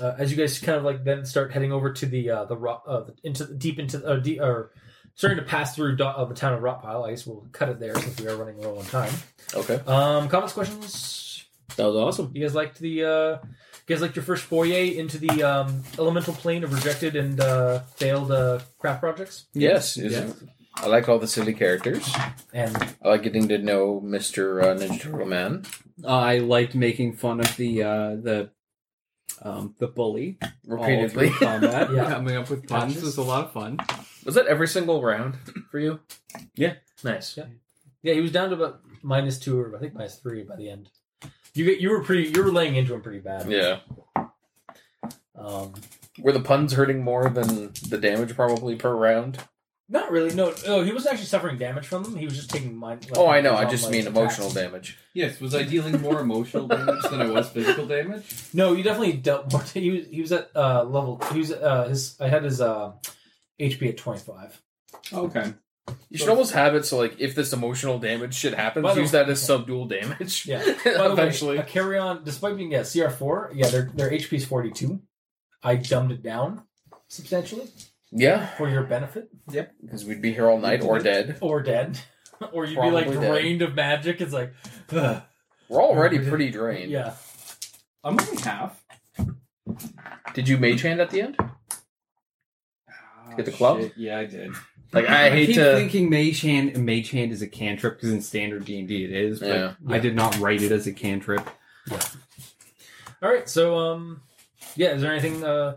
S2: uh, as you guys kind of like then start heading over to the uh, the rock uh, into the, deep into uh, de- or starting to pass through do- uh, the town of Rockpile. I guess we'll cut it there since we are running low on time.
S3: Okay.
S2: Um, comments, questions.
S3: That was awesome.
S2: You guys liked the uh, you guys liked your first foyer into the um, elemental plane of rejected and uh, failed uh, craft projects
S3: Yes. is- I like all the silly characters.
S2: and
S3: I like getting to know Mr. Uh, Ninja Turtle Man.
S6: I liked making fun of the uh the um the bully all
S3: Repeatedly.
S6: through combat.
S2: Yeah.
S6: Coming up with puns was a lot of fun.
S3: Was that every single round for you?
S6: Yeah.
S3: Nice.
S2: Yeah. yeah, he was down to about minus two or I think minus three by the end. You you were pretty you were laying into him pretty bad.
S3: Yeah.
S2: Um,
S3: Were the puns hurting more than the damage probably per round?
S2: Not really. No, no. He wasn't actually suffering damage from them. He was just taking mind. like,
S3: Oh, I know. I
S2: from,
S3: just
S2: like,
S3: mean
S2: attacks.
S3: emotional damage.
S4: Yes, was I dealing more emotional damage than I was physical damage?
S2: No, you definitely dealt more. He was he was at uh, level. He was uh, his. I had his uh, HP at twenty five.
S4: Okay.
S3: You should almost have it so, like, if this emotional damage shit
S2: By
S3: happens,
S2: the
S3: use
S2: way-
S3: that as subdual damage.
S2: Yeah. By the
S3: Eventually.
S2: way, a carry on. Despite being at CR four, yeah, their their HP is forty two. I dumbed it down substantially
S3: Yeah,
S2: for your benefit,
S3: because we'd be here all night or dead.
S2: or dead, or you'd be like
S3: Probably dead.
S2: drained of magic. It's like, ugh,
S3: We're already pretty drained.
S2: yeah.
S4: I'm only half.
S3: Did you mage hand at the end? Get the
S4: Ah,
S3: club?
S4: shit, Yeah, I did.
S3: Like, I
S6: I
S3: hate
S6: keep
S3: to.
S6: thinking mage hand and mage hand is a cantrip because in standard D and D it is, but
S3: Yeah.
S6: I did not write it as a cantrip.
S2: All right. So um, yeah. Is there anything uh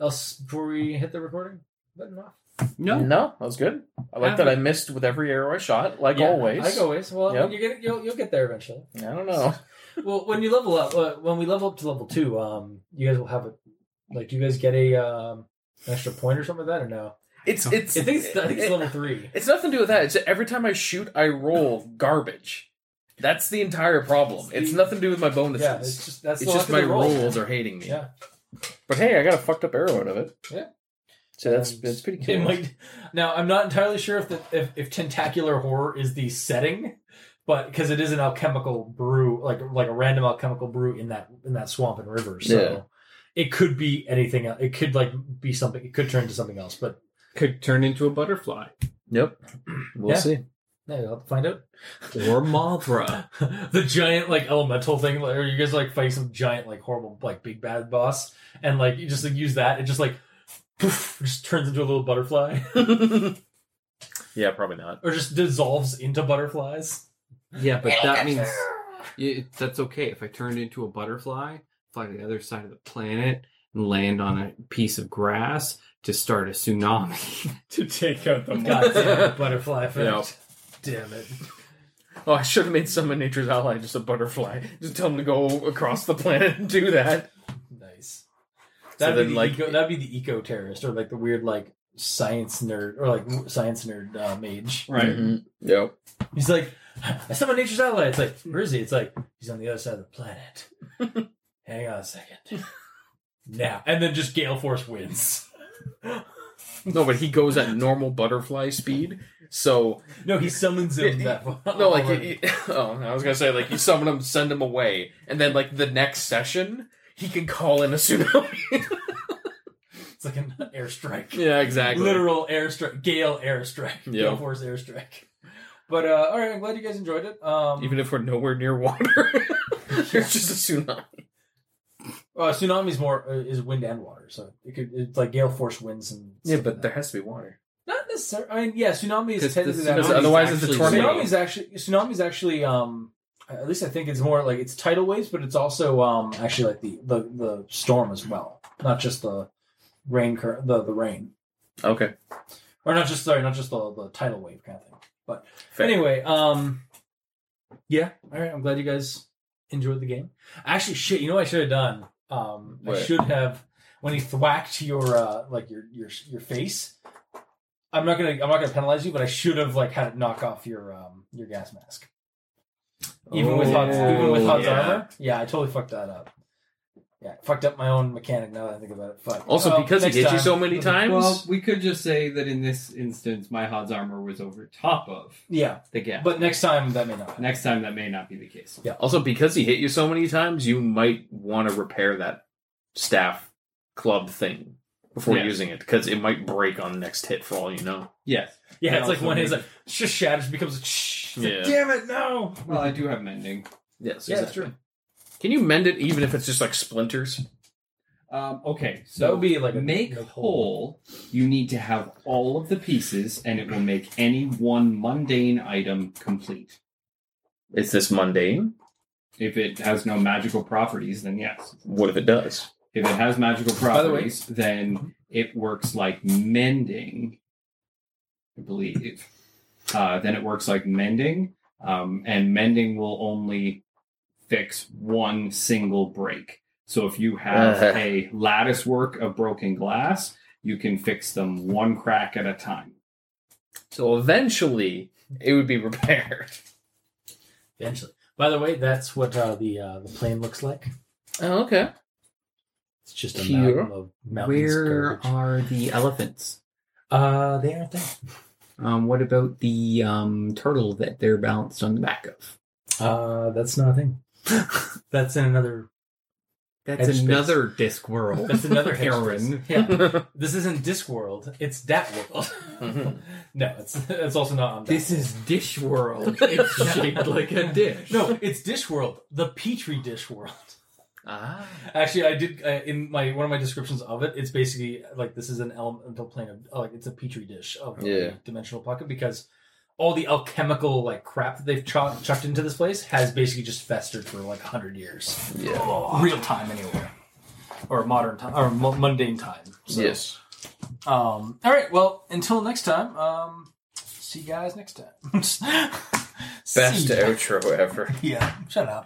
S2: else before we hit the recording button off?
S6: No,
S3: No, that was good. I like that I missed with every arrow I shot, like
S2: Yeah,
S3: always.
S2: Like always. Well,
S3: Yep.
S2: you get you'll you'll get there eventually.
S3: I don't know.
S2: Well, when you level up, uh, when we level up to level two, um, you guys will have a like. Do you guys get a um an extra point or something like that or no?
S3: It's it's
S2: I think it's, I think it's
S3: it-
S2: level three.
S3: it's nothing to do with that. It's that every time I shoot, I roll garbage. That's the entire problem. It's nothing to do with my bonuses.
S2: Yeah,
S3: it's
S2: it's just
S3: just,
S2: that's the luck of
S3: my
S2: the roll.
S3: rolls are hating me.
S2: Yeah.
S3: But hey, I got a fucked up arrow out of it.
S2: Yeah.
S3: So that's
S2: Um,
S3: that's pretty
S2: It
S3: cool.
S2: might- now I'm not entirely sure if the if, if tentacular horror is the setting, but because it is an alchemical brew, like like a random alchemical brew in that in that swamp and river, so
S3: Yeah.
S2: it could be anything. el- It could like be something. It could turn into something else, but
S6: could turn into a butterfly
S3: Yep. We'll
S2: Yeah.
S3: see.
S2: yeah, you'll have to find out.
S6: or Mothra.
S2: the giant like elemental thing like, or you guys like fighting some giant like horrible like big bad boss and like you just like use that it just like poof, just turns into a little butterfly
S3: Yeah, probably not.
S2: or just dissolves into butterflies
S6: yeah, but that means yeah, it- that's okay. If I turned into a butterfly, fly to the other side of the planet and land on a piece of grass to start a tsunami.
S3: to take out the
S2: Goddamn butterfly effect. Damn it.
S3: Oh, I should have made Summon Nature's Ally just a butterfly. Just tell him to go across the planet and do that.
S2: Nice.
S3: So
S2: That'd
S3: then,
S2: be the
S3: like-
S2: eco, that'd be the eco terrorist or like the weird like science nerd or like w- science nerd uh, mage.
S3: Right. Mm-hmm. Yep.
S2: He's like, I summon nature's ally. It's like, where is he? It's like he's on the other side of the planet. Hang on a second. Now and then just gale force winds.
S3: No, but he goes at normal butterfly speed. So
S2: No, he summons him. that
S3: no, like he- he- oh, I was gonna say like you summon him, send him away, and then like the next session he can call in a tsunami.
S2: it's like an airstrike.
S3: yeah, exactly.
S2: literal airstrike, gale airstrike,
S3: Yeah.
S2: gale force airstrike. But uh, all right, I'm glad you guys enjoyed it. Um,
S3: Even if we're nowhere near water, it's just a tsunami.
S2: uh, tsunami's more uh, is wind and water, so it could it's like gale force winds and
S3: Yeah, but there has to be water.
S2: not necessarily. I mean, yeah, tsunami is
S6: 'Cause the
S2: tended to that.
S3: Because
S6: tsunami's
S3: otherwise it's a
S6: actually-
S3: tornado.
S2: Tsunami is actually tsunami is actually um at least I think it's more like it's tidal waves, but it's also um actually like the the, the storm as well, not just the rain cur- the the rain
S3: Okay.
S2: or not just sorry not just the the tidal wave kind of thing. But
S3: Fair.
S2: anyway, um, yeah, all right. I'm glad you guys enjoyed the game. Actually, shit, you know what I should have done? Um, I
S3: What?
S2: should have when he thwacked your uh like your your your face. I'm not gonna I'm not gonna penalize you, but I should have like had it knock off your um your gas mask. Even with Hud's, even with Hud's
S3: yeah.
S2: armor, yeah, I totally fucked that up. Yeah, fucked up my own mechanic. Now that I think about it, fuck.
S3: Also,
S2: Well,
S3: because he
S2: next
S3: hit you
S2: time.
S3: so many times,
S4: Well, we could just say that in this instance, my Hod's armor was over top of
S2: yeah,
S4: the gap.
S2: but next time that may not. happen.
S4: Next time, that may not be the case.
S3: Also, because he hit you so many times, you might want to repair that staff club thing before
S4: Yeah.
S3: using it because it might break on the next hit for all you know.
S4: Yes.
S2: Yeah,
S4: And
S2: it's like
S4: also
S2: one
S4: me.
S2: is like just shatters, becomes a shh. It's like,
S3: Yeah.
S2: Damn it, no.
S4: Well, I do have mending.
S3: Yes,
S2: Yeah, that's true.
S3: Can you mend it even if it's just like splinters?
S4: Um, okay, so
S2: That would be like a
S4: make
S2: make
S4: whole. You need to have all of the pieces, and it will make any one mundane item complete.
S3: Is this mundane?
S4: If it has no magical properties, then yes.
S3: What if it does?
S4: If it has magical
S2: the way-
S4: properties, then it works like mending. I believe. Uh, then it works like mending, um, and mending will only fix one single break. So if you have
S2: Uh.
S3: Uh-huh.
S4: a lattice work of broken glass, you can fix them one crack at a time.
S3: So eventually, it would be repaired.
S2: Eventually. By the way, that's what uh, the uh, the plane looks like.
S3: Oh, okay.
S2: It's just a
S3: Here.
S2: mountain of mountains.
S6: Where
S2: curved.
S6: are the elephants?
S2: Uh, they aren't there.
S6: Um, what about the um, turtle that they're balanced on the back of?
S2: Uh, that's not a thing. that's in another.
S6: That's
S2: Headspace.
S6: another disc world.
S2: That's another
S6: Aaron.
S2: headspace. Yeah, this isn't Discworld. It's that world. no, it's it's also not on. That
S6: This
S2: world.
S6: is dish world. It's shaped like a dish.
S2: no, it's Dishworld, the Petri dish world.
S3: Ah.
S2: Actually, I did uh, in my one of my descriptions of it. It's basically like this is an elemental plane of like it's a petri dish of
S3: Yeah.
S2: dimensional pocket because all the alchemical like crap that they've chuck chucked into this place has basically just festered for like hundred years,
S3: Yeah.
S2: real time anyway, or modern time or mu- mundane time. So,
S3: Yes.
S2: Um. All right. Well, until next time. Um. See you guys next time. See
S3: Best
S2: ya.
S3: outro ever.
S2: Yeah. Shut up.